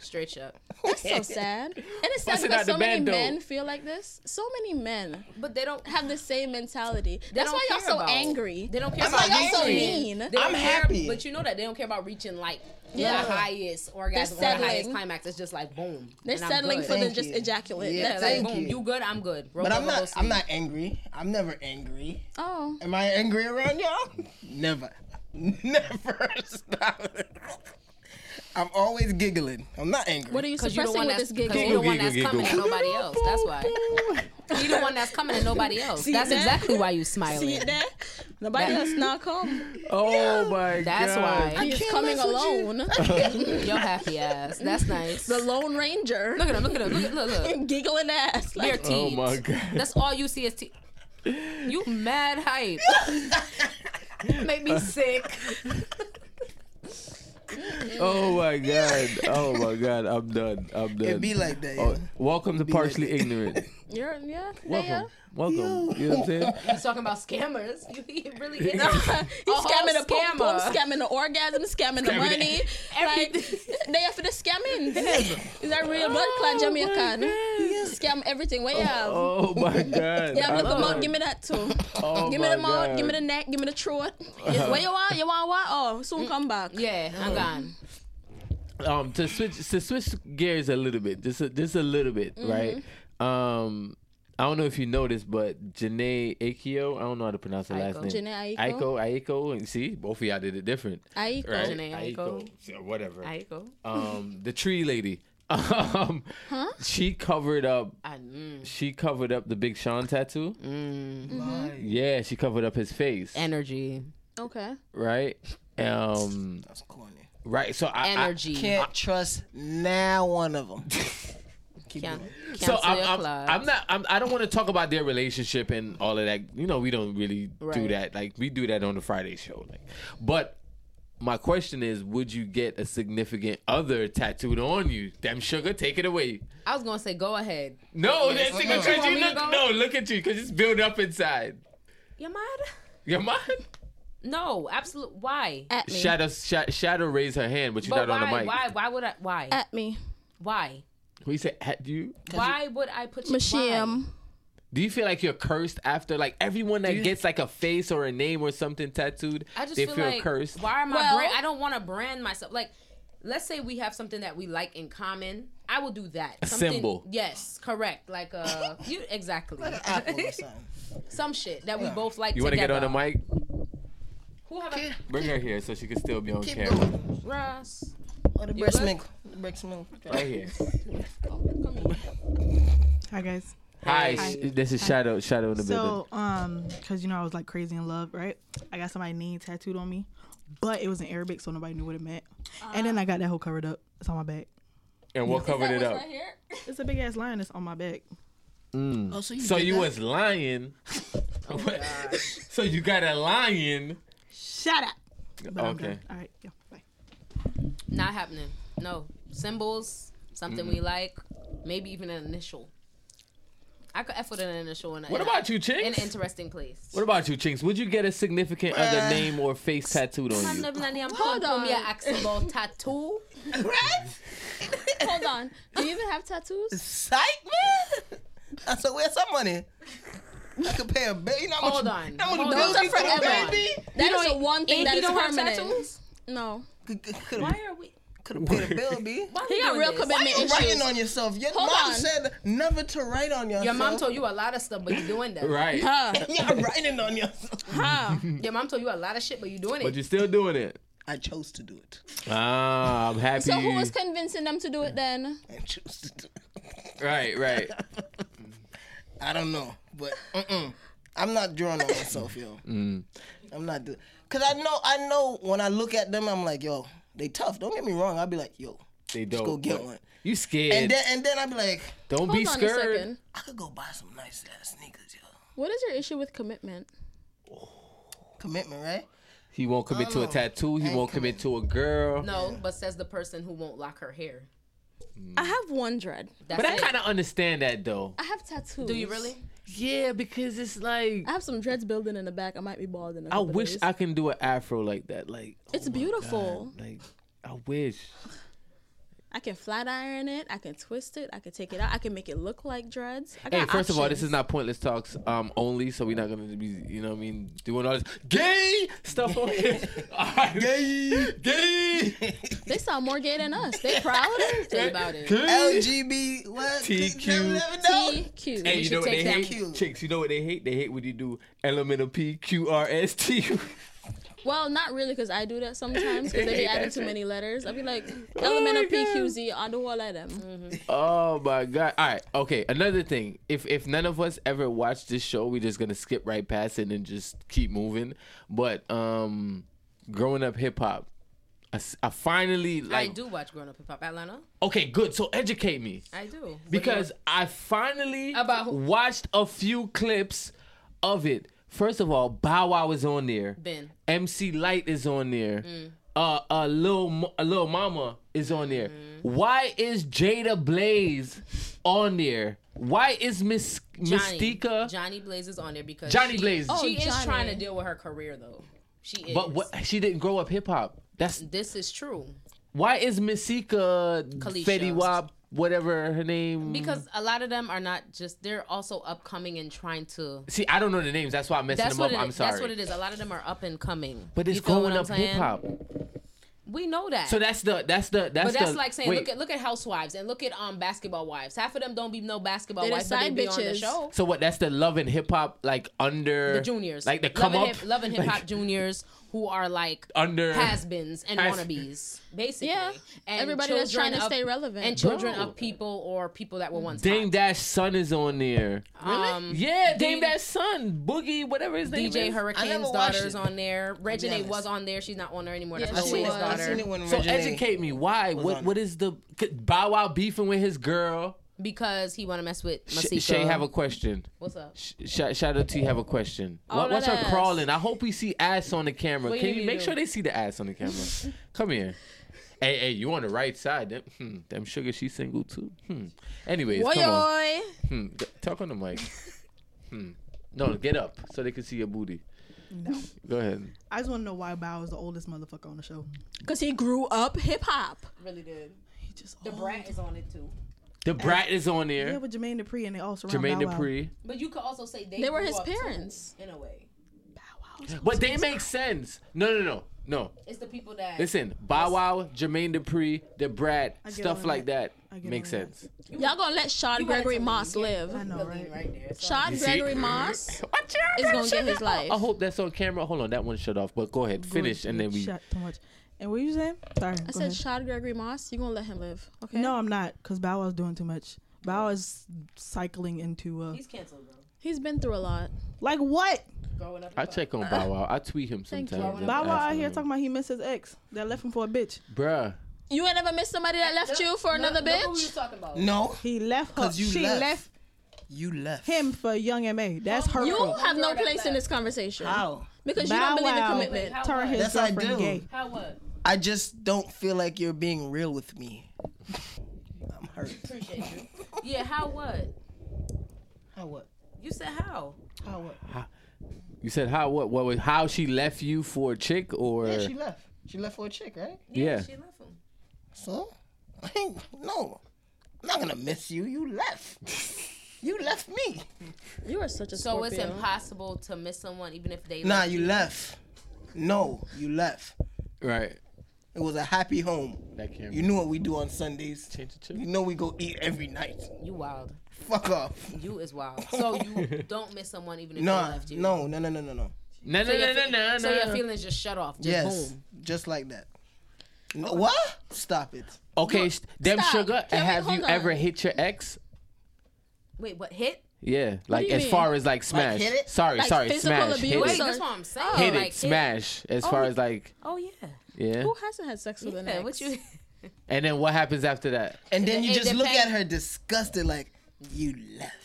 Speaker 1: straight shut.
Speaker 4: That's so sad. And it's sad
Speaker 2: Bust it
Speaker 4: because
Speaker 2: out the
Speaker 4: so many
Speaker 2: bed, though.
Speaker 4: men feel like this. So many men
Speaker 1: But they don't.
Speaker 4: have the same mentality.
Speaker 1: They
Speaker 4: That's
Speaker 1: don't
Speaker 4: why y'all
Speaker 1: care
Speaker 4: so
Speaker 1: about-
Speaker 4: angry.
Speaker 1: They don't care
Speaker 3: I'm
Speaker 1: about
Speaker 3: not
Speaker 1: reaching.
Speaker 3: angry.
Speaker 4: mean.
Speaker 1: They don't
Speaker 3: I'm
Speaker 1: care-
Speaker 3: happy.
Speaker 1: But you know that they don't care about reaching like
Speaker 4: Yeah.
Speaker 1: the highest orgasm or the
Speaker 4: They're
Speaker 1: highest
Speaker 4: settling.
Speaker 1: climax. It's just like boom.
Speaker 4: They're
Speaker 1: and I'm
Speaker 4: settling
Speaker 1: good.
Speaker 4: for the
Speaker 3: Thank
Speaker 4: just
Speaker 3: you.
Speaker 4: ejaculate.
Speaker 3: Yeah,
Speaker 1: Yeah,
Speaker 4: That's
Speaker 1: like
Speaker 4: it.
Speaker 3: thank
Speaker 1: boom,
Speaker 3: you.
Speaker 1: you good, I'm good. Roll
Speaker 3: But I'm
Speaker 1: over, go
Speaker 3: not. I'm
Speaker 1: sleep.
Speaker 3: not angry. I'm never angry.
Speaker 4: Oh,
Speaker 3: Am I angry around y'all? Never. Never stop. I'm always giggling. I'm not angry.
Speaker 4: what are you
Speaker 1: Cause you don't
Speaker 4: suppressing
Speaker 1: want
Speaker 4: with
Speaker 1: that.
Speaker 4: this
Speaker 1: Cause you
Speaker 4: giggle?
Speaker 1: don't want
Speaker 2: Giggle,
Speaker 1: that's
Speaker 2: giggle,
Speaker 1: coming at
Speaker 2: giggle.
Speaker 1: nobody else. That's why. He the one that's coming and nobody else.
Speaker 4: See
Speaker 1: that's
Speaker 4: that?
Speaker 1: exactly why you smiling.
Speaker 4: See it there? Nobody
Speaker 1: That-
Speaker 4: else not come.
Speaker 2: Oh my
Speaker 1: That's
Speaker 2: god.
Speaker 1: why.
Speaker 4: He's
Speaker 3: can't
Speaker 4: coming
Speaker 3: mess with you.
Speaker 4: alone.
Speaker 1: Your happy ass. That's nice.
Speaker 4: the
Speaker 1: Look
Speaker 4: Lone Ranger.
Speaker 1: at him. Look at him. Look at look look.
Speaker 4: him giggling ass.
Speaker 1: Bare
Speaker 4: Like,
Speaker 1: teeth.
Speaker 2: Oh my god.
Speaker 1: That's all you see is teeth. You mad hype. Make me sick.
Speaker 2: Oh my god. Oh my god. I'm done. I'm done.
Speaker 3: It be like that.
Speaker 2: Oh,
Speaker 3: yo.
Speaker 2: welcome to
Speaker 3: like
Speaker 2: partially ignorant.
Speaker 4: you're, yeah, yeah.
Speaker 2: Welcome. Welcome. You know what I'm saying?
Speaker 1: He's talking about scammers. You he really is.
Speaker 4: He's
Speaker 1: A whole
Speaker 4: scamming the pom pom,
Speaker 1: scammer.
Speaker 4: scamming the orgasm, scamming the money. Like, they after the scamming. Is that real blood clot Jamaican? Scam everything. What you have?
Speaker 2: Oh my god.
Speaker 4: Yeah,
Speaker 2: I
Speaker 4: look them
Speaker 2: love
Speaker 4: out. Give me that too.
Speaker 2: Oh
Speaker 4: give me
Speaker 2: my
Speaker 4: the mouth. Give me the
Speaker 2: God.
Speaker 4: neck. Give me the throat. Yeah, what you want? You want what? Oh, soon come back.
Speaker 1: Yeah,
Speaker 2: Uh-huh.
Speaker 1: I'm gone.
Speaker 2: um to switch to switch gears a little bit just a, just a little bit
Speaker 1: Mm-hmm.
Speaker 2: right um I don't know if you noticed, but Janae Aikio, I don't know how to pronounce her last
Speaker 1: Aiko. Oh,
Speaker 2: name.
Speaker 4: Janae Aiko.
Speaker 2: Aiko, Aiko, and see, both of y'all did it different.
Speaker 4: Aiko.
Speaker 2: Right?
Speaker 1: Janae Aiko.
Speaker 2: Yeah, Whatever.
Speaker 1: There you go.
Speaker 2: Um, the tree lady. Um, She covered up,
Speaker 1: I, mm,
Speaker 2: she covered up the Big Sean tattoo.
Speaker 1: mm.
Speaker 3: Lie.
Speaker 2: Yeah, she covered up his face.
Speaker 1: Energy.
Speaker 4: Okay.
Speaker 2: right? Um,
Speaker 3: That's corny.
Speaker 2: right. So I, I
Speaker 1: Energy.
Speaker 3: Can't trust now one of them. Keep
Speaker 1: Can-
Speaker 3: going.
Speaker 2: so
Speaker 1: cancel
Speaker 2: I'm,
Speaker 1: your
Speaker 2: I'm,
Speaker 1: club.
Speaker 2: I'm not I'm, I don't want to talk about their relationship and all of that. You know, we don't really do
Speaker 1: Right.
Speaker 2: that. Like we do that on the Friday show. Like, but my question is, would you get a significant other tattooed on you? Damn sugar, take it away.
Speaker 1: I was gonna say go ahead.
Speaker 2: No, that's
Speaker 1: no.
Speaker 2: because
Speaker 1: You
Speaker 2: you
Speaker 1: want me
Speaker 2: look.
Speaker 1: to
Speaker 2: No, look at you because it's built up inside.
Speaker 1: You mad?
Speaker 2: Your mind.
Speaker 1: No, absolute. Why?
Speaker 4: At me.
Speaker 2: Shadow, sh- Shadow raised her hand, but you're
Speaker 1: But
Speaker 2: not on the
Speaker 1: why?
Speaker 2: mic.
Speaker 1: Why? Why would I? Why?
Speaker 4: At me.
Speaker 1: why?
Speaker 2: We said, had you?
Speaker 1: Why would I put you? why?
Speaker 4: Mashim.
Speaker 2: Do you feel like you're cursed after like everyone that gets like a face or a name or something tattooed?
Speaker 1: I just
Speaker 2: they
Speaker 1: feel,
Speaker 2: feel,
Speaker 1: like
Speaker 2: cursed.
Speaker 1: why am I
Speaker 4: Well-
Speaker 1: brand? I don't want to brand myself. Like, let's say we have something that we like in common. I will do that. Something-
Speaker 2: symbol.
Speaker 1: Yes, correct. Like uh, you exactly.
Speaker 3: Apple or something.
Speaker 1: Some shit that we both like.
Speaker 2: You want
Speaker 1: want
Speaker 2: to get on the mic?
Speaker 1: Who have I?
Speaker 2: Bring her here so she can still be on
Speaker 3: Keep
Speaker 2: camera.
Speaker 3: going.
Speaker 1: Ross.
Speaker 3: Or the breast
Speaker 1: good?
Speaker 3: milk. The breast milk.
Speaker 2: Right here.
Speaker 5: Hi guys.
Speaker 2: Hi, sh- this is Shadow. Shadow in the building.
Speaker 5: So, um, because you know I was like crazy in love, right? I got somebody name tattooed on me, but it was in Arabic, so nobody knew what it meant. and then I got that whole covered up. It's on my back.
Speaker 2: And what covered it up?
Speaker 4: Right here.
Speaker 5: It's a big ass lion that's on my back.
Speaker 3: Oh, so you,
Speaker 2: So
Speaker 3: did
Speaker 2: you
Speaker 3: that?
Speaker 2: was lying. so you got a lion.
Speaker 5: Shut up. But I'm
Speaker 2: Okay.
Speaker 5: done. All right. Yeah. Bye.
Speaker 1: Not happening. No symbols. Something we like. Maybe even an initial. I could effort an initial. In a,
Speaker 2: What
Speaker 1: in a-
Speaker 2: about you,
Speaker 1: in an
Speaker 2: Chinks?
Speaker 1: interesting place?
Speaker 2: What about you, Chinks? Would you get a significant other name or face tattooed on you?
Speaker 1: Hold
Speaker 4: on.
Speaker 1: on. tattoo.
Speaker 4: Hold on. Do you even have tattoos?
Speaker 3: Psych, man. I said, where's some money? I could pay a baby. You know how
Speaker 1: Hold
Speaker 3: much,
Speaker 1: on.
Speaker 3: You know how
Speaker 1: Hold
Speaker 3: much bills
Speaker 1: on.
Speaker 3: be for a
Speaker 1: Forever.
Speaker 3: baby?
Speaker 4: That is the one thing
Speaker 1: Ain't
Speaker 4: that
Speaker 1: he
Speaker 4: is
Speaker 1: don't have
Speaker 4: permanent.
Speaker 1: tattoos?
Speaker 4: No.
Speaker 3: Could
Speaker 1: Why are we?
Speaker 3: have paid a bill, B.
Speaker 1: Why are
Speaker 4: He
Speaker 1: we
Speaker 4: got
Speaker 1: doing
Speaker 4: real
Speaker 1: this?
Speaker 4: commitment
Speaker 3: You
Speaker 4: issues.
Speaker 3: writing on yourself. Your
Speaker 4: Hold
Speaker 3: mom
Speaker 4: on.
Speaker 3: said never to write on yourself.
Speaker 1: Your mom told you a lot of stuff, but you're doing that.
Speaker 2: Right.
Speaker 4: Huh.
Speaker 3: Yeah, writing on yourself.
Speaker 4: Huh.
Speaker 1: Your mom told you a lot of shit, but you're doing
Speaker 2: But
Speaker 1: it.
Speaker 2: you're still doing it.
Speaker 3: I chose to do it.
Speaker 2: Ah, I'm happy.
Speaker 4: So who was convincing them to do it then?
Speaker 3: I chose to do it.
Speaker 2: right, right.
Speaker 3: I don't know, but mm-mm. I'm not drawing on myself, yo. I'm not do- Cause I know, I know when I look at them, I'm like, yo, they tough. Don't get me wrong. I'll be like, yo,
Speaker 2: They don't.
Speaker 3: go get
Speaker 2: but-
Speaker 3: one.
Speaker 2: You scared.
Speaker 3: and then and then I'll be like,
Speaker 2: don't
Speaker 4: Hold
Speaker 2: be
Speaker 4: on a
Speaker 2: scared.
Speaker 4: second.
Speaker 3: I could go buy some nice ass sneakers, yo.
Speaker 4: What is your issue with commitment?
Speaker 3: Commitment, right?
Speaker 2: He won't commit to a tattoo. He won't commit to a girl.
Speaker 1: No, but says the person who won't lock her hair.
Speaker 4: I have one dread.
Speaker 1: That's
Speaker 2: But I
Speaker 1: it.
Speaker 2: kind of understand that though.
Speaker 4: I have tattoos.
Speaker 1: Do you really?
Speaker 2: Yeah, because it's like
Speaker 4: I have some dreads building in the back. I might be bald in a
Speaker 2: I
Speaker 4: couple
Speaker 2: wish
Speaker 4: days.
Speaker 2: I can do an afro like that. Like oh
Speaker 4: It's beautiful.
Speaker 2: like I wish.
Speaker 4: I can flat iron it. I can twist it. I can take it out. I can make it look like dreads. I
Speaker 2: Hey,
Speaker 4: got
Speaker 2: first of all, this
Speaker 4: options.
Speaker 2: is not pointless talks um only, so we're not gonna be you know what I mean doing all this gay stuff on here. gay, gay,
Speaker 4: They sound more gay than us. They proud.
Speaker 1: Tell you about it.
Speaker 2: Mm-hmm.
Speaker 3: LGB what?
Speaker 2: TQ.
Speaker 3: Never know.
Speaker 4: TQ.
Speaker 2: Hey, you know what they
Speaker 1: take that
Speaker 2: hate?
Speaker 3: cue.
Speaker 2: Chicks, you know what they hate? They hate when you do elemental P, Q, R, S, T.
Speaker 4: Well, not really, because I do that sometimes. Because they be adding too many letters. I'll be like, element of PQZ, I do all of them.
Speaker 2: Oh my god! All right, okay. Another thing, if if none of us ever watch this show, we just gonna skip right past it and just keep moving. But um, growing up hip hop, I, s- I finally
Speaker 1: I
Speaker 2: like.
Speaker 1: do watch Grown Up Hip Hop Atlanta.
Speaker 2: Okay, good. So educate me
Speaker 1: I do
Speaker 2: because I finally
Speaker 1: About who?
Speaker 2: watched a few clips of it. First of all, Bow Wow is on there.
Speaker 1: Ben.
Speaker 2: MC Light is on there.
Speaker 1: Mm.
Speaker 2: Uh, uh, little Mo- uh, little Mama is on there.
Speaker 1: Mm-hmm.
Speaker 2: Why is Jada Blaze on there? Why is Miss
Speaker 1: Johnny,
Speaker 2: Mystica?
Speaker 1: Johnny Blaze is on there because
Speaker 2: Johnny
Speaker 1: she,
Speaker 2: Blaze. Oh,
Speaker 1: she is
Speaker 4: Johnny.
Speaker 1: trying to deal with her career though. She is.
Speaker 2: But what she didn't grow up hip hop. That's
Speaker 1: This is true
Speaker 2: why is Mystica
Speaker 1: Kalisha.
Speaker 2: Fetty Wap whatever her name.
Speaker 1: because
Speaker 4: Mm-hmm.
Speaker 1: a lot of them are not just. They're also upcoming and trying to.
Speaker 2: see, I don't know the names. That's why I'm messing
Speaker 1: That's
Speaker 2: them up.
Speaker 1: what, it,
Speaker 2: I'm sorry.
Speaker 1: that's what it is. A lot of them are up and coming.
Speaker 2: But it's
Speaker 1: You feel what
Speaker 2: growing
Speaker 1: I'm
Speaker 2: up
Speaker 1: saying?
Speaker 2: hip hop.
Speaker 1: We know that.
Speaker 2: So that's the that's the that's
Speaker 1: but that's
Speaker 2: the,
Speaker 1: like saying
Speaker 2: wait.
Speaker 1: look at look at housewives and look at um basketball wives. Half of them don't be no basketball
Speaker 4: They're the
Speaker 1: wives, but they
Speaker 4: side
Speaker 1: be on the
Speaker 4: bitches.
Speaker 1: show.
Speaker 2: So what? That's the love and hip hop like under
Speaker 1: The juniors,
Speaker 2: like the
Speaker 1: Love
Speaker 2: come
Speaker 1: and
Speaker 2: up
Speaker 1: hip, love and hip
Speaker 2: like,
Speaker 1: hop juniors who are like
Speaker 2: under
Speaker 1: has-beens and
Speaker 2: Has-
Speaker 1: wannabes, basically.
Speaker 4: Yeah.
Speaker 1: and
Speaker 4: Everybody that's trying
Speaker 1: children
Speaker 4: to
Speaker 1: of-
Speaker 4: stay relevant.
Speaker 1: and children
Speaker 2: Bro.
Speaker 1: of people or people that were once
Speaker 2: Dame
Speaker 1: hot.
Speaker 2: Dash Son is on there.
Speaker 1: Um,
Speaker 2: Yeah, Dame
Speaker 1: D-
Speaker 2: Dash Son, Boogie, whatever his
Speaker 1: DJ
Speaker 2: name is.
Speaker 3: I never
Speaker 1: Hurricane's
Speaker 3: watched
Speaker 1: daughter's
Speaker 3: it.
Speaker 1: on there. Regine
Speaker 3: honest.
Speaker 1: was on there. She's not on there anymore.
Speaker 4: Yeah,
Speaker 1: That's
Speaker 3: I
Speaker 1: Lil
Speaker 4: she
Speaker 3: seen
Speaker 1: Wayne's
Speaker 3: it.
Speaker 4: was.
Speaker 3: I seen
Speaker 1: daughter.
Speaker 3: it when
Speaker 2: So
Speaker 3: Regine-
Speaker 2: educate me. Why? What?
Speaker 3: on.
Speaker 2: What is the could Bow Wow beefing with his girl?
Speaker 1: Because he want to mess with
Speaker 2: Sh-
Speaker 1: Masika.
Speaker 2: Shay have a question.
Speaker 1: What's up?
Speaker 2: Sh- Sh- Shadow T have a question.
Speaker 4: All
Speaker 2: What,
Speaker 4: that
Speaker 2: what's her
Speaker 4: ass.
Speaker 2: crawling? I hope we see ass on the camera.
Speaker 1: What do
Speaker 2: Can
Speaker 1: you
Speaker 2: you
Speaker 1: mean
Speaker 2: make
Speaker 1: you
Speaker 2: sure
Speaker 1: do?
Speaker 2: they see the ass on the camera? Come here. Hey, hey, you on the right side? Them, hmm, them sugar, she single too. Hmm. Anyways,
Speaker 4: Boy,
Speaker 2: come on.
Speaker 4: oi.
Speaker 2: Hmm. g- Talk on the mic. hmm. No, get up so they can see your booty.
Speaker 5: No.
Speaker 2: Go ahead.
Speaker 5: I just want to know why Bow is the oldest motherfucker on the show.
Speaker 4: Because he grew up hip hop.
Speaker 1: Really did.
Speaker 5: He just
Speaker 1: The
Speaker 5: old.
Speaker 1: brat is on it too.
Speaker 2: The brat is on there.
Speaker 5: Yeah, with Jermaine Dupri and they all surround
Speaker 2: Jermaine
Speaker 5: Bow Wow.
Speaker 2: Dupri.
Speaker 1: But you could also say they,
Speaker 4: They were
Speaker 1: grew
Speaker 4: his
Speaker 1: up, too,
Speaker 4: parents.
Speaker 1: in a way.
Speaker 2: But they make sense. No, no, no, no.
Speaker 1: It's the people that
Speaker 2: Listen, Bow Wow, Jermaine Dupri, the brat,
Speaker 5: I get
Speaker 2: stuff
Speaker 5: all
Speaker 2: like that,
Speaker 5: I get
Speaker 2: makes
Speaker 5: all that.
Speaker 2: sense.
Speaker 4: Y'all gonna let Shad
Speaker 1: You wanted
Speaker 4: Gregory
Speaker 1: to
Speaker 4: Moss
Speaker 1: leave.
Speaker 5: I
Speaker 4: live.
Speaker 5: know,
Speaker 1: the lean
Speaker 5: right?
Speaker 1: right there. So
Speaker 4: Shad
Speaker 2: You see?
Speaker 4: Gregory Moss
Speaker 2: Watch out,
Speaker 4: is
Speaker 2: that
Speaker 4: gonna
Speaker 2: shit
Speaker 4: get his life.
Speaker 2: I hope that's on camera. Hold on, that one shut off. But go ahead,
Speaker 5: Good.
Speaker 2: finish, and then we.
Speaker 5: Shut too much. And what you saying? Sorry.
Speaker 4: I said Shad Gregory Moss, you gonna let him live. Okay.
Speaker 5: No, I'm not, because Bow Wow's doing too much. Bow is cycling into uh,
Speaker 1: he's canceled, bro.
Speaker 4: He's been through a lot.
Speaker 5: like what?
Speaker 1: Growing up,
Speaker 2: I check on Bow Wow. I tweet him
Speaker 4: Thank you.
Speaker 2: sometimes.
Speaker 5: Bow Wow out
Speaker 2: Ask
Speaker 5: here
Speaker 2: him.
Speaker 5: talking about he missed his ex that left him for a bitch.
Speaker 2: Bruh,
Speaker 4: You ain't ever missed somebody that left you for another
Speaker 1: Look who we was
Speaker 4: bitch?
Speaker 1: talking about.
Speaker 3: No,
Speaker 5: He left her.
Speaker 3: because you
Speaker 5: she left.
Speaker 3: left. You left
Speaker 5: him for Young Ma. That's her.
Speaker 4: You
Speaker 5: fault.
Speaker 4: have no place in this conversation.
Speaker 3: How?
Speaker 4: Because you
Speaker 5: Bow
Speaker 4: don't believe in
Speaker 5: Wow
Speaker 4: commitment.
Speaker 1: How
Speaker 5: Turn
Speaker 1: much?
Speaker 5: his
Speaker 3: Yes, I
Speaker 5: girlfriend
Speaker 3: do.
Speaker 5: gay.
Speaker 1: How what?
Speaker 3: I just don't feel like you're being real with me. I'm hurt.
Speaker 1: Appreciate you. Yeah, how what?
Speaker 3: How what?
Speaker 1: You said how?
Speaker 3: How what?
Speaker 2: you said how? What? What was how she left you for a chick or?
Speaker 3: Yeah, she left. She left for a chick, right?
Speaker 2: Yeah.
Speaker 1: She left him.
Speaker 3: So, I ain't no. I'm not gonna miss you. You left. you left me.
Speaker 4: You are such a
Speaker 1: So it's
Speaker 4: Scorpio.
Speaker 1: impossible to miss someone even if they
Speaker 3: Nah,
Speaker 1: left
Speaker 3: you left. No, you left.
Speaker 2: right.
Speaker 3: It was a happy home.
Speaker 2: That camera.
Speaker 3: You knew what we do on Sundays.
Speaker 2: Change the
Speaker 3: You
Speaker 2: chip.
Speaker 3: know we go eat every night.
Speaker 1: you wild.
Speaker 3: Fuck off.
Speaker 1: You is wild. So you don't miss someone even if they
Speaker 3: Nah,
Speaker 1: left you.
Speaker 3: no, no, no, no, no, no.
Speaker 2: No, no,
Speaker 1: So your,
Speaker 2: no,
Speaker 1: fe-
Speaker 2: no,
Speaker 1: so your
Speaker 2: no, no.
Speaker 1: feelings just shut off. Just
Speaker 3: Yes,
Speaker 1: boom.
Speaker 3: just like that. No, what? Stop it.
Speaker 2: Okay, sh- them
Speaker 4: Stop.
Speaker 2: sugar.
Speaker 4: Can we-
Speaker 2: have you
Speaker 4: hold on.
Speaker 2: ever hit your ex?
Speaker 1: Wait, what hit?
Speaker 2: Yeah, like
Speaker 4: you
Speaker 2: as
Speaker 4: mean?
Speaker 2: far as like smash.
Speaker 3: hit it?
Speaker 2: Sorry,
Speaker 4: Like
Speaker 2: sorry,
Speaker 4: physical
Speaker 2: smash. Hit
Speaker 4: abuse
Speaker 1: Wait,
Speaker 2: it,
Speaker 4: or-
Speaker 1: that's what I'm saying.
Speaker 4: Oh.
Speaker 2: hit
Speaker 1: like,
Speaker 2: it, smash. As far as like,
Speaker 1: Oh yeah.
Speaker 2: yeah.
Speaker 4: Who hasn't had sex with an
Speaker 1: Yeah,
Speaker 4: ex?
Speaker 1: what you
Speaker 2: And then what happens after that?
Speaker 3: And then
Speaker 1: It-
Speaker 3: you
Speaker 1: it
Speaker 3: just look
Speaker 1: depends.
Speaker 3: at her disgusted, like you left.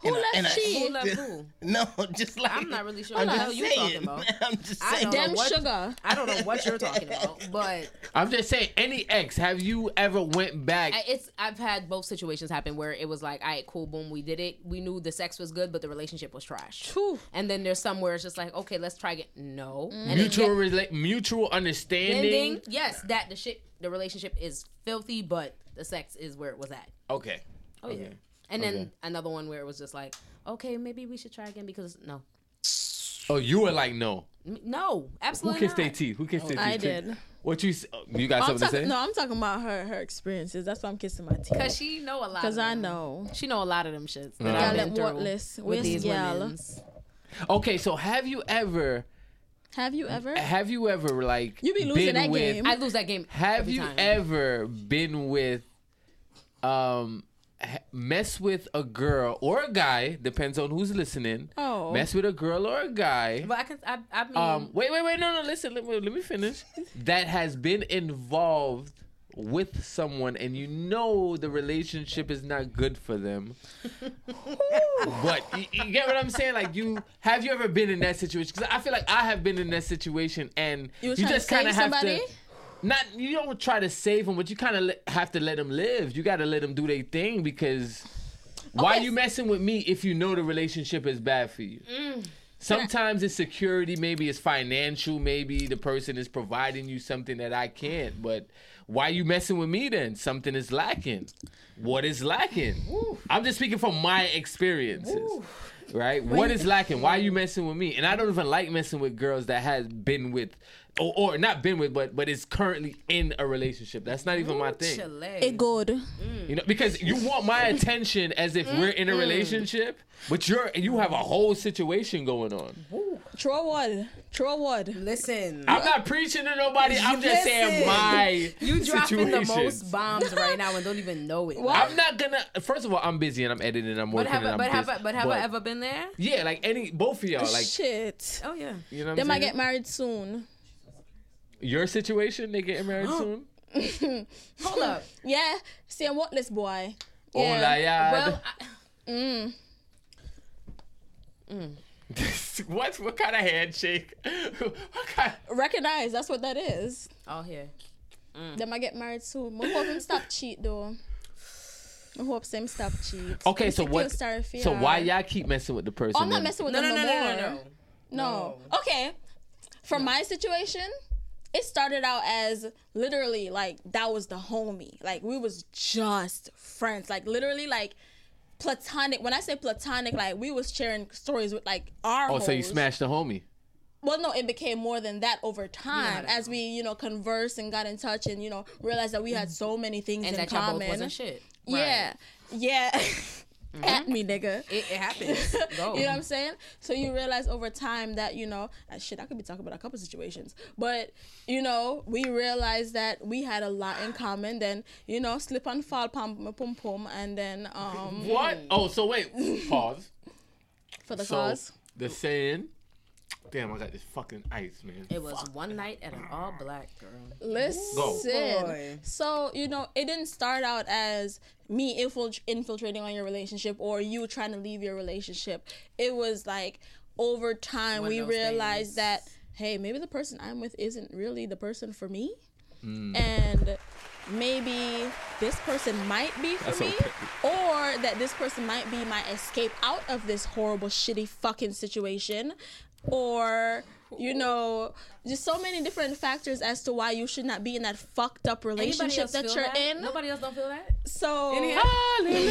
Speaker 4: Who
Speaker 3: And I-
Speaker 4: left
Speaker 3: and I-
Speaker 4: she?
Speaker 1: who left who?
Speaker 3: No, just like
Speaker 1: I'm not really sure
Speaker 3: I'm
Speaker 1: what the hell
Speaker 3: just
Speaker 1: you talking
Speaker 3: saying.
Speaker 1: about.
Speaker 3: I'm just
Speaker 1: I
Speaker 3: saying.
Speaker 1: don't know
Speaker 4: Damn
Speaker 1: what-
Speaker 4: sugar.
Speaker 1: I don't know what you're talking about, but
Speaker 2: I'm just saying, any ex, have you ever went back?
Speaker 1: I- it's I've had both situations happen where it was like, all right, cool, boom, we did it. We knew the sex was good, but the relationship was trash.
Speaker 4: Phew.
Speaker 1: And then there's some where it's just like, okay, let's try again. No.
Speaker 2: Mm-hmm.
Speaker 1: And then
Speaker 2: mutual rela- mutual understanding.
Speaker 1: ending, yes, that the shit, the relationship is filthy, but the sex is where it was at.
Speaker 2: Okay.
Speaker 1: Oh yeah.
Speaker 2: Okay.
Speaker 1: And then
Speaker 2: Okay.
Speaker 1: another one where it was just like, okay, maybe we should try again because no,
Speaker 2: Oh, you were like no.
Speaker 1: M- no,
Speaker 2: Who
Speaker 1: absolutely
Speaker 2: kissed their
Speaker 1: not.
Speaker 2: teeth? Who kissed their teeth?
Speaker 4: I
Speaker 2: Click.
Speaker 4: did.
Speaker 2: What you? s- oh, You got
Speaker 4: I'm
Speaker 2: something to
Speaker 4: talking.
Speaker 2: say?
Speaker 4: No, I'm talking about her her experiences. That's why I'm kissing my teeth.
Speaker 1: Cause she know a lot.
Speaker 4: Cause
Speaker 1: of
Speaker 4: I
Speaker 1: them.
Speaker 4: know.
Speaker 1: she know a lot of them shits. That
Speaker 4: Y'all
Speaker 1: I've
Speaker 4: at
Speaker 1: been through
Speaker 4: Wartless.
Speaker 1: with
Speaker 4: Where's
Speaker 1: these
Speaker 4: y'all?
Speaker 1: women's.
Speaker 2: Okay, so have you ever
Speaker 4: Have you ever?
Speaker 2: Have you ever like
Speaker 4: You be losing
Speaker 2: been
Speaker 4: that
Speaker 2: with,
Speaker 4: game.
Speaker 1: I lose that game.
Speaker 2: Have
Speaker 1: every
Speaker 2: you
Speaker 1: time.
Speaker 2: ever been with, um, ha- mess with a girl or a guy? Depends on who's listening.
Speaker 4: Oh.
Speaker 2: mess with a girl or a guy.
Speaker 1: But I can. I, I mean,
Speaker 2: Um, wait, wait, wait. No, no. Listen, let me, let me finish. that has been involved with someone, and you know the relationship is not good for them. but you, you get what I'm saying? Like, you have you ever been in that situation? Because I feel like I have been in that situation, and you,
Speaker 4: You was trying to
Speaker 2: just kind of
Speaker 4: save
Speaker 2: have
Speaker 4: somebody?
Speaker 2: to. Not you don't try to save them, but you kind of le- have to let them live. You got to let them do their thing because why
Speaker 4: Okay.
Speaker 2: you messing with me if you know the relationship is bad for you? Sometimes it's security, maybe it's financial, maybe the person is providing you something that I can't. But why you messing with me then? Something is lacking. What is lacking? I'm just speaking from my experiences. Right? What is lacking? Why you messing with me? And I don't even like messing with girls that has been with or, or not been with but but is currently in a relationship. That's not even my thing.
Speaker 1: Chile.
Speaker 4: It good.
Speaker 2: You know, because you
Speaker 1: Mm.
Speaker 2: want my attention as if we're in a relationship, but you're you have a whole situation going on.
Speaker 4: Throw a word. Throw a word.
Speaker 1: Listen.
Speaker 2: I'm not preaching to nobody. I'm just saying
Speaker 1: Listen.
Speaker 2: my
Speaker 1: you dropping
Speaker 2: situation.
Speaker 1: the most bombs right now and don't even know it.
Speaker 2: I'm not gonna. First of all, I'm busy and I'm editing. and I'm
Speaker 1: But
Speaker 2: working.
Speaker 1: have,
Speaker 2: and
Speaker 1: I,
Speaker 2: I'm
Speaker 1: but have, I,
Speaker 2: busy,
Speaker 1: but have I ever been there?
Speaker 2: Yeah, like any both of y'all, like
Speaker 4: Shit.
Speaker 1: Oh yeah.
Speaker 2: you know. What
Speaker 4: They
Speaker 2: I'm
Speaker 4: might
Speaker 2: saying?
Speaker 4: get married soon.
Speaker 2: Your situation, they getting married soon.
Speaker 1: Hold up.
Speaker 4: Yeah. See, I'm worthless boy.
Speaker 2: Oh la
Speaker 4: Yeah.
Speaker 2: yeah.
Speaker 1: Well, I,
Speaker 4: Mm.
Speaker 2: what what kind of handshake? what kind?
Speaker 4: Recognize. That's what that is.
Speaker 1: oh here. Mm.
Speaker 4: They might get married soon. I hope him stop cheat though. I hope him stop cheat.
Speaker 2: Okay, so
Speaker 4: feel
Speaker 2: what?
Speaker 4: sorry for
Speaker 2: So
Speaker 4: y'all.
Speaker 2: why y'all keep messing with the person?
Speaker 4: Oh, I'm not
Speaker 2: then?
Speaker 4: messing with
Speaker 1: No,
Speaker 4: them
Speaker 1: no,
Speaker 4: no,
Speaker 1: no, no,
Speaker 4: more.
Speaker 1: no, no.
Speaker 4: No. Okay. From my situation, it started out as literally like that was the homie. Like we was just friends. Like literally like platonic. When I say platonic, like we was sharing stories with like our
Speaker 2: Oh, so you
Speaker 4: hoes.
Speaker 2: smashed the homie.
Speaker 4: Well, no, it became more than that over time as we, you know, conversed and got in touch and, you know, realized that we had
Speaker 2: Mm-hmm.
Speaker 4: so many things
Speaker 1: And
Speaker 4: in
Speaker 1: that y'all
Speaker 4: common.
Speaker 1: both wasn't shit.
Speaker 4: Yeah.
Speaker 1: Right.
Speaker 4: Yeah.
Speaker 2: Mm-hmm.
Speaker 4: At me, nigga.
Speaker 1: It, it happens. Go.
Speaker 4: You know what I'm saying? So you realize over time that you know, ah, shit, I could be talking about a couple situations, but you know, we realized that we had a lot in common. Then you know, slip and fall, pom pom pom, and then um,
Speaker 2: What? Oh, so wait. Pause.
Speaker 4: for the
Speaker 2: so
Speaker 4: cause,
Speaker 2: the saying. Damn, I got this fucking ice, man.
Speaker 1: it was one night at an all black girl.
Speaker 4: listen.
Speaker 1: Boy.
Speaker 4: So you know, it didn't start out as me infil- infiltrating on your relationship or you trying to leave your relationship. It was like over time
Speaker 1: One of
Speaker 4: we
Speaker 1: those
Speaker 4: realized
Speaker 1: things.
Speaker 4: that hey, maybe the person I'm with isn't really the person for me.
Speaker 1: Mm.
Speaker 4: and maybe this person might be for
Speaker 2: That's
Speaker 4: me
Speaker 2: okay.
Speaker 4: or that this person might be my escape out of this horrible shitty fucking situation or you know just so many different factors as to why you should not be in that fucked up
Speaker 1: Anybody
Speaker 4: relationship
Speaker 1: else
Speaker 4: that
Speaker 1: feel
Speaker 4: you're
Speaker 1: that?
Speaker 4: in
Speaker 1: Nobody else don't feel that.
Speaker 4: so
Speaker 1: In here?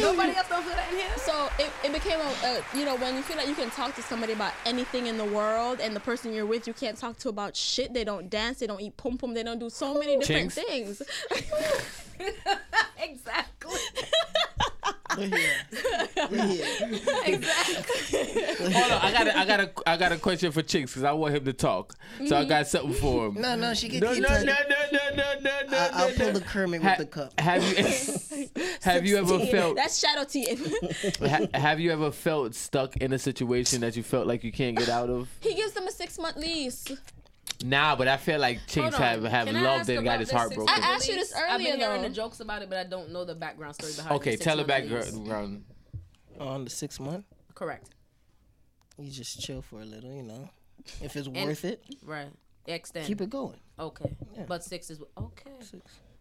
Speaker 1: Nobody else don't feel that in here.
Speaker 4: so it, it became a, a you know when you feel like you can talk to somebody about anything in the world and the person you're with you can't talk to about shit they don't dance they don't eat pum pum they don't do so many different
Speaker 2: Chinks.
Speaker 4: things
Speaker 1: exactly.
Speaker 3: We're here. We're here.
Speaker 2: Hold on, I got a, I got a, I got a question for Chicks because I want him to talk. So
Speaker 4: Mm-hmm.
Speaker 2: I got something for him.
Speaker 3: No, no, she can
Speaker 2: No,
Speaker 3: keep
Speaker 2: no, no,
Speaker 3: talking.
Speaker 2: no, no, no, no, no.
Speaker 3: I- I'll
Speaker 2: no,
Speaker 3: pull
Speaker 2: no.
Speaker 3: the Kermit
Speaker 2: Ha-
Speaker 3: with the cup.
Speaker 2: Have you, have you ever felt,
Speaker 4: that's shadow tea
Speaker 2: ha- have you ever felt stuck in a situation that you felt like you can't get out of?
Speaker 4: he gives them a six month lease
Speaker 2: Nah, but I feel like
Speaker 1: Hold
Speaker 2: Chicks
Speaker 1: on.
Speaker 2: have have
Speaker 1: Can I
Speaker 2: loved
Speaker 1: ask
Speaker 2: it and got
Speaker 1: about
Speaker 2: his
Speaker 1: this
Speaker 2: heart
Speaker 1: six-
Speaker 2: broken.
Speaker 4: I asked you this
Speaker 1: I've
Speaker 4: earlier,
Speaker 1: been hearing
Speaker 4: though.
Speaker 1: the jokes about it, but I don't know the background story behind.
Speaker 2: Okay,
Speaker 1: the six
Speaker 2: tell her
Speaker 1: month
Speaker 2: back,
Speaker 1: lease.
Speaker 2: ground.
Speaker 3: On the sixth month,
Speaker 1: Correct.
Speaker 3: you just chill for a little, you know. If it's worth it,
Speaker 1: Right. Extend.
Speaker 3: keep it going.
Speaker 1: Okay. But six is okay.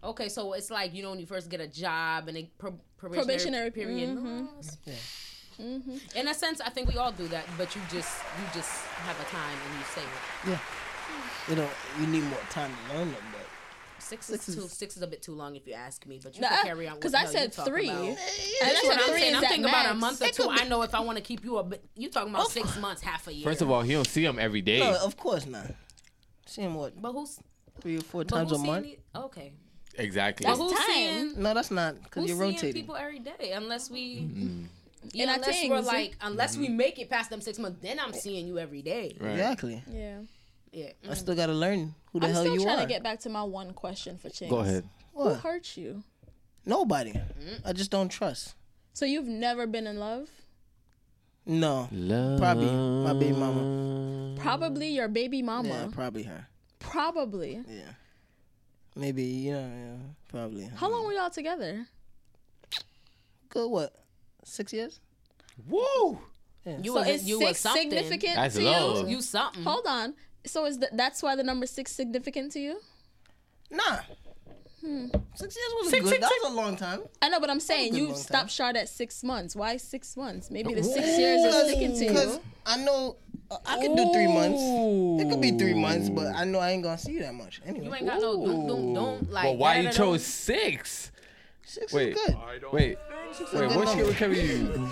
Speaker 1: Okay, so it's like you know when you first get a job and a pro-
Speaker 4: Probationary mm-hmm.
Speaker 1: probationary, period. No, it's-
Speaker 3: Yeah.
Speaker 1: In a sense, I think we all do that, but you just you just have a time and you save it.
Speaker 3: Yeah. You know, you need more time to learn them, but
Speaker 1: Six, is too six is a bit too long if you ask me, but you
Speaker 4: Nah,
Speaker 1: can carry on. with
Speaker 4: because
Speaker 1: the
Speaker 4: I
Speaker 1: hell you
Speaker 4: said
Speaker 1: talking
Speaker 4: three.
Speaker 1: about.
Speaker 4: And
Speaker 1: That's
Speaker 4: I
Speaker 1: what
Speaker 4: said
Speaker 1: I'm
Speaker 4: three
Speaker 1: saying.
Speaker 4: is
Speaker 1: I'm
Speaker 4: at
Speaker 1: thinking about a
Speaker 4: max.
Speaker 1: month or two. I know if I want to keep you a bit. You talking
Speaker 4: Oh.
Speaker 1: about six months, half a year.
Speaker 2: First of all, he don't see him every day.
Speaker 3: no, of course not. See him what
Speaker 1: but who's
Speaker 3: three or four
Speaker 1: but
Speaker 3: times
Speaker 1: who's
Speaker 3: a month?
Speaker 1: seeing the- okay.
Speaker 2: Exactly.
Speaker 1: But who's
Speaker 4: time.
Speaker 1: seeing
Speaker 3: No, that's not because
Speaker 1: who's
Speaker 3: you're
Speaker 1: seeing
Speaker 3: rotating.
Speaker 1: people every day? Unless we,
Speaker 2: Mm-hmm.
Speaker 1: yeah,
Speaker 4: And I
Speaker 1: unless
Speaker 4: think- Mm-hmm.
Speaker 1: we're like, unless we make it past them six months, then I'm seeing you every day.
Speaker 2: Right.
Speaker 3: Exactly.
Speaker 4: yeah
Speaker 1: Yeah. Mm-hmm.
Speaker 3: I still gotta learn who the
Speaker 4: I'm
Speaker 3: hell
Speaker 4: still
Speaker 3: you
Speaker 4: trying
Speaker 3: are.
Speaker 4: to get back to my one question for Ching.
Speaker 2: Go ahead.
Speaker 4: Who
Speaker 3: What?
Speaker 4: hurt you?
Speaker 3: Nobody. I just don't trust.
Speaker 4: So you've never been in love?
Speaker 3: No.
Speaker 2: Love.
Speaker 3: Probably my baby mama.
Speaker 4: Probably
Speaker 2: Mm.
Speaker 4: your baby mama.
Speaker 3: Yeah, probably her.
Speaker 4: Probably.
Speaker 3: Yeah. Maybe, yeah, yeah. Probably. her.
Speaker 4: How long were y'all together?
Speaker 3: Good what? Six years?
Speaker 2: Woo.
Speaker 1: You
Speaker 4: So
Speaker 1: was
Speaker 4: is
Speaker 1: you was
Speaker 4: six
Speaker 1: something.
Speaker 4: significant
Speaker 2: That's
Speaker 4: to
Speaker 2: love.
Speaker 4: you?
Speaker 1: You something.
Speaker 4: Hold on. So is th- that's why the number six significant to you?
Speaker 3: Nah.
Speaker 1: Hmm.
Speaker 3: Six years was good. that was a long time.
Speaker 4: I know, but I'm saying
Speaker 3: good
Speaker 4: you
Speaker 3: long time.
Speaker 4: stopped short at six months. Why six months? Maybe the six years is sticking to
Speaker 3: Because
Speaker 4: you.
Speaker 3: I know uh, I could do three months. It could be three months, but I know I ain't gonna see you that much. Anyway,
Speaker 1: You ain't got no don't don't, don't like.
Speaker 2: But why you
Speaker 1: da-da-da-da.
Speaker 2: chose six?
Speaker 3: six
Speaker 2: Wait.
Speaker 3: is good.
Speaker 2: Wait, wait,
Speaker 3: good
Speaker 2: what
Speaker 3: number.
Speaker 2: shit would cover you?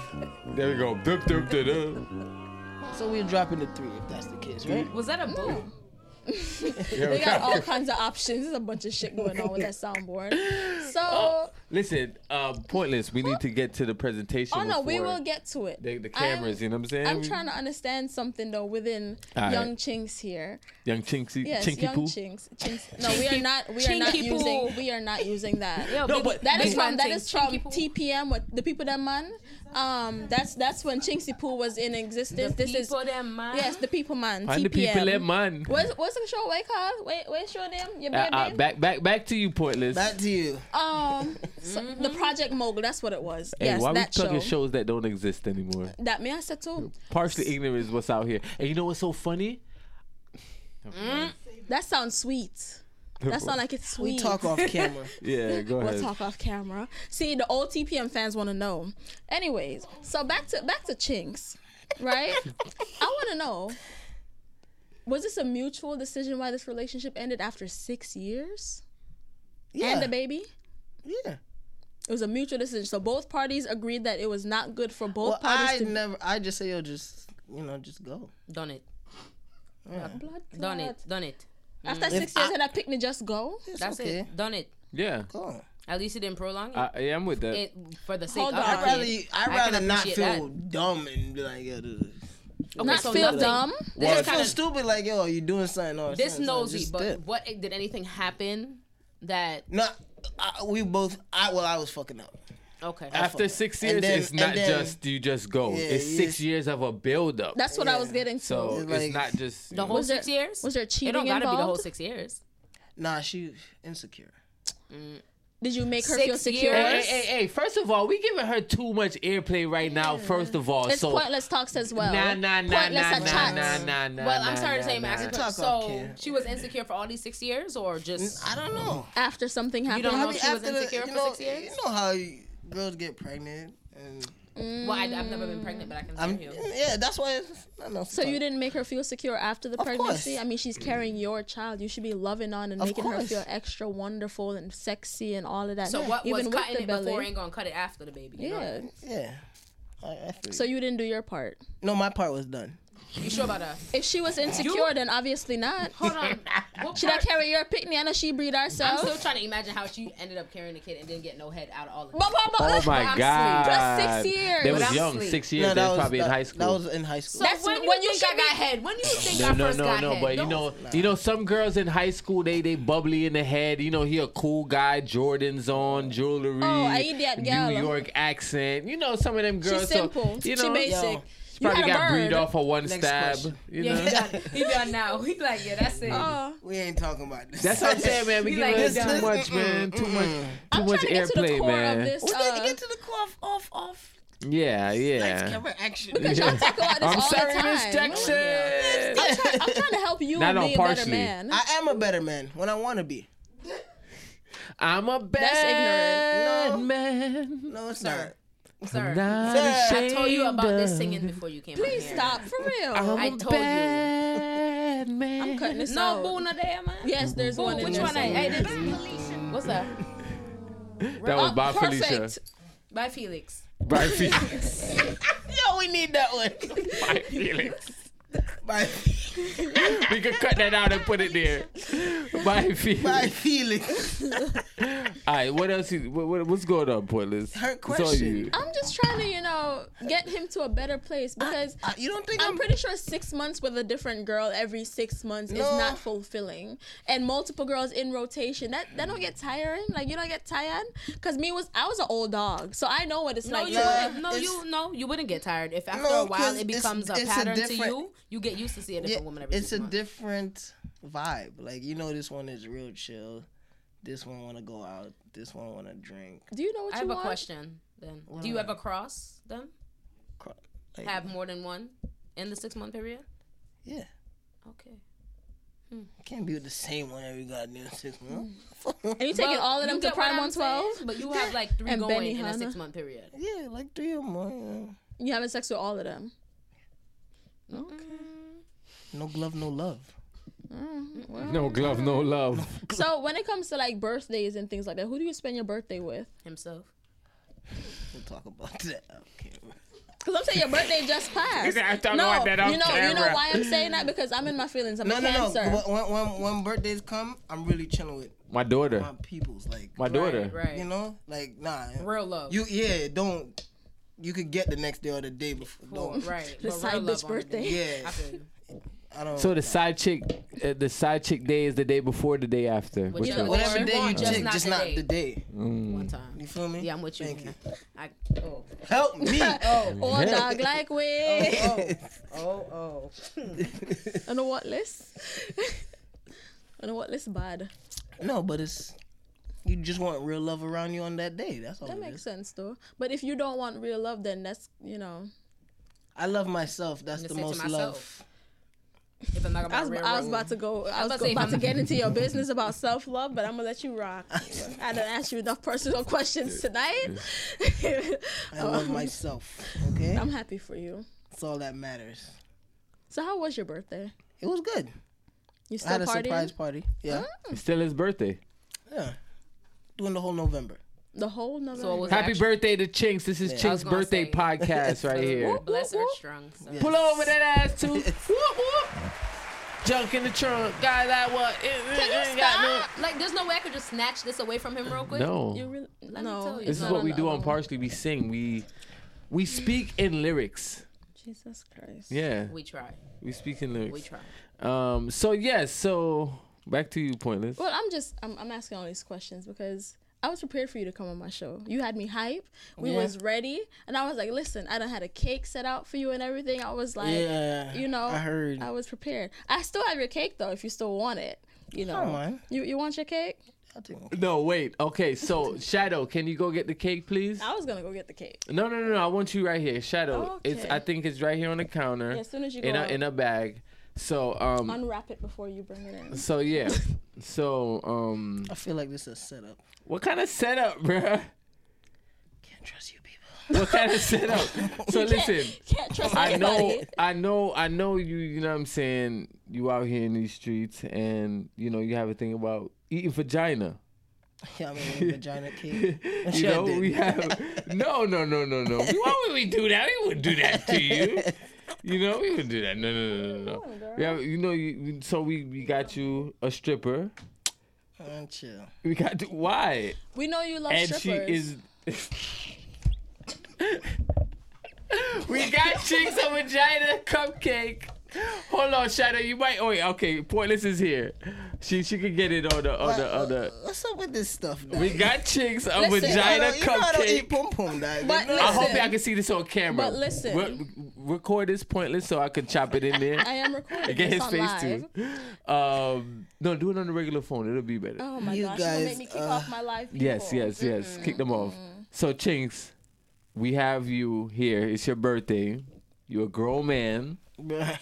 Speaker 2: There we go. Dup, dup, dup, dup.
Speaker 3: So we're dropping to three if that's the case, right?
Speaker 1: Was that a
Speaker 4: Mm.
Speaker 1: boo?
Speaker 2: There we
Speaker 4: They got
Speaker 2: go.
Speaker 4: all kinds of options. There's a bunch of shit going on with that soundboard. So,
Speaker 2: Oh, Listen, uh, pointless. We need to get to the presentation.
Speaker 4: oh no, we
Speaker 2: before
Speaker 4: will get to it.
Speaker 2: the, the cameras. you know what I'm saying?
Speaker 4: I'm trying to understand something though within
Speaker 2: Alright.
Speaker 4: Young Chinks here.
Speaker 2: Young Chinksy,
Speaker 4: Yes,
Speaker 2: Chinky
Speaker 4: Young
Speaker 2: Poo.
Speaker 4: Chinks. Chinks. No, we are not. We are not
Speaker 1: Chinky poo.
Speaker 4: using. We are not using that.
Speaker 1: Yo,
Speaker 2: No,
Speaker 1: big-
Speaker 2: but-
Speaker 4: That is
Speaker 1: big
Speaker 4: from
Speaker 1: man
Speaker 4: that
Speaker 1: thing.
Speaker 4: is from
Speaker 1: Chinky poo.
Speaker 4: TPM with the people that man. Um, that's that's when Chinksy Poo was in existence. this is
Speaker 1: People that mind.
Speaker 4: yes, the people man.
Speaker 2: Find
Speaker 4: TPM.
Speaker 2: the people that man.
Speaker 4: What's what's the show? Wait, called? Wait, what's your name? Your
Speaker 2: Uh,
Speaker 4: baby.
Speaker 2: uh, back, back, back to you, pointless.
Speaker 3: Back to you.
Speaker 4: um, so- the
Speaker 1: Mm-hmm.
Speaker 4: Project Mogul. That's what it was.
Speaker 2: Hey,
Speaker 4: yes,
Speaker 2: why
Speaker 4: that
Speaker 2: we
Speaker 4: show.
Speaker 2: talking shows that don't exist anymore?
Speaker 4: That may I said too.
Speaker 2: Partially ignorant is what's out here. And you know what's so funny?
Speaker 4: That sounds sweet. That sounds like it's sweet.
Speaker 3: We talk off camera.
Speaker 2: Yeah, go
Speaker 4: We'll
Speaker 2: ahead.
Speaker 4: talk off camera. See, the old TPM fans want to know. Anyways, so back to back to Chinks, right? I want to know. Was this a mutual decision why this relationship ended after six years
Speaker 3: Yeah.
Speaker 4: and the baby?
Speaker 3: yeah.
Speaker 4: It was a mutual decision. So both parties agreed that it was not good for both
Speaker 3: Well, I
Speaker 4: parties to
Speaker 3: never. I just say, yo, just you know, just go.
Speaker 1: Done it.
Speaker 4: blood
Speaker 1: Done
Speaker 4: clot.
Speaker 1: it. Done it.
Speaker 4: After
Speaker 1: Mm.
Speaker 4: six years, and I picked me just go.
Speaker 3: It's
Speaker 1: That's
Speaker 3: okay.
Speaker 1: it. Done it.
Speaker 2: Yeah,
Speaker 3: Go.
Speaker 1: At least it didn't prolong it.
Speaker 2: I, yeah, I'm with that.
Speaker 1: it for the sake
Speaker 4: Hold
Speaker 1: of
Speaker 4: on.
Speaker 3: I'd
Speaker 1: it.
Speaker 3: rather. you- I'd
Speaker 1: Oh, I can
Speaker 3: rather not
Speaker 1: appreciate
Speaker 3: feel dumb and be like, yo, dude.
Speaker 1: Okay,
Speaker 4: Not
Speaker 1: so
Speaker 4: feel
Speaker 1: nothing.
Speaker 4: dumb.
Speaker 1: This
Speaker 3: I
Speaker 1: is kind
Speaker 3: feel
Speaker 1: of
Speaker 3: stupid. Like, yo, you doing something? Or
Speaker 1: this
Speaker 3: something, so
Speaker 1: nosy.
Speaker 3: just
Speaker 1: But
Speaker 3: dip.
Speaker 1: what did anything happen that?
Speaker 3: no, I, we both. I well, I was fucking up.
Speaker 1: Okay.
Speaker 2: After six
Speaker 3: And
Speaker 2: years,
Speaker 3: then-
Speaker 2: it's
Speaker 3: and
Speaker 2: not
Speaker 3: then-
Speaker 2: just you just go.
Speaker 3: Yeah,
Speaker 2: it's
Speaker 3: yeah.
Speaker 2: six years of a build up.
Speaker 4: That's what I was getting to.
Speaker 2: So
Speaker 3: It's
Speaker 2: it's,
Speaker 3: like-
Speaker 2: not just you
Speaker 1: the
Speaker 2: know,
Speaker 1: whole
Speaker 4: Was there-
Speaker 1: six years.
Speaker 4: was there
Speaker 1: It don't
Speaker 4: cheating
Speaker 1: gotta be the whole
Speaker 4: involved?
Speaker 1: six years.
Speaker 3: Nah, she insecure.
Speaker 4: Did you make her
Speaker 1: Six
Speaker 4: feel secure?
Speaker 1: years.
Speaker 2: Hey, hey, hey, hey, first of all, we giving her too much airplay right now, first of all.
Speaker 4: It's
Speaker 2: so
Speaker 4: pointless talks as well.
Speaker 2: nah nah nah nah
Speaker 4: pointless
Speaker 2: nah
Speaker 4: at
Speaker 2: nah
Speaker 4: chats.
Speaker 2: nah nah.
Speaker 1: Well, I'm
Speaker 2: nah,
Speaker 1: sorry to
Speaker 2: nah,
Speaker 1: say,
Speaker 2: nah.
Speaker 1: Max.
Speaker 3: Talk off
Speaker 1: So
Speaker 3: camera.
Speaker 1: she was insecure for all these six years, or just
Speaker 3: I don't know.
Speaker 4: After something happened,
Speaker 1: don't know
Speaker 3: I mean,
Speaker 1: she was
Speaker 3: after the-
Speaker 1: insecure
Speaker 3: you
Speaker 1: for
Speaker 3: know,
Speaker 1: six years?
Speaker 3: You know how you- girls get pregnant, and
Speaker 1: well, I, have never been pregnant, but I can tell
Speaker 3: I'm
Speaker 1: you.
Speaker 3: yeah. That's why. It's, I don't know,
Speaker 4: So you didn't make her feel secure after the
Speaker 3: Of
Speaker 4: pregnancy?
Speaker 3: course.
Speaker 4: I mean, she's carrying your child. You should be loving on and
Speaker 3: Of
Speaker 4: making her
Speaker 3: course.
Speaker 4: feel extra wonderful and sexy and all of that.
Speaker 1: So what was
Speaker 4: Even with
Speaker 1: cutting
Speaker 4: the
Speaker 1: it
Speaker 4: belly.
Speaker 1: before ain't gonna cut it after the baby. You know?
Speaker 4: yeah.
Speaker 3: Yeah. I, I feel
Speaker 4: So
Speaker 3: you.
Speaker 4: you didn't do your part.
Speaker 3: no, my part was done.
Speaker 1: You sure about that?
Speaker 4: If she was insecure, then obviously not.
Speaker 1: Hold on. What
Speaker 4: Should I
Speaker 1: part-
Speaker 4: carry your picnic? I know she breed
Speaker 1: I'm still
Speaker 4: herself.
Speaker 1: trying to imagine how she ended up carrying the kid and didn't get no head out of all of
Speaker 4: But-
Speaker 1: this.
Speaker 4: but-
Speaker 2: Oh
Speaker 4: but-
Speaker 2: my
Speaker 1: I'm
Speaker 2: god.
Speaker 4: sleep. That's six years.
Speaker 2: They
Speaker 1: But
Speaker 2: was
Speaker 1: I'm
Speaker 2: young,
Speaker 1: sleep.
Speaker 2: six years.
Speaker 3: no,
Speaker 2: they
Speaker 3: that
Speaker 2: was
Speaker 3: was
Speaker 2: probably
Speaker 3: that,
Speaker 2: in high school.
Speaker 3: That was in high school.
Speaker 4: That's
Speaker 1: when,
Speaker 4: when
Speaker 1: you
Speaker 4: you
Speaker 1: think
Speaker 4: should
Speaker 1: I got
Speaker 4: be-
Speaker 1: head. When do you think
Speaker 2: no,
Speaker 1: I
Speaker 2: no,
Speaker 1: first
Speaker 2: no,
Speaker 1: got
Speaker 2: no.
Speaker 1: head?
Speaker 2: But you
Speaker 1: Don't-
Speaker 2: know, you know, some girls in high school they they bubbly in the head. You know, he a cool guy, Jordans on, jewelry,
Speaker 4: Oh, I eat that gal.
Speaker 2: New York accent. You know, some of them girls.
Speaker 4: She's
Speaker 2: so,
Speaker 4: simple.
Speaker 2: you
Speaker 4: she
Speaker 2: know,
Speaker 4: basic.
Speaker 3: yo,
Speaker 2: she
Speaker 4: you
Speaker 2: probably
Speaker 4: had a
Speaker 2: got
Speaker 4: bird.
Speaker 2: breed off of one
Speaker 3: Next
Speaker 2: stab.
Speaker 3: question.
Speaker 2: You
Speaker 1: Yeah,
Speaker 2: know,
Speaker 1: he done. He done now. He like, yeah, that's it.
Speaker 4: Uh,
Speaker 3: we ain't talking about this.
Speaker 2: that's what I'm saying, man. We
Speaker 1: He
Speaker 2: give
Speaker 1: like,
Speaker 2: her
Speaker 1: he done.
Speaker 2: too much, man. Too much, too
Speaker 4: I'm
Speaker 2: much
Speaker 4: trying to get to the
Speaker 2: airplay,
Speaker 4: core of
Speaker 2: man.
Speaker 4: this.
Speaker 3: We gotta
Speaker 4: Uh,
Speaker 3: get to the core of off off
Speaker 2: Yeah,
Speaker 3: yeah.
Speaker 2: yeah.
Speaker 3: camera action.
Speaker 4: y'all talk about this
Speaker 2: I'm
Speaker 4: all
Speaker 2: sorry,
Speaker 4: the
Speaker 2: Miss
Speaker 4: time.
Speaker 2: Jackson.
Speaker 4: I'm, try- I'm trying to help you
Speaker 2: Not on
Speaker 4: be a better
Speaker 2: partially.
Speaker 4: man.
Speaker 3: I am a better man when I want to be.
Speaker 2: I'm a bad
Speaker 3: ignorant.
Speaker 2: man.
Speaker 3: No, it's not.
Speaker 1: Sir,
Speaker 2: Not
Speaker 1: I
Speaker 2: ashamed
Speaker 1: told you about this
Speaker 2: of
Speaker 1: singing before you came
Speaker 4: Please
Speaker 1: out here.
Speaker 4: stop, for real.
Speaker 1: I
Speaker 2: a
Speaker 1: told you.
Speaker 2: bad man.
Speaker 4: I'm cutting this
Speaker 1: Oh No,
Speaker 4: out.
Speaker 1: boo, not there, man.
Speaker 4: Yes, there's
Speaker 1: Boo,
Speaker 4: one in
Speaker 1: which
Speaker 4: there
Speaker 1: one? I,
Speaker 4: somewhere.
Speaker 1: hey, this- what's up?
Speaker 2: That was
Speaker 4: Oh,
Speaker 2: by
Speaker 4: perfect.
Speaker 2: Felicia.
Speaker 1: Bye, Felix.
Speaker 2: By Felix.
Speaker 3: Yo, we need that one.
Speaker 2: By Felix.
Speaker 3: by
Speaker 2: we could cut that out and put it there. Bye, feet.
Speaker 3: by feelings.
Speaker 2: All right, what else? You, what, what, what's going on, Portless?
Speaker 3: Her
Speaker 2: It's all
Speaker 3: question.
Speaker 2: you.
Speaker 4: I'm just trying to, you know, get him to a better place because
Speaker 3: I- you don't think
Speaker 4: I'm
Speaker 3: I'm-
Speaker 4: pretty sure six months with a different girl every six months is
Speaker 3: No.
Speaker 4: not fulfilling, and multiple girls in rotation that that don't get tiring. Like you don't get tired because me was I was an old dog, so I know what it's
Speaker 1: No,
Speaker 4: like.
Speaker 1: you
Speaker 4: to-
Speaker 3: Nah,
Speaker 1: wouldn't. No,
Speaker 3: it's-
Speaker 1: you no, you wouldn't get tired. If after
Speaker 3: No,
Speaker 1: a while
Speaker 3: 'cause
Speaker 1: it
Speaker 3: it's-
Speaker 1: becomes a
Speaker 3: it's a
Speaker 1: pattern to
Speaker 3: different-
Speaker 1: you, you get used to see a different
Speaker 3: Yeah,
Speaker 1: woman every
Speaker 3: it's
Speaker 1: six
Speaker 3: a
Speaker 1: months.
Speaker 3: different vibe. Like you know, this one is real chill. This one want to go out. This one want to drink.
Speaker 4: Do you know what
Speaker 1: I
Speaker 4: you
Speaker 1: have a
Speaker 4: want?
Speaker 1: question. Then, do you ever cross them?
Speaker 3: Cro- Like,
Speaker 1: Have more than one in the six month period?
Speaker 3: yeah,
Speaker 1: Okay.
Speaker 3: can't be with the same one every goddamn six months.
Speaker 4: And you taking
Speaker 1: Well,
Speaker 4: all of them
Speaker 1: you
Speaker 4: to
Speaker 1: get what
Speaker 4: Prime
Speaker 1: I'm
Speaker 4: on twelve?
Speaker 1: saying, but you have like three
Speaker 4: And
Speaker 1: going
Speaker 4: Benny
Speaker 1: in a
Speaker 4: Hanna.
Speaker 1: six month period.
Speaker 3: yeah, like three or more. yeah.
Speaker 4: You having sex with all of them?
Speaker 3: No glove, no love.
Speaker 2: No glove, no love.
Speaker 4: So when it comes to like birthdays and things like that, who do you spend your birthday with?
Speaker 1: Himself.
Speaker 3: We'll talk about that. Okay.
Speaker 4: Because I'm saying your birthday just passed.
Speaker 2: said, "I don't
Speaker 4: no,
Speaker 2: want that on
Speaker 4: you know, you know
Speaker 2: camera."
Speaker 4: why I'm saying that because I'm in my feelings. I'm
Speaker 3: No,
Speaker 4: a
Speaker 3: no, no.
Speaker 4: cancer.
Speaker 3: When, when- when when birthdays come, I'm really chilling with
Speaker 2: My
Speaker 3: my
Speaker 2: daughter.
Speaker 3: peoples. Like
Speaker 2: My daughter.
Speaker 1: Right. right.
Speaker 3: you know, like nah.
Speaker 1: Real love.
Speaker 3: You yeah, don't. You could get the next day or the day before.
Speaker 1: Cool,
Speaker 3: Don't.
Speaker 1: right.
Speaker 4: The
Speaker 1: but
Speaker 4: side
Speaker 1: real love
Speaker 4: bitch
Speaker 1: on the
Speaker 4: birthday.
Speaker 1: day. I
Speaker 3: Yeah,
Speaker 1: feel you.
Speaker 3: I don't.
Speaker 2: So the side chick, uh, the side chick day is the day before, the day after. Which
Speaker 1: Yeah.
Speaker 2: one?
Speaker 3: Whatever
Speaker 1: Or
Speaker 3: day you
Speaker 1: want, just
Speaker 3: check,
Speaker 1: not
Speaker 3: just
Speaker 1: the
Speaker 3: not
Speaker 1: day.
Speaker 3: the day.
Speaker 1: One time.
Speaker 3: You feel me?
Speaker 1: Yeah, I'm with you.
Speaker 3: Thank you.
Speaker 1: I, oh.
Speaker 3: Help me.
Speaker 4: Oh, or dog like way.
Speaker 1: Oh, oh.
Speaker 4: On a what list? On a what list? Bad.
Speaker 3: no, but it's you just want real love around you on that day. That's all.
Speaker 4: That
Speaker 3: it
Speaker 4: makes
Speaker 3: is.
Speaker 4: sense though. But if you don't want real love, then that's you know.
Speaker 3: I love myself. That's
Speaker 1: I'm
Speaker 3: the
Speaker 1: gonna say
Speaker 3: most
Speaker 1: to
Speaker 3: love.
Speaker 1: myself. If I'm not
Speaker 4: I
Speaker 1: about
Speaker 4: was,
Speaker 1: real,
Speaker 4: I was
Speaker 1: real,
Speaker 4: about to go. I was
Speaker 1: about to say,
Speaker 4: about to
Speaker 1: if
Speaker 4: get into your business about self love, but I'm gonna let you rock. I don't ask you enough personal questions tonight.
Speaker 3: I love
Speaker 1: Oh.
Speaker 3: myself. Okay,
Speaker 4: I'm happy for you.
Speaker 3: that's all that matters.
Speaker 4: So how was your birthday?
Speaker 3: It was good.
Speaker 4: You
Speaker 3: I
Speaker 4: still
Speaker 3: had a
Speaker 4: partying?
Speaker 3: surprise party. Yeah,
Speaker 2: It's still his birthday.
Speaker 3: yeah. Doing the whole November.
Speaker 4: The whole November.
Speaker 1: So it was
Speaker 2: Happy
Speaker 1: actually-
Speaker 2: birthday to Chinks. This is
Speaker 1: I was
Speaker 2: Chinks'
Speaker 1: gonna
Speaker 2: birthday
Speaker 1: say.
Speaker 2: podcast right here.
Speaker 1: Bless her strong. So.
Speaker 2: Pull over that ass too.
Speaker 3: Yes.
Speaker 2: Whoop, whoop. Junk in the trunk. Guy that what? It, it,
Speaker 1: Can
Speaker 2: ain't
Speaker 1: you
Speaker 2: got no-
Speaker 1: stop? Like, there's no way I could just snatch this away from him real quick.
Speaker 4: You really,
Speaker 1: Let me
Speaker 4: no,
Speaker 1: tell you.
Speaker 4: it's
Speaker 2: This is
Speaker 4: not
Speaker 2: what we
Speaker 4: the
Speaker 2: do
Speaker 4: other
Speaker 2: on
Speaker 4: one.
Speaker 2: Partially. We sing. We we speak in lyrics.
Speaker 4: Jesus Christ.
Speaker 2: Yeah,
Speaker 1: We try.
Speaker 2: we speak in
Speaker 1: We
Speaker 2: lyrics.
Speaker 1: try.
Speaker 2: Um. So yes. So back to you, pointless.
Speaker 4: Well, I'm just I'm, I'm asking all these questions because I was prepared for you to come on my show. You had me hype. We was ready, and I was like, listen, I done had a cake set out for you and everything. I was like,
Speaker 3: Yeah,
Speaker 4: you know,
Speaker 3: I heard.
Speaker 4: I was prepared. I still have your cake though, if you still want it. You know,
Speaker 3: don't mind.
Speaker 4: you you want your cake?
Speaker 3: I'll take one.
Speaker 2: No, wait. Okay. So Shadow, can you go get the cake, please?
Speaker 4: I was gonna go get the cake.
Speaker 2: No, no, no, no. I want you right here, Shadow. It's.
Speaker 4: Okay.
Speaker 2: I think it's right here on the counter.
Speaker 4: Yeah, as soon as you
Speaker 2: in
Speaker 4: go
Speaker 2: a
Speaker 4: out.
Speaker 2: in a bag. So um.
Speaker 4: Unwrap it before you bring it in.
Speaker 2: so yeah. so um.
Speaker 3: I feel like this is a setup.
Speaker 2: What kind of setup, bruh?
Speaker 3: Can't trust you people.
Speaker 2: What kind of setup? So listen.
Speaker 4: Can't trust
Speaker 2: I
Speaker 4: anybody.
Speaker 2: know, I know, I know you. You know what I'm saying. You out here in these streets, and you know you have a thing about eating vagina.
Speaker 3: Yeah, I'm a vagina kid.
Speaker 2: You know we have. No, no, no, no, no. Why would we do that? We would do that to you. You know we would do that. No, no, no, no, no. We have, you know, you, you- so we we got you a stripper.
Speaker 3: I'm chill.
Speaker 2: We got you, why?
Speaker 4: We know you love
Speaker 2: and
Speaker 4: strippers.
Speaker 2: she is. we got chicks a vagina cupcake. Hold on, Shadow. You might. Oh, wait, okay. Pointless is here. She she could get it on the on the on the.
Speaker 3: What's up with this stuff?
Speaker 2: We
Speaker 3: dog?
Speaker 2: got chicks a
Speaker 4: Listen,
Speaker 3: You
Speaker 2: vagina
Speaker 3: know, you know I don't
Speaker 2: cupcake.
Speaker 3: eat pom pom, dog.
Speaker 4: But
Speaker 3: You know-
Speaker 2: I
Speaker 4: listen.
Speaker 2: hope y'all can see this on camera.
Speaker 4: But listen.
Speaker 2: Re- record this pointless so I could chop it in
Speaker 4: I
Speaker 2: there.
Speaker 4: am recording.
Speaker 2: Get
Speaker 4: this
Speaker 2: his
Speaker 4: on
Speaker 2: face
Speaker 4: live.
Speaker 2: too. Um, no, do it on the regular phone. It'll be better.
Speaker 4: Oh my
Speaker 3: You
Speaker 4: gosh, guys, you
Speaker 3: guys,
Speaker 4: make me kick
Speaker 3: uh,
Speaker 4: off my live. People. Mm-hmm,
Speaker 2: Yes, yes, yes. Kick them off. So Chinks, we have you here. It's your birthday. You're a grown man.
Speaker 4: Okay,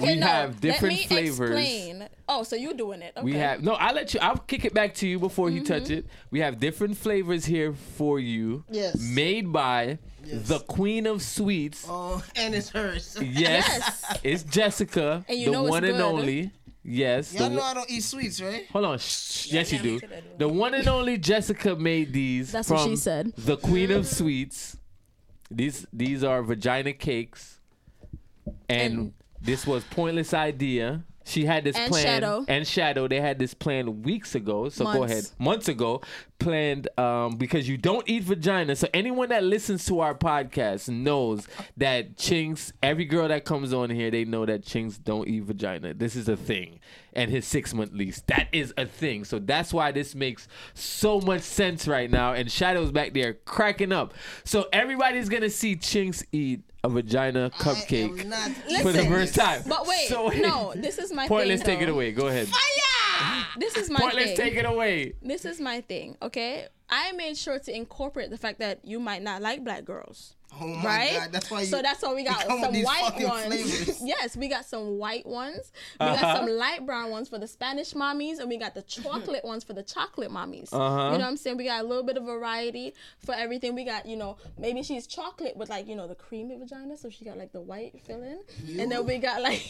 Speaker 2: We
Speaker 4: no.
Speaker 2: have different
Speaker 4: Let me
Speaker 2: flavors.
Speaker 4: explain. Oh, so you doing it? Okay. Mm-hmm.
Speaker 2: We have no. I'll let you. I'll kick it back to you before you touch it. We have different flavors here for you.
Speaker 3: Yes.
Speaker 2: Made by
Speaker 3: Yes.
Speaker 2: the Queen of Sweets.
Speaker 3: Oh, and it's hers.
Speaker 2: Yes,
Speaker 4: Yes.
Speaker 2: it's Jessica,
Speaker 4: And you
Speaker 2: the
Speaker 4: know it's
Speaker 2: one and
Speaker 4: good.
Speaker 2: only. Yes. the
Speaker 3: Y'all know
Speaker 2: one-
Speaker 3: I don't eat sweets, right?
Speaker 2: Hold on. Shh. Yes, you
Speaker 4: yeah,
Speaker 2: do.
Speaker 4: we could have
Speaker 2: The one and only Jessica made these.
Speaker 4: That's what she
Speaker 2: from
Speaker 4: said.
Speaker 2: The Queen of Sweets. These these are vagina cakes, and,
Speaker 4: And-
Speaker 2: This was pointless idea. She had this
Speaker 4: And
Speaker 2: plan
Speaker 4: Shadow.
Speaker 2: and Shadow. They had this plan weeks ago. So go
Speaker 4: Months.
Speaker 2: ahead, months ago, planned um, because you don't eat vagina. So anyone that listens to our podcast knows that Chinks. Every girl that comes on here, they know that Chinks don't eat vagina. This is a thing, and his six month lease. That is a thing. So that's why this makes so much sense right now. And Shadow's back there cracking up. So everybody's gonna see Chinks eat a vagina cupcake
Speaker 3: I am not
Speaker 2: for the
Speaker 3: eating
Speaker 2: first
Speaker 3: this.
Speaker 2: time.
Speaker 4: But wait,
Speaker 2: So-
Speaker 4: no, this is my
Speaker 2: Pointless,
Speaker 4: thing.
Speaker 2: take it
Speaker 4: though.
Speaker 2: away. Go ahead.
Speaker 4: This is my
Speaker 2: Pointless,
Speaker 4: thing.
Speaker 2: take it away.
Speaker 4: this is my thing, okay? I made sure to incorporate the fact that you might not like black girls.
Speaker 3: Oh my
Speaker 4: right?
Speaker 3: God, that's why you.
Speaker 4: so that's why we got
Speaker 3: come with
Speaker 4: some
Speaker 3: these
Speaker 4: white
Speaker 3: fucking
Speaker 4: ones.
Speaker 3: flavors.
Speaker 4: yes, we got some white ones. We
Speaker 2: Uh-huh.
Speaker 4: got some light brown ones for the Spanish mommies, and we got the chocolate ones for the chocolate mommies.
Speaker 2: Uh-huh.
Speaker 4: You know what I'm saying? We got a little bit of variety for everything. We got, you know, maybe she's chocolate with like, you know, the creamy vagina, so she got like the white filling, and then we got like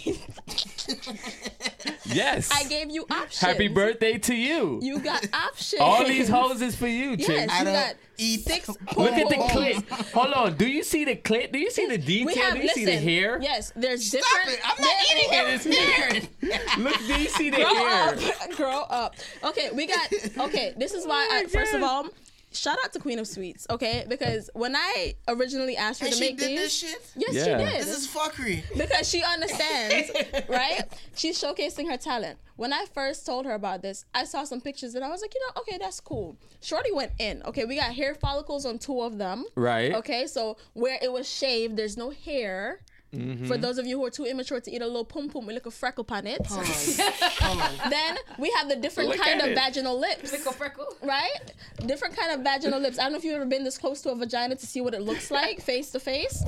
Speaker 2: Yes.
Speaker 4: I gave you options.
Speaker 2: Happy birthday to you.
Speaker 4: You got options.
Speaker 2: All these hoes is for you,
Speaker 4: Yes.
Speaker 2: chick.
Speaker 3: I
Speaker 4: You
Speaker 3: don't
Speaker 4: got
Speaker 3: eat
Speaker 4: six
Speaker 2: Look at the
Speaker 4: Oh.
Speaker 2: clit. Hold on. Do you see the clit? Do you see the detail? Do you see the hair?
Speaker 4: Yes, there's
Speaker 3: Stop
Speaker 4: different.
Speaker 3: it! I'm not
Speaker 4: there-
Speaker 3: eating it. It's weird.
Speaker 2: Look, do you see the
Speaker 4: Grow
Speaker 2: hair?
Speaker 4: up, grow up. Okay, we got. Okay, this is why. I, first of all, shout out to Queen of Sweets. Okay, because when I originally asked her
Speaker 3: And
Speaker 4: to
Speaker 3: she
Speaker 4: make
Speaker 3: did
Speaker 4: these,
Speaker 3: this shit.
Speaker 4: yes,
Speaker 2: Yeah.
Speaker 4: she did
Speaker 3: This is fuckery.
Speaker 4: because she understands, right? She's showcasing her talent. When I first told her about this, I saw some pictures and I was like, you know, okay, that's cool. Shorty went in. Okay, we got hair follicles on two of them.
Speaker 2: Right.
Speaker 4: Okay, so where it was shaved, there's no hair.
Speaker 2: Mm-hmm.
Speaker 4: For those of you who are too immature to eat a little pum pum, we look a freckle on it.
Speaker 3: Come on.
Speaker 4: then we have the different
Speaker 2: Look
Speaker 4: kind
Speaker 2: at
Speaker 4: of
Speaker 2: it.
Speaker 4: vaginal lips,
Speaker 1: Freckle, freckle.
Speaker 4: right? Different kind of vaginal lips. I don't know if you've ever been this close to a vagina to see what it looks like face to face.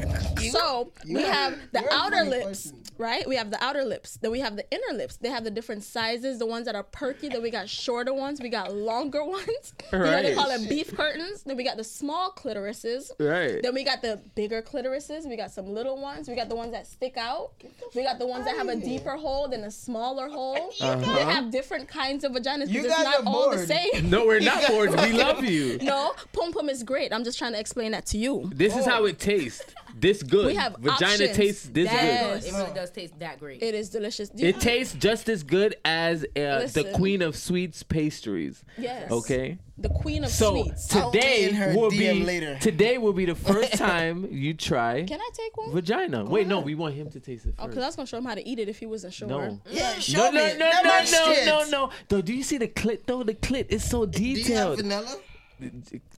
Speaker 4: So we
Speaker 3: are-
Speaker 4: have
Speaker 3: you're
Speaker 4: the
Speaker 3: a
Speaker 4: outer
Speaker 3: funny
Speaker 4: lips,
Speaker 3: person.
Speaker 4: right? We have the outer lips. Then we have the inner lips. They have the different sizes. The ones that are perky. Then we got shorter ones. We got longer ones. You know
Speaker 2: Right.
Speaker 4: they call it beef curtains. Then we got the small clitorises.
Speaker 2: Right.
Speaker 4: Then we got the bigger clitorises. We got some little ones. We got the ones that stick out. We got the ones that have a deeper hole than a smaller hole. They have different kinds of vaginas. 'cause
Speaker 3: Uh-huh. You
Speaker 4: it's
Speaker 3: guys
Speaker 4: not
Speaker 3: are
Speaker 4: all the
Speaker 3: bored.
Speaker 4: same.
Speaker 2: No, we're not bored. We love you.
Speaker 4: No, pom pom is great. I'm just trying to explain that to you.
Speaker 2: This is how it tastes. This good.
Speaker 4: We have
Speaker 2: Vagina
Speaker 4: options.
Speaker 2: tastes this
Speaker 4: Yes.
Speaker 2: good.
Speaker 1: It really does taste that great.
Speaker 4: It is delicious. Do you-
Speaker 2: It tastes just as good as uh, the
Speaker 4: Listen.
Speaker 2: queen of sweets pastries.
Speaker 4: Yes.
Speaker 2: Okay.
Speaker 4: The queen of
Speaker 2: So
Speaker 4: sweets.
Speaker 2: today
Speaker 3: I'll be in her
Speaker 2: will
Speaker 3: DM
Speaker 2: be
Speaker 3: later.
Speaker 2: today will be the first time you try
Speaker 4: Can I take one?
Speaker 2: vagina. Wait, no, we want him to taste it
Speaker 4: Oh,
Speaker 2: first.
Speaker 4: because I was gonna show him how to eat it if he wasn't sure.
Speaker 2: no.
Speaker 3: Yeah,
Speaker 2: No,
Speaker 3: show me.
Speaker 2: no, no,
Speaker 3: That
Speaker 2: no,
Speaker 3: much
Speaker 2: no,
Speaker 3: shit.
Speaker 2: no, no. Though, do you see the clit? Though the clit is so
Speaker 3: Do you have
Speaker 2: detailed.
Speaker 3: vanilla?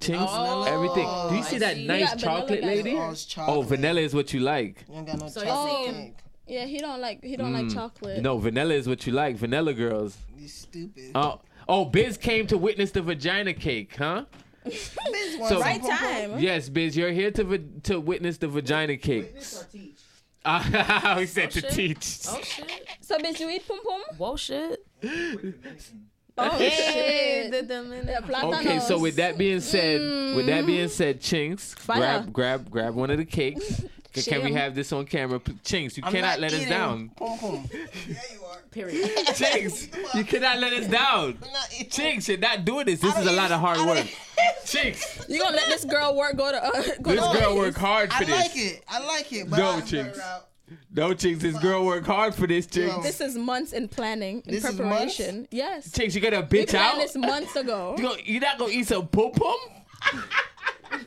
Speaker 2: Chinks,
Speaker 1: Oh,
Speaker 2: everything. Do you see
Speaker 1: I
Speaker 2: that
Speaker 1: see.
Speaker 2: nice
Speaker 4: Yeah, vanilla
Speaker 2: chocolate
Speaker 4: guys.
Speaker 2: lady?
Speaker 3: Oh, it's
Speaker 2: Oh,
Speaker 3: chocolate.
Speaker 2: vanilla is what you like.
Speaker 3: You ain't got no
Speaker 1: So you're
Speaker 3: chocolate.
Speaker 1: saying-
Speaker 3: cake.
Speaker 4: Yeah, he don't like he don't like chocolate.
Speaker 2: Mm. No, vanilla is what you like. Vanilla girls.
Speaker 3: You stupid.
Speaker 2: Oh, oh, Biz came to witness the vagina cake, huh?
Speaker 3: Biz wants
Speaker 2: so-
Speaker 3: some
Speaker 4: Right
Speaker 3: pom-pom.
Speaker 4: time.
Speaker 2: Yes, Biz, you're here to va- to witness the vagina cake. Ah, he said to
Speaker 1: shit.
Speaker 2: teach.
Speaker 1: Oh shit.
Speaker 4: So bitch, you eat pom pom?
Speaker 1: Whoa shit.
Speaker 4: Oh
Speaker 1: Hey,
Speaker 4: shit.
Speaker 1: the Dominican.
Speaker 4: Yeah, platanos.
Speaker 2: Okay, so with that being said, with that being said, Chinks,
Speaker 4: Mm-hmm. Fire.
Speaker 2: grab grab grab one of the cakes. Can, can we
Speaker 4: Jam.
Speaker 2: have this on camera, P- Chinks? You
Speaker 3: I'm
Speaker 2: cannot
Speaker 3: not
Speaker 2: let us
Speaker 3: eating
Speaker 2: down,
Speaker 3: Pom-pom.
Speaker 1: Period.
Speaker 2: Chinks. You cannot let us down.
Speaker 3: I'm not eating-
Speaker 2: Chinks, you're not doing this. This
Speaker 3: I
Speaker 2: is a
Speaker 3: don't
Speaker 2: lot of
Speaker 3: even- I
Speaker 2: hard
Speaker 3: don't
Speaker 2: work.
Speaker 3: even-
Speaker 2: Chinks,
Speaker 4: You gonna let this girl work go to uh, go
Speaker 2: this
Speaker 4: to
Speaker 2: girl work hard
Speaker 3: I
Speaker 2: for
Speaker 3: like
Speaker 2: this.
Speaker 3: it. I like it. But
Speaker 2: No,
Speaker 3: I-
Speaker 2: Chinks. No, Chinks, this girl work hard for this, Chinks.
Speaker 4: This is months in planning and
Speaker 3: This is months?
Speaker 4: preparation. yes.
Speaker 2: Chinks, you gonna
Speaker 4: we
Speaker 2: bitch
Speaker 4: planned
Speaker 2: out?
Speaker 4: this months ago.
Speaker 2: You gonna- You're not gonna eat some pum pum?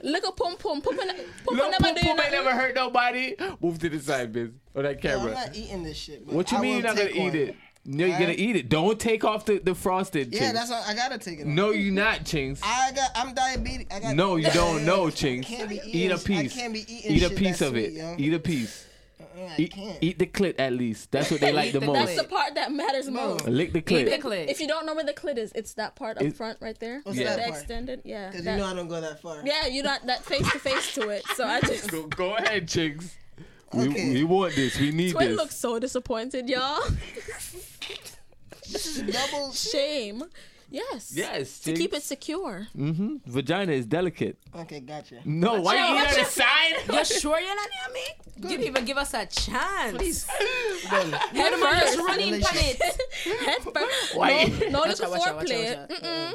Speaker 4: Look at pom pom. Pom pom
Speaker 2: Little
Speaker 4: never
Speaker 2: pum
Speaker 4: do
Speaker 2: pum ain't never
Speaker 4: nothing.
Speaker 2: hurt nobody. Move to the side, Biz, on that
Speaker 3: No,
Speaker 2: camera.
Speaker 3: I'm not eating this shit. but
Speaker 2: What you
Speaker 3: I
Speaker 2: mean
Speaker 3: will
Speaker 2: you're not gonna
Speaker 3: take one.
Speaker 2: eat it? No, you're
Speaker 3: Huh?
Speaker 2: gonna eat it. Don't take off the, the frosted
Speaker 3: Yeah,
Speaker 2: chinks.
Speaker 3: that's what I gotta take it. off.
Speaker 2: no, you not, chinks.
Speaker 3: I got. I'm diabetic. I got.
Speaker 2: no, you don't know,
Speaker 3: I
Speaker 2: chinks.
Speaker 3: can't be
Speaker 2: Eat
Speaker 3: eating-
Speaker 2: a piece.
Speaker 3: I can't be eating
Speaker 2: Eat a
Speaker 3: shit
Speaker 2: piece
Speaker 3: that's
Speaker 2: of it.
Speaker 3: sweet, yo.
Speaker 2: Eat a piece.
Speaker 3: Mm, I
Speaker 2: Eat,
Speaker 3: can't.
Speaker 2: eat the clit at least. That's what they like the
Speaker 1: the
Speaker 2: most.
Speaker 4: That's the part that matters most.
Speaker 2: Lick the
Speaker 1: Eat the
Speaker 2: clit.
Speaker 1: clit.
Speaker 4: If you don't know where the clit is, it's that part up
Speaker 2: It-
Speaker 4: front right there.
Speaker 3: What's
Speaker 2: Yeah.
Speaker 3: that
Speaker 4: The
Speaker 3: part?
Speaker 4: extended, yeah.
Speaker 3: Cause
Speaker 4: that-
Speaker 3: you know I don't go that far.
Speaker 4: yeah, you're not that face to face to it. So I just.
Speaker 2: Go, go ahead, chinks. We,
Speaker 3: Okay.
Speaker 2: we want this. We need
Speaker 4: Twin
Speaker 2: this.
Speaker 4: looks so disappointed, y'all.
Speaker 3: Double.
Speaker 4: Shame. Yes.
Speaker 2: yes,
Speaker 4: To keep it
Speaker 2: Chinks.
Speaker 4: secure.
Speaker 2: hmm Vagina is delicate.
Speaker 3: Okay, gotcha.
Speaker 2: No, why
Speaker 1: your-
Speaker 2: you eat
Speaker 1: what's
Speaker 2: on
Speaker 1: your-
Speaker 2: the side?
Speaker 1: You're sure you're not near me? You didn't even give us a chance. Please.
Speaker 4: Head
Speaker 1: Just
Speaker 4: first.
Speaker 1: running from it.
Speaker 4: Head first.
Speaker 2: Why,
Speaker 4: No, no
Speaker 1: Watch
Speaker 4: little
Speaker 1: out, watch out, watch out, watch
Speaker 4: foreplay.
Speaker 1: out.
Speaker 4: Mm-mm.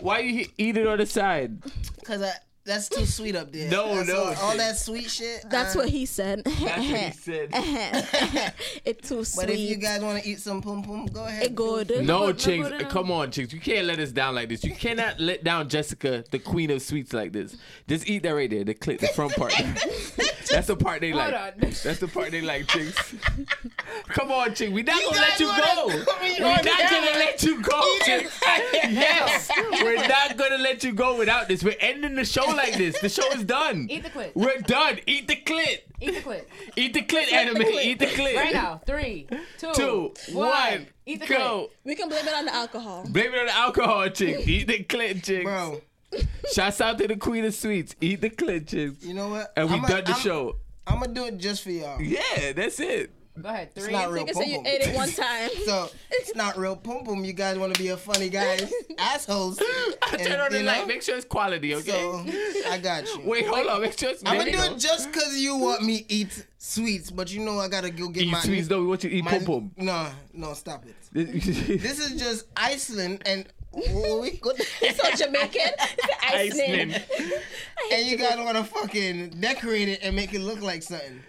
Speaker 2: why you he- eat it on the side?
Speaker 3: Cause I That's too sweet up there.
Speaker 2: No,
Speaker 3: That's
Speaker 2: no,
Speaker 3: all, all
Speaker 2: shit.
Speaker 3: that sweet shit.
Speaker 4: That's
Speaker 3: uh,
Speaker 4: what he said.
Speaker 2: That's what he said.
Speaker 4: it's too
Speaker 3: But if you
Speaker 4: sweet.
Speaker 3: guys want to eat some pum pum, go ahead.
Speaker 4: It good.
Speaker 2: No,
Speaker 1: Look, look
Speaker 2: chicks,
Speaker 1: what it
Speaker 2: come on, chicks. You can't let us down like this. You cannot let down Jessica, the queen of sweets, like this. Just eat that right there, the clip, the front part. That's the part they
Speaker 1: Hold
Speaker 2: like.
Speaker 1: on.
Speaker 2: That's the part they like, chicks. come on, chick. We not
Speaker 3: You
Speaker 2: gonna let
Speaker 3: guys
Speaker 2: you
Speaker 3: wanna
Speaker 2: go.
Speaker 3: come in
Speaker 2: We're
Speaker 3: on
Speaker 2: not
Speaker 3: that
Speaker 2: gonna
Speaker 3: one.
Speaker 2: let you go, chicks. Yes, we're not gonna let you go without this. We're ending the show like this. The show is done.
Speaker 1: Eat the clit.
Speaker 2: We're done. Eat the clit.
Speaker 1: Eat the clit.
Speaker 2: Eat the clit, anime. Eat the clit.
Speaker 1: Right now. Three, two, one.
Speaker 2: Two, one,
Speaker 1: Eat the
Speaker 2: go.
Speaker 1: clit.
Speaker 4: We can blame it on the alcohol.
Speaker 2: Blame it on the alcohol chick. Eat the clit chicks.
Speaker 3: Bro,
Speaker 2: Shouts out to the queen of sweets. Eat the clit chicks.
Speaker 3: you know what?
Speaker 2: And we
Speaker 3: I'ma-
Speaker 2: done the
Speaker 3: I'm-
Speaker 2: show.
Speaker 3: I'm gonna do it just for y'all.
Speaker 2: Yeah, that's it.
Speaker 1: Go ahead. Three.
Speaker 3: not real.
Speaker 4: Nigga said you ate it one time.
Speaker 3: So it's not real pum pum. You guys want to be a funny guys, assholes.
Speaker 2: I turn
Speaker 3: And,
Speaker 2: on the
Speaker 3: you know,
Speaker 2: light. Make sure it's quality, okay?
Speaker 3: So I got you.
Speaker 2: Wait, hold on. Make sure it's
Speaker 3: I'm gonna do
Speaker 2: video.
Speaker 3: it just cause you want me eat sweets, but you know I gotta go get
Speaker 2: Eat
Speaker 3: my
Speaker 2: sweets, though. We want you to eat
Speaker 3: my-
Speaker 2: pum pum.
Speaker 3: No, no, stop it. This is just Iceland and oh, we go
Speaker 4: So Jamaican, Iceland.
Speaker 2: Iceland.
Speaker 3: and you guys wanna fucking decorate it and make it look like something.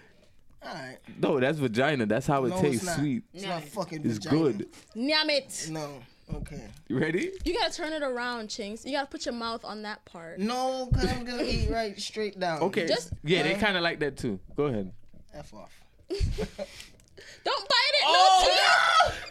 Speaker 3: All right,
Speaker 2: No, that's vagina. That's how it
Speaker 3: no,
Speaker 2: tastes.
Speaker 3: it's not.
Speaker 2: Sweet.
Speaker 3: It's not fucking.
Speaker 2: It's
Speaker 3: vagina.
Speaker 2: good.
Speaker 4: Nyam it.
Speaker 3: No, okay.
Speaker 2: You ready?
Speaker 4: You gotta turn it around, Chinks. You gotta put your mouth on that part.
Speaker 3: No, cause I'm gonna eat right straight down.
Speaker 2: Okay.
Speaker 4: Just-
Speaker 2: yeah, they kind of like that too. Go ahead.
Speaker 3: F off.
Speaker 4: Don't bite it.
Speaker 2: Oh!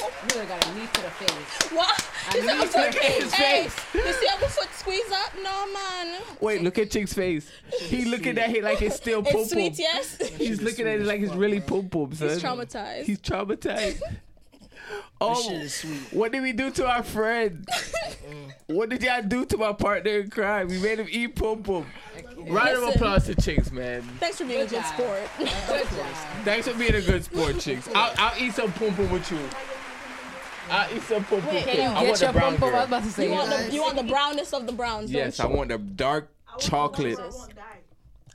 Speaker 1: You really got a knee to the face.
Speaker 4: No. What? You see, I'm
Speaker 2: knew
Speaker 4: so
Speaker 2: you hit his
Speaker 4: hey,
Speaker 2: face.
Speaker 4: you see how my foot squeeze up? No, man.
Speaker 2: Wait, look at Chick's face. He looking at it like it's still
Speaker 4: It's
Speaker 2: pum pum.
Speaker 4: sweet, yes.
Speaker 2: He's looking at it like it's really pum pum, son.
Speaker 4: He's traumatized.
Speaker 2: He's traumatized.
Speaker 3: Shit
Speaker 2: Oh,
Speaker 3: is sweet.
Speaker 2: what did we do to our friend? what did y'all do to my partner in crime? We made him eat pum pum. Round of
Speaker 4: Listen.
Speaker 2: applause to Chicks, man.
Speaker 4: Thanks for being a
Speaker 1: Good
Speaker 4: good
Speaker 1: job.
Speaker 4: sport.
Speaker 1: Good job.
Speaker 2: Thanks for being a good sport, Chicks. I'll, I'll eat some pum pum with you. I'll eat some pum pum.
Speaker 1: Can you
Speaker 2: I want
Speaker 1: get
Speaker 2: the
Speaker 1: your
Speaker 2: brown
Speaker 1: pump I was
Speaker 2: girl.
Speaker 1: about to say.
Speaker 4: You want, the, you want the brownest of the browns,
Speaker 2: Yes, I
Speaker 4: don't you?
Speaker 2: want the dark chocolate.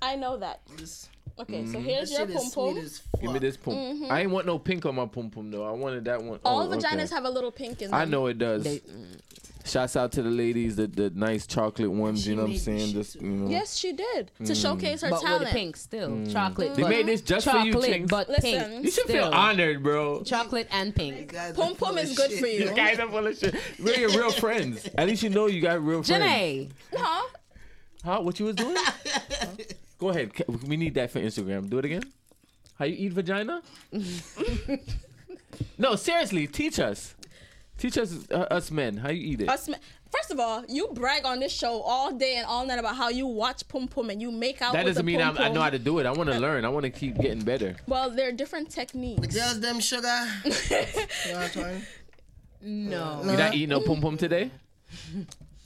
Speaker 4: I know that.
Speaker 3: This,
Speaker 4: Okay,
Speaker 1: Mm,
Speaker 4: so here's
Speaker 3: this
Speaker 4: your
Speaker 3: shit
Speaker 4: pom
Speaker 3: is sweet
Speaker 4: pom.
Speaker 3: as fuck.
Speaker 2: Give me this pum. I ain't want no pink on my pum pum though. I wanted that one.
Speaker 4: All
Speaker 2: oh, okay.
Speaker 4: vaginas have a little pink in them.
Speaker 2: I know it does.
Speaker 1: They-
Speaker 2: Shouts out to the ladies, the, the nice chocolate ones. You know what I'm
Speaker 3: made this
Speaker 2: saying?
Speaker 3: shit
Speaker 2: Just you know.
Speaker 4: Yes, she did to
Speaker 2: Mm.
Speaker 4: showcase her
Speaker 1: But with
Speaker 4: talent.
Speaker 1: the pink still. Chocolate.
Speaker 2: They
Speaker 1: but-
Speaker 2: made this just for you,
Speaker 1: Chocolate,
Speaker 2: Chinks.
Speaker 1: but
Speaker 4: Listen.
Speaker 1: pink.
Speaker 2: You should
Speaker 1: still.
Speaker 2: feel honored, bro.
Speaker 1: Chocolate and pink.
Speaker 3: Guys are
Speaker 4: Pom pom
Speaker 3: full
Speaker 4: is
Speaker 3: of
Speaker 4: good
Speaker 3: shit.
Speaker 4: for you.
Speaker 2: These guys are full of shit. We're your real friends. At least you know you got real friends.
Speaker 1: Janae.
Speaker 4: Huh?
Speaker 2: Huh? What you was doing? Go ahead. Ca- We need that for Instagram. Do it again. How you eat vagina? no, seriously. Teach us. Teach us, uh, us men, how you eat it.
Speaker 4: Us men- First of all, you brag on this show all day and all night about how you watch pom pom and you make out.
Speaker 2: that
Speaker 4: with
Speaker 2: doesn't
Speaker 4: the
Speaker 2: mean I'm, I
Speaker 4: pom-pom.
Speaker 2: know how to do it. I want to learn. I want to keep getting better.
Speaker 4: Well, there are different techniques.
Speaker 3: Just them sugar. You know what I'm trying?
Speaker 1: No.
Speaker 2: You not eating no pom pom today?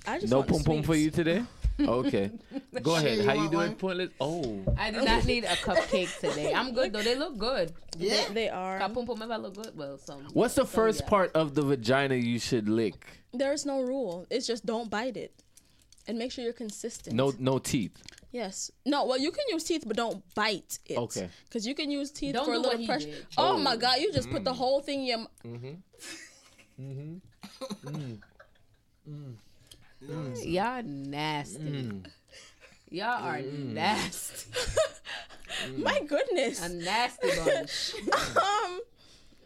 Speaker 4: I just
Speaker 2: No
Speaker 4: want
Speaker 2: pom pom for
Speaker 4: sweets.
Speaker 2: you today? Okay. Go ahead.
Speaker 3: you
Speaker 2: How you
Speaker 3: want
Speaker 2: doing,
Speaker 3: one?
Speaker 2: pointless? Oh.
Speaker 1: I do not need a cupcake today. I'm good though. They look good.
Speaker 3: yeah.
Speaker 4: They are.
Speaker 1: Kapum pum I look good. Well, some.
Speaker 2: What's
Speaker 4: Oh,
Speaker 2: the first
Speaker 1: yeah.
Speaker 2: part of the vagina you should lick?
Speaker 4: There is no rule. It's just don't bite it, and make sure you're consistent.
Speaker 2: No no teeth.
Speaker 4: Yes. No. Well, you can use teeth, but don't bite it.
Speaker 2: Okay.
Speaker 4: Because you can use teeth
Speaker 1: Don't
Speaker 4: for a
Speaker 1: do what
Speaker 4: little
Speaker 1: he
Speaker 4: pressure.
Speaker 1: did.
Speaker 4: Oh, my God! You just put the
Speaker 2: Mm.
Speaker 4: whole thing in your. m-
Speaker 1: Y'all nasty.
Speaker 2: Mm.
Speaker 1: Y'all are nasty.
Speaker 2: Mm.
Speaker 4: My goodness.
Speaker 1: A nasty bunch.
Speaker 4: um.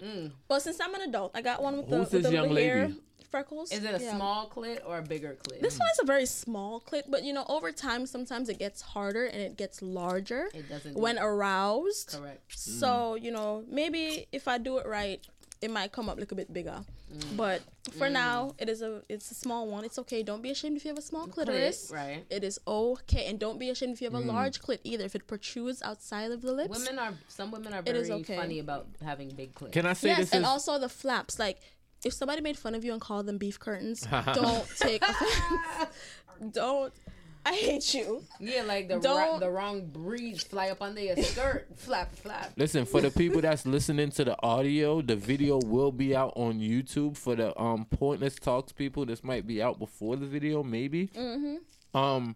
Speaker 1: Mm.
Speaker 4: Well, since I'm an adult, I got one with the,
Speaker 2: Who's
Speaker 4: with the
Speaker 2: this young
Speaker 4: little hair
Speaker 2: lady?
Speaker 4: freckles.
Speaker 1: Is it a
Speaker 4: Yeah.
Speaker 1: small clit or a bigger clit?
Speaker 4: This one is a very small clit, but you know, over time, sometimes it gets harder and it gets larger
Speaker 1: It doesn't do
Speaker 4: when
Speaker 1: it.
Speaker 4: aroused.
Speaker 1: Correct. Mm.
Speaker 4: So, you know, maybe if I do it right, it might come up a little bit bigger.
Speaker 1: Mm.
Speaker 4: But for now, it is a it's a small one. It's okay. Don't be ashamed if you have a small clitoris.
Speaker 1: right. Mm.
Speaker 4: It is okay, and don't be ashamed if you have a large clit either. If it protrudes outside of the lips.
Speaker 1: Women are some women are
Speaker 4: It
Speaker 1: very
Speaker 4: is okay.
Speaker 1: funny about having big clits.
Speaker 2: Can I say
Speaker 4: yes,
Speaker 2: this
Speaker 4: and
Speaker 2: is
Speaker 4: also the flaps. Like, if somebody made fun of you and called them beef curtains, don't take offense. don't. I hate you.
Speaker 1: yeah, like the ra-
Speaker 4: Don't-
Speaker 1: the wrong breeze fly up under your skirt, flap flap.
Speaker 2: Listen, for the people that's listening to the audio, the video will be out on YouTube for the um pointless talks people. This might be out before the video, maybe. Mm-hmm. Um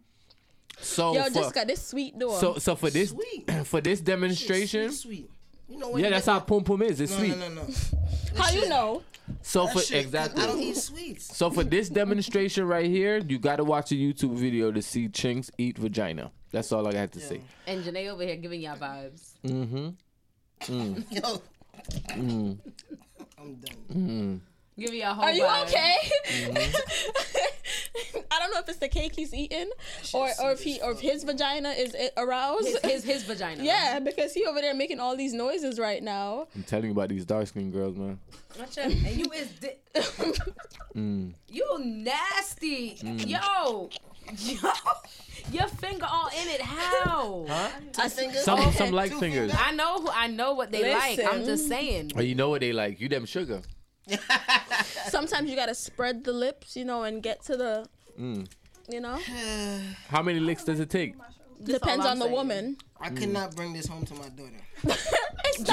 Speaker 2: so
Speaker 4: Yo,
Speaker 2: for,
Speaker 4: just got this sweet door.
Speaker 2: Oh, so so for this
Speaker 3: Sweet.
Speaker 2: for this demonstration,
Speaker 3: Sweet. sweet. You know what?
Speaker 2: yeah, that's how pom pom is. It's
Speaker 3: No,
Speaker 2: sweet.
Speaker 3: no, no, no.
Speaker 4: How you know?
Speaker 2: So
Speaker 3: That
Speaker 2: for
Speaker 3: shit-
Speaker 2: exactly.
Speaker 3: I don't eat sweets.
Speaker 2: So for this demonstration right here, you got to watch a YouTube video to see chinks eat vagina. That's all I had to say.
Speaker 1: And Janae over here giving y'all vibes.
Speaker 3: Yo.
Speaker 2: Mm.
Speaker 3: I'm done.
Speaker 1: Giving y'all
Speaker 2: Oh,
Speaker 1: whole
Speaker 4: Are you
Speaker 1: vibes.
Speaker 4: okay?
Speaker 2: Mm-hmm.
Speaker 4: I don't know if it's the cake he's eating, or or if he or if his vagina is i- aroused.
Speaker 1: His, his, his vagina.
Speaker 4: yeah, because he over there making all these noises right now.
Speaker 2: I'm telling you about these dark skinned girls, man.
Speaker 1: Watch out. And you is di- you nasty.
Speaker 2: Mm.
Speaker 1: Yo. Yo. Your finger all in it. How?
Speaker 3: Two fingers?
Speaker 2: Some some like Oh, fingers.
Speaker 1: I know who I know what they like. I'm just saying.
Speaker 2: But you know what they like? You them sugar.
Speaker 4: Sometimes you gotta spread the lips, you know, and get to the,
Speaker 2: Mm.
Speaker 4: you know,
Speaker 2: How many licks does it take?
Speaker 4: depends
Speaker 1: all I'm
Speaker 4: on the
Speaker 1: saying.
Speaker 4: woman.
Speaker 3: I
Speaker 2: Mm.
Speaker 3: could not bring this home to my daughter.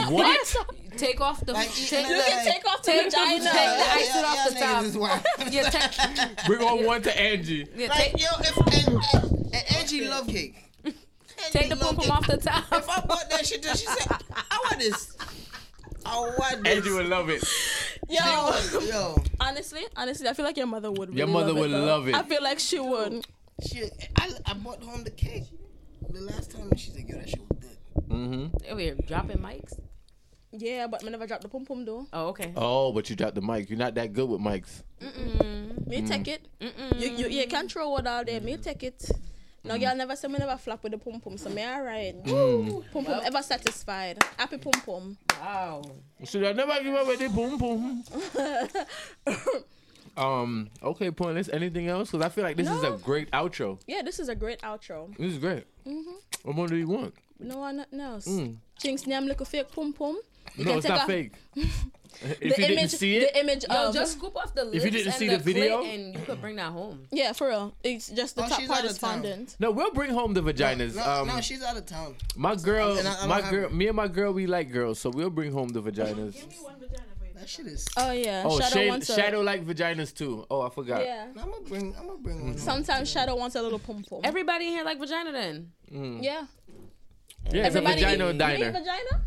Speaker 2: What?
Speaker 1: Take off the
Speaker 3: Like,
Speaker 1: take,
Speaker 3: you
Speaker 4: You can take off the
Speaker 1: Take the
Speaker 4: vagina.
Speaker 1: vagina. I sit off
Speaker 3: y'all
Speaker 1: the
Speaker 3: niggas
Speaker 1: top.
Speaker 3: is wild.
Speaker 1: yeah, take,
Speaker 2: We're going one to Angie.
Speaker 1: yeah,
Speaker 3: Like,
Speaker 1: take,
Speaker 3: yo, if and, and, and Angie love cake.
Speaker 1: take the
Speaker 3: Angie love
Speaker 1: pom pom
Speaker 3: cake.
Speaker 1: off the top.
Speaker 3: If I bought that shit, then she said, I want this. I want this.
Speaker 2: Angie would love it.
Speaker 4: Yo,
Speaker 3: Yo,
Speaker 4: honestly, honestly, I feel like your mother would. Really
Speaker 2: Your mother
Speaker 4: love it,
Speaker 2: would
Speaker 4: though.
Speaker 2: love it.
Speaker 4: I feel like she would.
Speaker 3: she, I, I bought home the cake. The last time she said, yo, that shit was good.
Speaker 2: Mm-hmm.
Speaker 1: We're dropping mics.
Speaker 4: Yeah, but I never dropped the pom pom though.
Speaker 1: Oh, okay.
Speaker 2: Oh, but you dropped the mic. You're not that good with mics.
Speaker 3: Mm.
Speaker 4: Me take it. You, you, you can't throw word out there. Me take it. No,
Speaker 2: Mm.
Speaker 4: y'all never say me never flap with the pom pom, so me alright. Pom pom ever satisfied. Happy pom pom.
Speaker 2: Oh.
Speaker 1: Wow.
Speaker 2: Should I never give up with the boom boom? um. Okay, pointless. Anything else? Because I feel like this is a
Speaker 4: No.
Speaker 2: great outro.
Speaker 4: Yeah, this is a great outro.
Speaker 2: This is great. What more do you want?
Speaker 4: No one nothing else. Jinx name look a fake pom pom. You
Speaker 2: Mm. No, it's
Speaker 4: take
Speaker 2: not
Speaker 4: a-
Speaker 2: fake. if you
Speaker 4: The
Speaker 2: didn't
Speaker 4: image,
Speaker 2: see it,
Speaker 4: the image
Speaker 1: Yo,
Speaker 4: of
Speaker 1: just scoop off the lips
Speaker 2: you didn't
Speaker 1: and
Speaker 2: see
Speaker 1: the,
Speaker 2: the video-
Speaker 1: clit and you could bring that home.
Speaker 4: yeah, for real. It's just the
Speaker 3: Oh,
Speaker 4: top
Speaker 3: she's out
Speaker 4: part
Speaker 3: of
Speaker 4: is
Speaker 3: town.
Speaker 4: fondant.
Speaker 2: no, we'll bring home the vaginas.
Speaker 3: No,
Speaker 2: um,
Speaker 3: no, she's out of town.
Speaker 2: my girl,
Speaker 3: and I- I don't
Speaker 2: my
Speaker 3: have
Speaker 2: girl,
Speaker 3: it.
Speaker 2: me and my girl, we like girls, so we'll bring home the vaginas.
Speaker 3: That shit is.
Speaker 4: Oh yeah,
Speaker 2: oh,
Speaker 4: Shadow
Speaker 2: shade,
Speaker 4: wants a
Speaker 2: shadow like vaginas too. Oh, I forgot.
Speaker 4: yeah.
Speaker 3: I'm gonna bring. I'm gonna bring one.
Speaker 2: Mm.
Speaker 3: home.
Speaker 4: Sometimes Shadow wants a little pom pom.
Speaker 1: Everybody in here like vagina then.
Speaker 2: Mm. Yeah,
Speaker 4: Yeah.
Speaker 2: it's a
Speaker 4: Everybody
Speaker 2: vagina
Speaker 4: eat, You eat
Speaker 2: diner.
Speaker 4: vagina?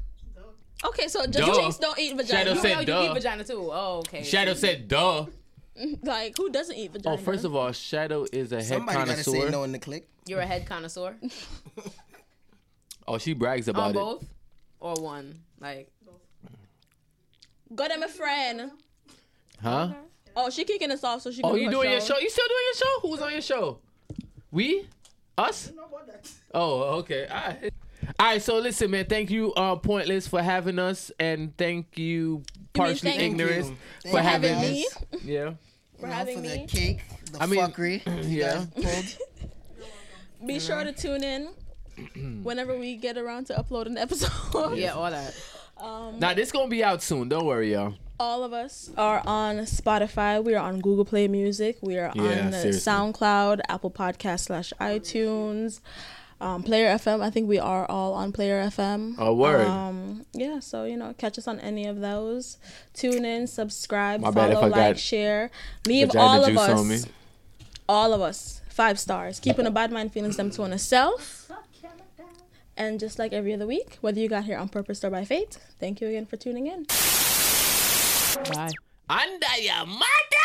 Speaker 4: Okay, so just
Speaker 2: Duh.
Speaker 4: Jinx don't eat vagina.
Speaker 2: Shadow
Speaker 1: You,
Speaker 2: said
Speaker 1: know, you
Speaker 2: duh.
Speaker 1: eat vagina too. Oh, okay.
Speaker 2: Shadow said, "Duh."
Speaker 4: like who doesn't eat vagina?
Speaker 2: Oh, first of all, Shadow is a head
Speaker 3: Somebody gotta
Speaker 2: connoisseur.
Speaker 3: say no in the click.
Speaker 1: You're a head connoisseur
Speaker 2: Oh, she brags about
Speaker 1: on
Speaker 2: it.
Speaker 1: both or one. Like
Speaker 4: Go to my friend.
Speaker 2: Huh?
Speaker 4: Oh, she kicking us off, so she. Can
Speaker 2: Oh,
Speaker 4: do
Speaker 2: you
Speaker 4: her
Speaker 2: doing your show? You still doing your show? Who's on your show? We? Us? Oh, okay. All right. All right, so listen, man. Thank you, uh, Pointless, for having us, and thank you, partially
Speaker 4: thank
Speaker 2: ignorant,
Speaker 3: you. Thank
Speaker 2: for
Speaker 3: you
Speaker 2: having
Speaker 3: guys.
Speaker 2: us. Yeah,
Speaker 4: For
Speaker 3: You know,
Speaker 4: having
Speaker 3: for the
Speaker 4: me.
Speaker 3: cake, the
Speaker 2: I mean,
Speaker 3: fuckery. you
Speaker 2: yeah.
Speaker 3: guys pulled.
Speaker 4: Be sure to tune in whenever we get around to uploading the episode.
Speaker 1: yeah, all that.
Speaker 2: Now this gonna be out soon. Don't worry, y'all.
Speaker 4: All of us are on Spotify. We are on Google Play Music. We are
Speaker 2: Yeah,
Speaker 4: on uh,
Speaker 2: seriously.
Speaker 4: SoundCloud, Apple Podcast slash iTunes, um, Player FM. I think we are all on Player FM.
Speaker 2: A Oh, word.
Speaker 4: Um, yeah, so you know, catch us on any of those. Tune in, subscribe,
Speaker 2: My bad if
Speaker 4: follow,
Speaker 2: I got
Speaker 4: like, share. Leave
Speaker 2: Vagina
Speaker 4: all of
Speaker 2: juice
Speaker 4: us.
Speaker 2: on me.
Speaker 4: all of us five stars keeping a bad mind feelings them to on herself and just like every other week whether you got here on purpose or by fate thank you again for tuning in
Speaker 2: Under your mother.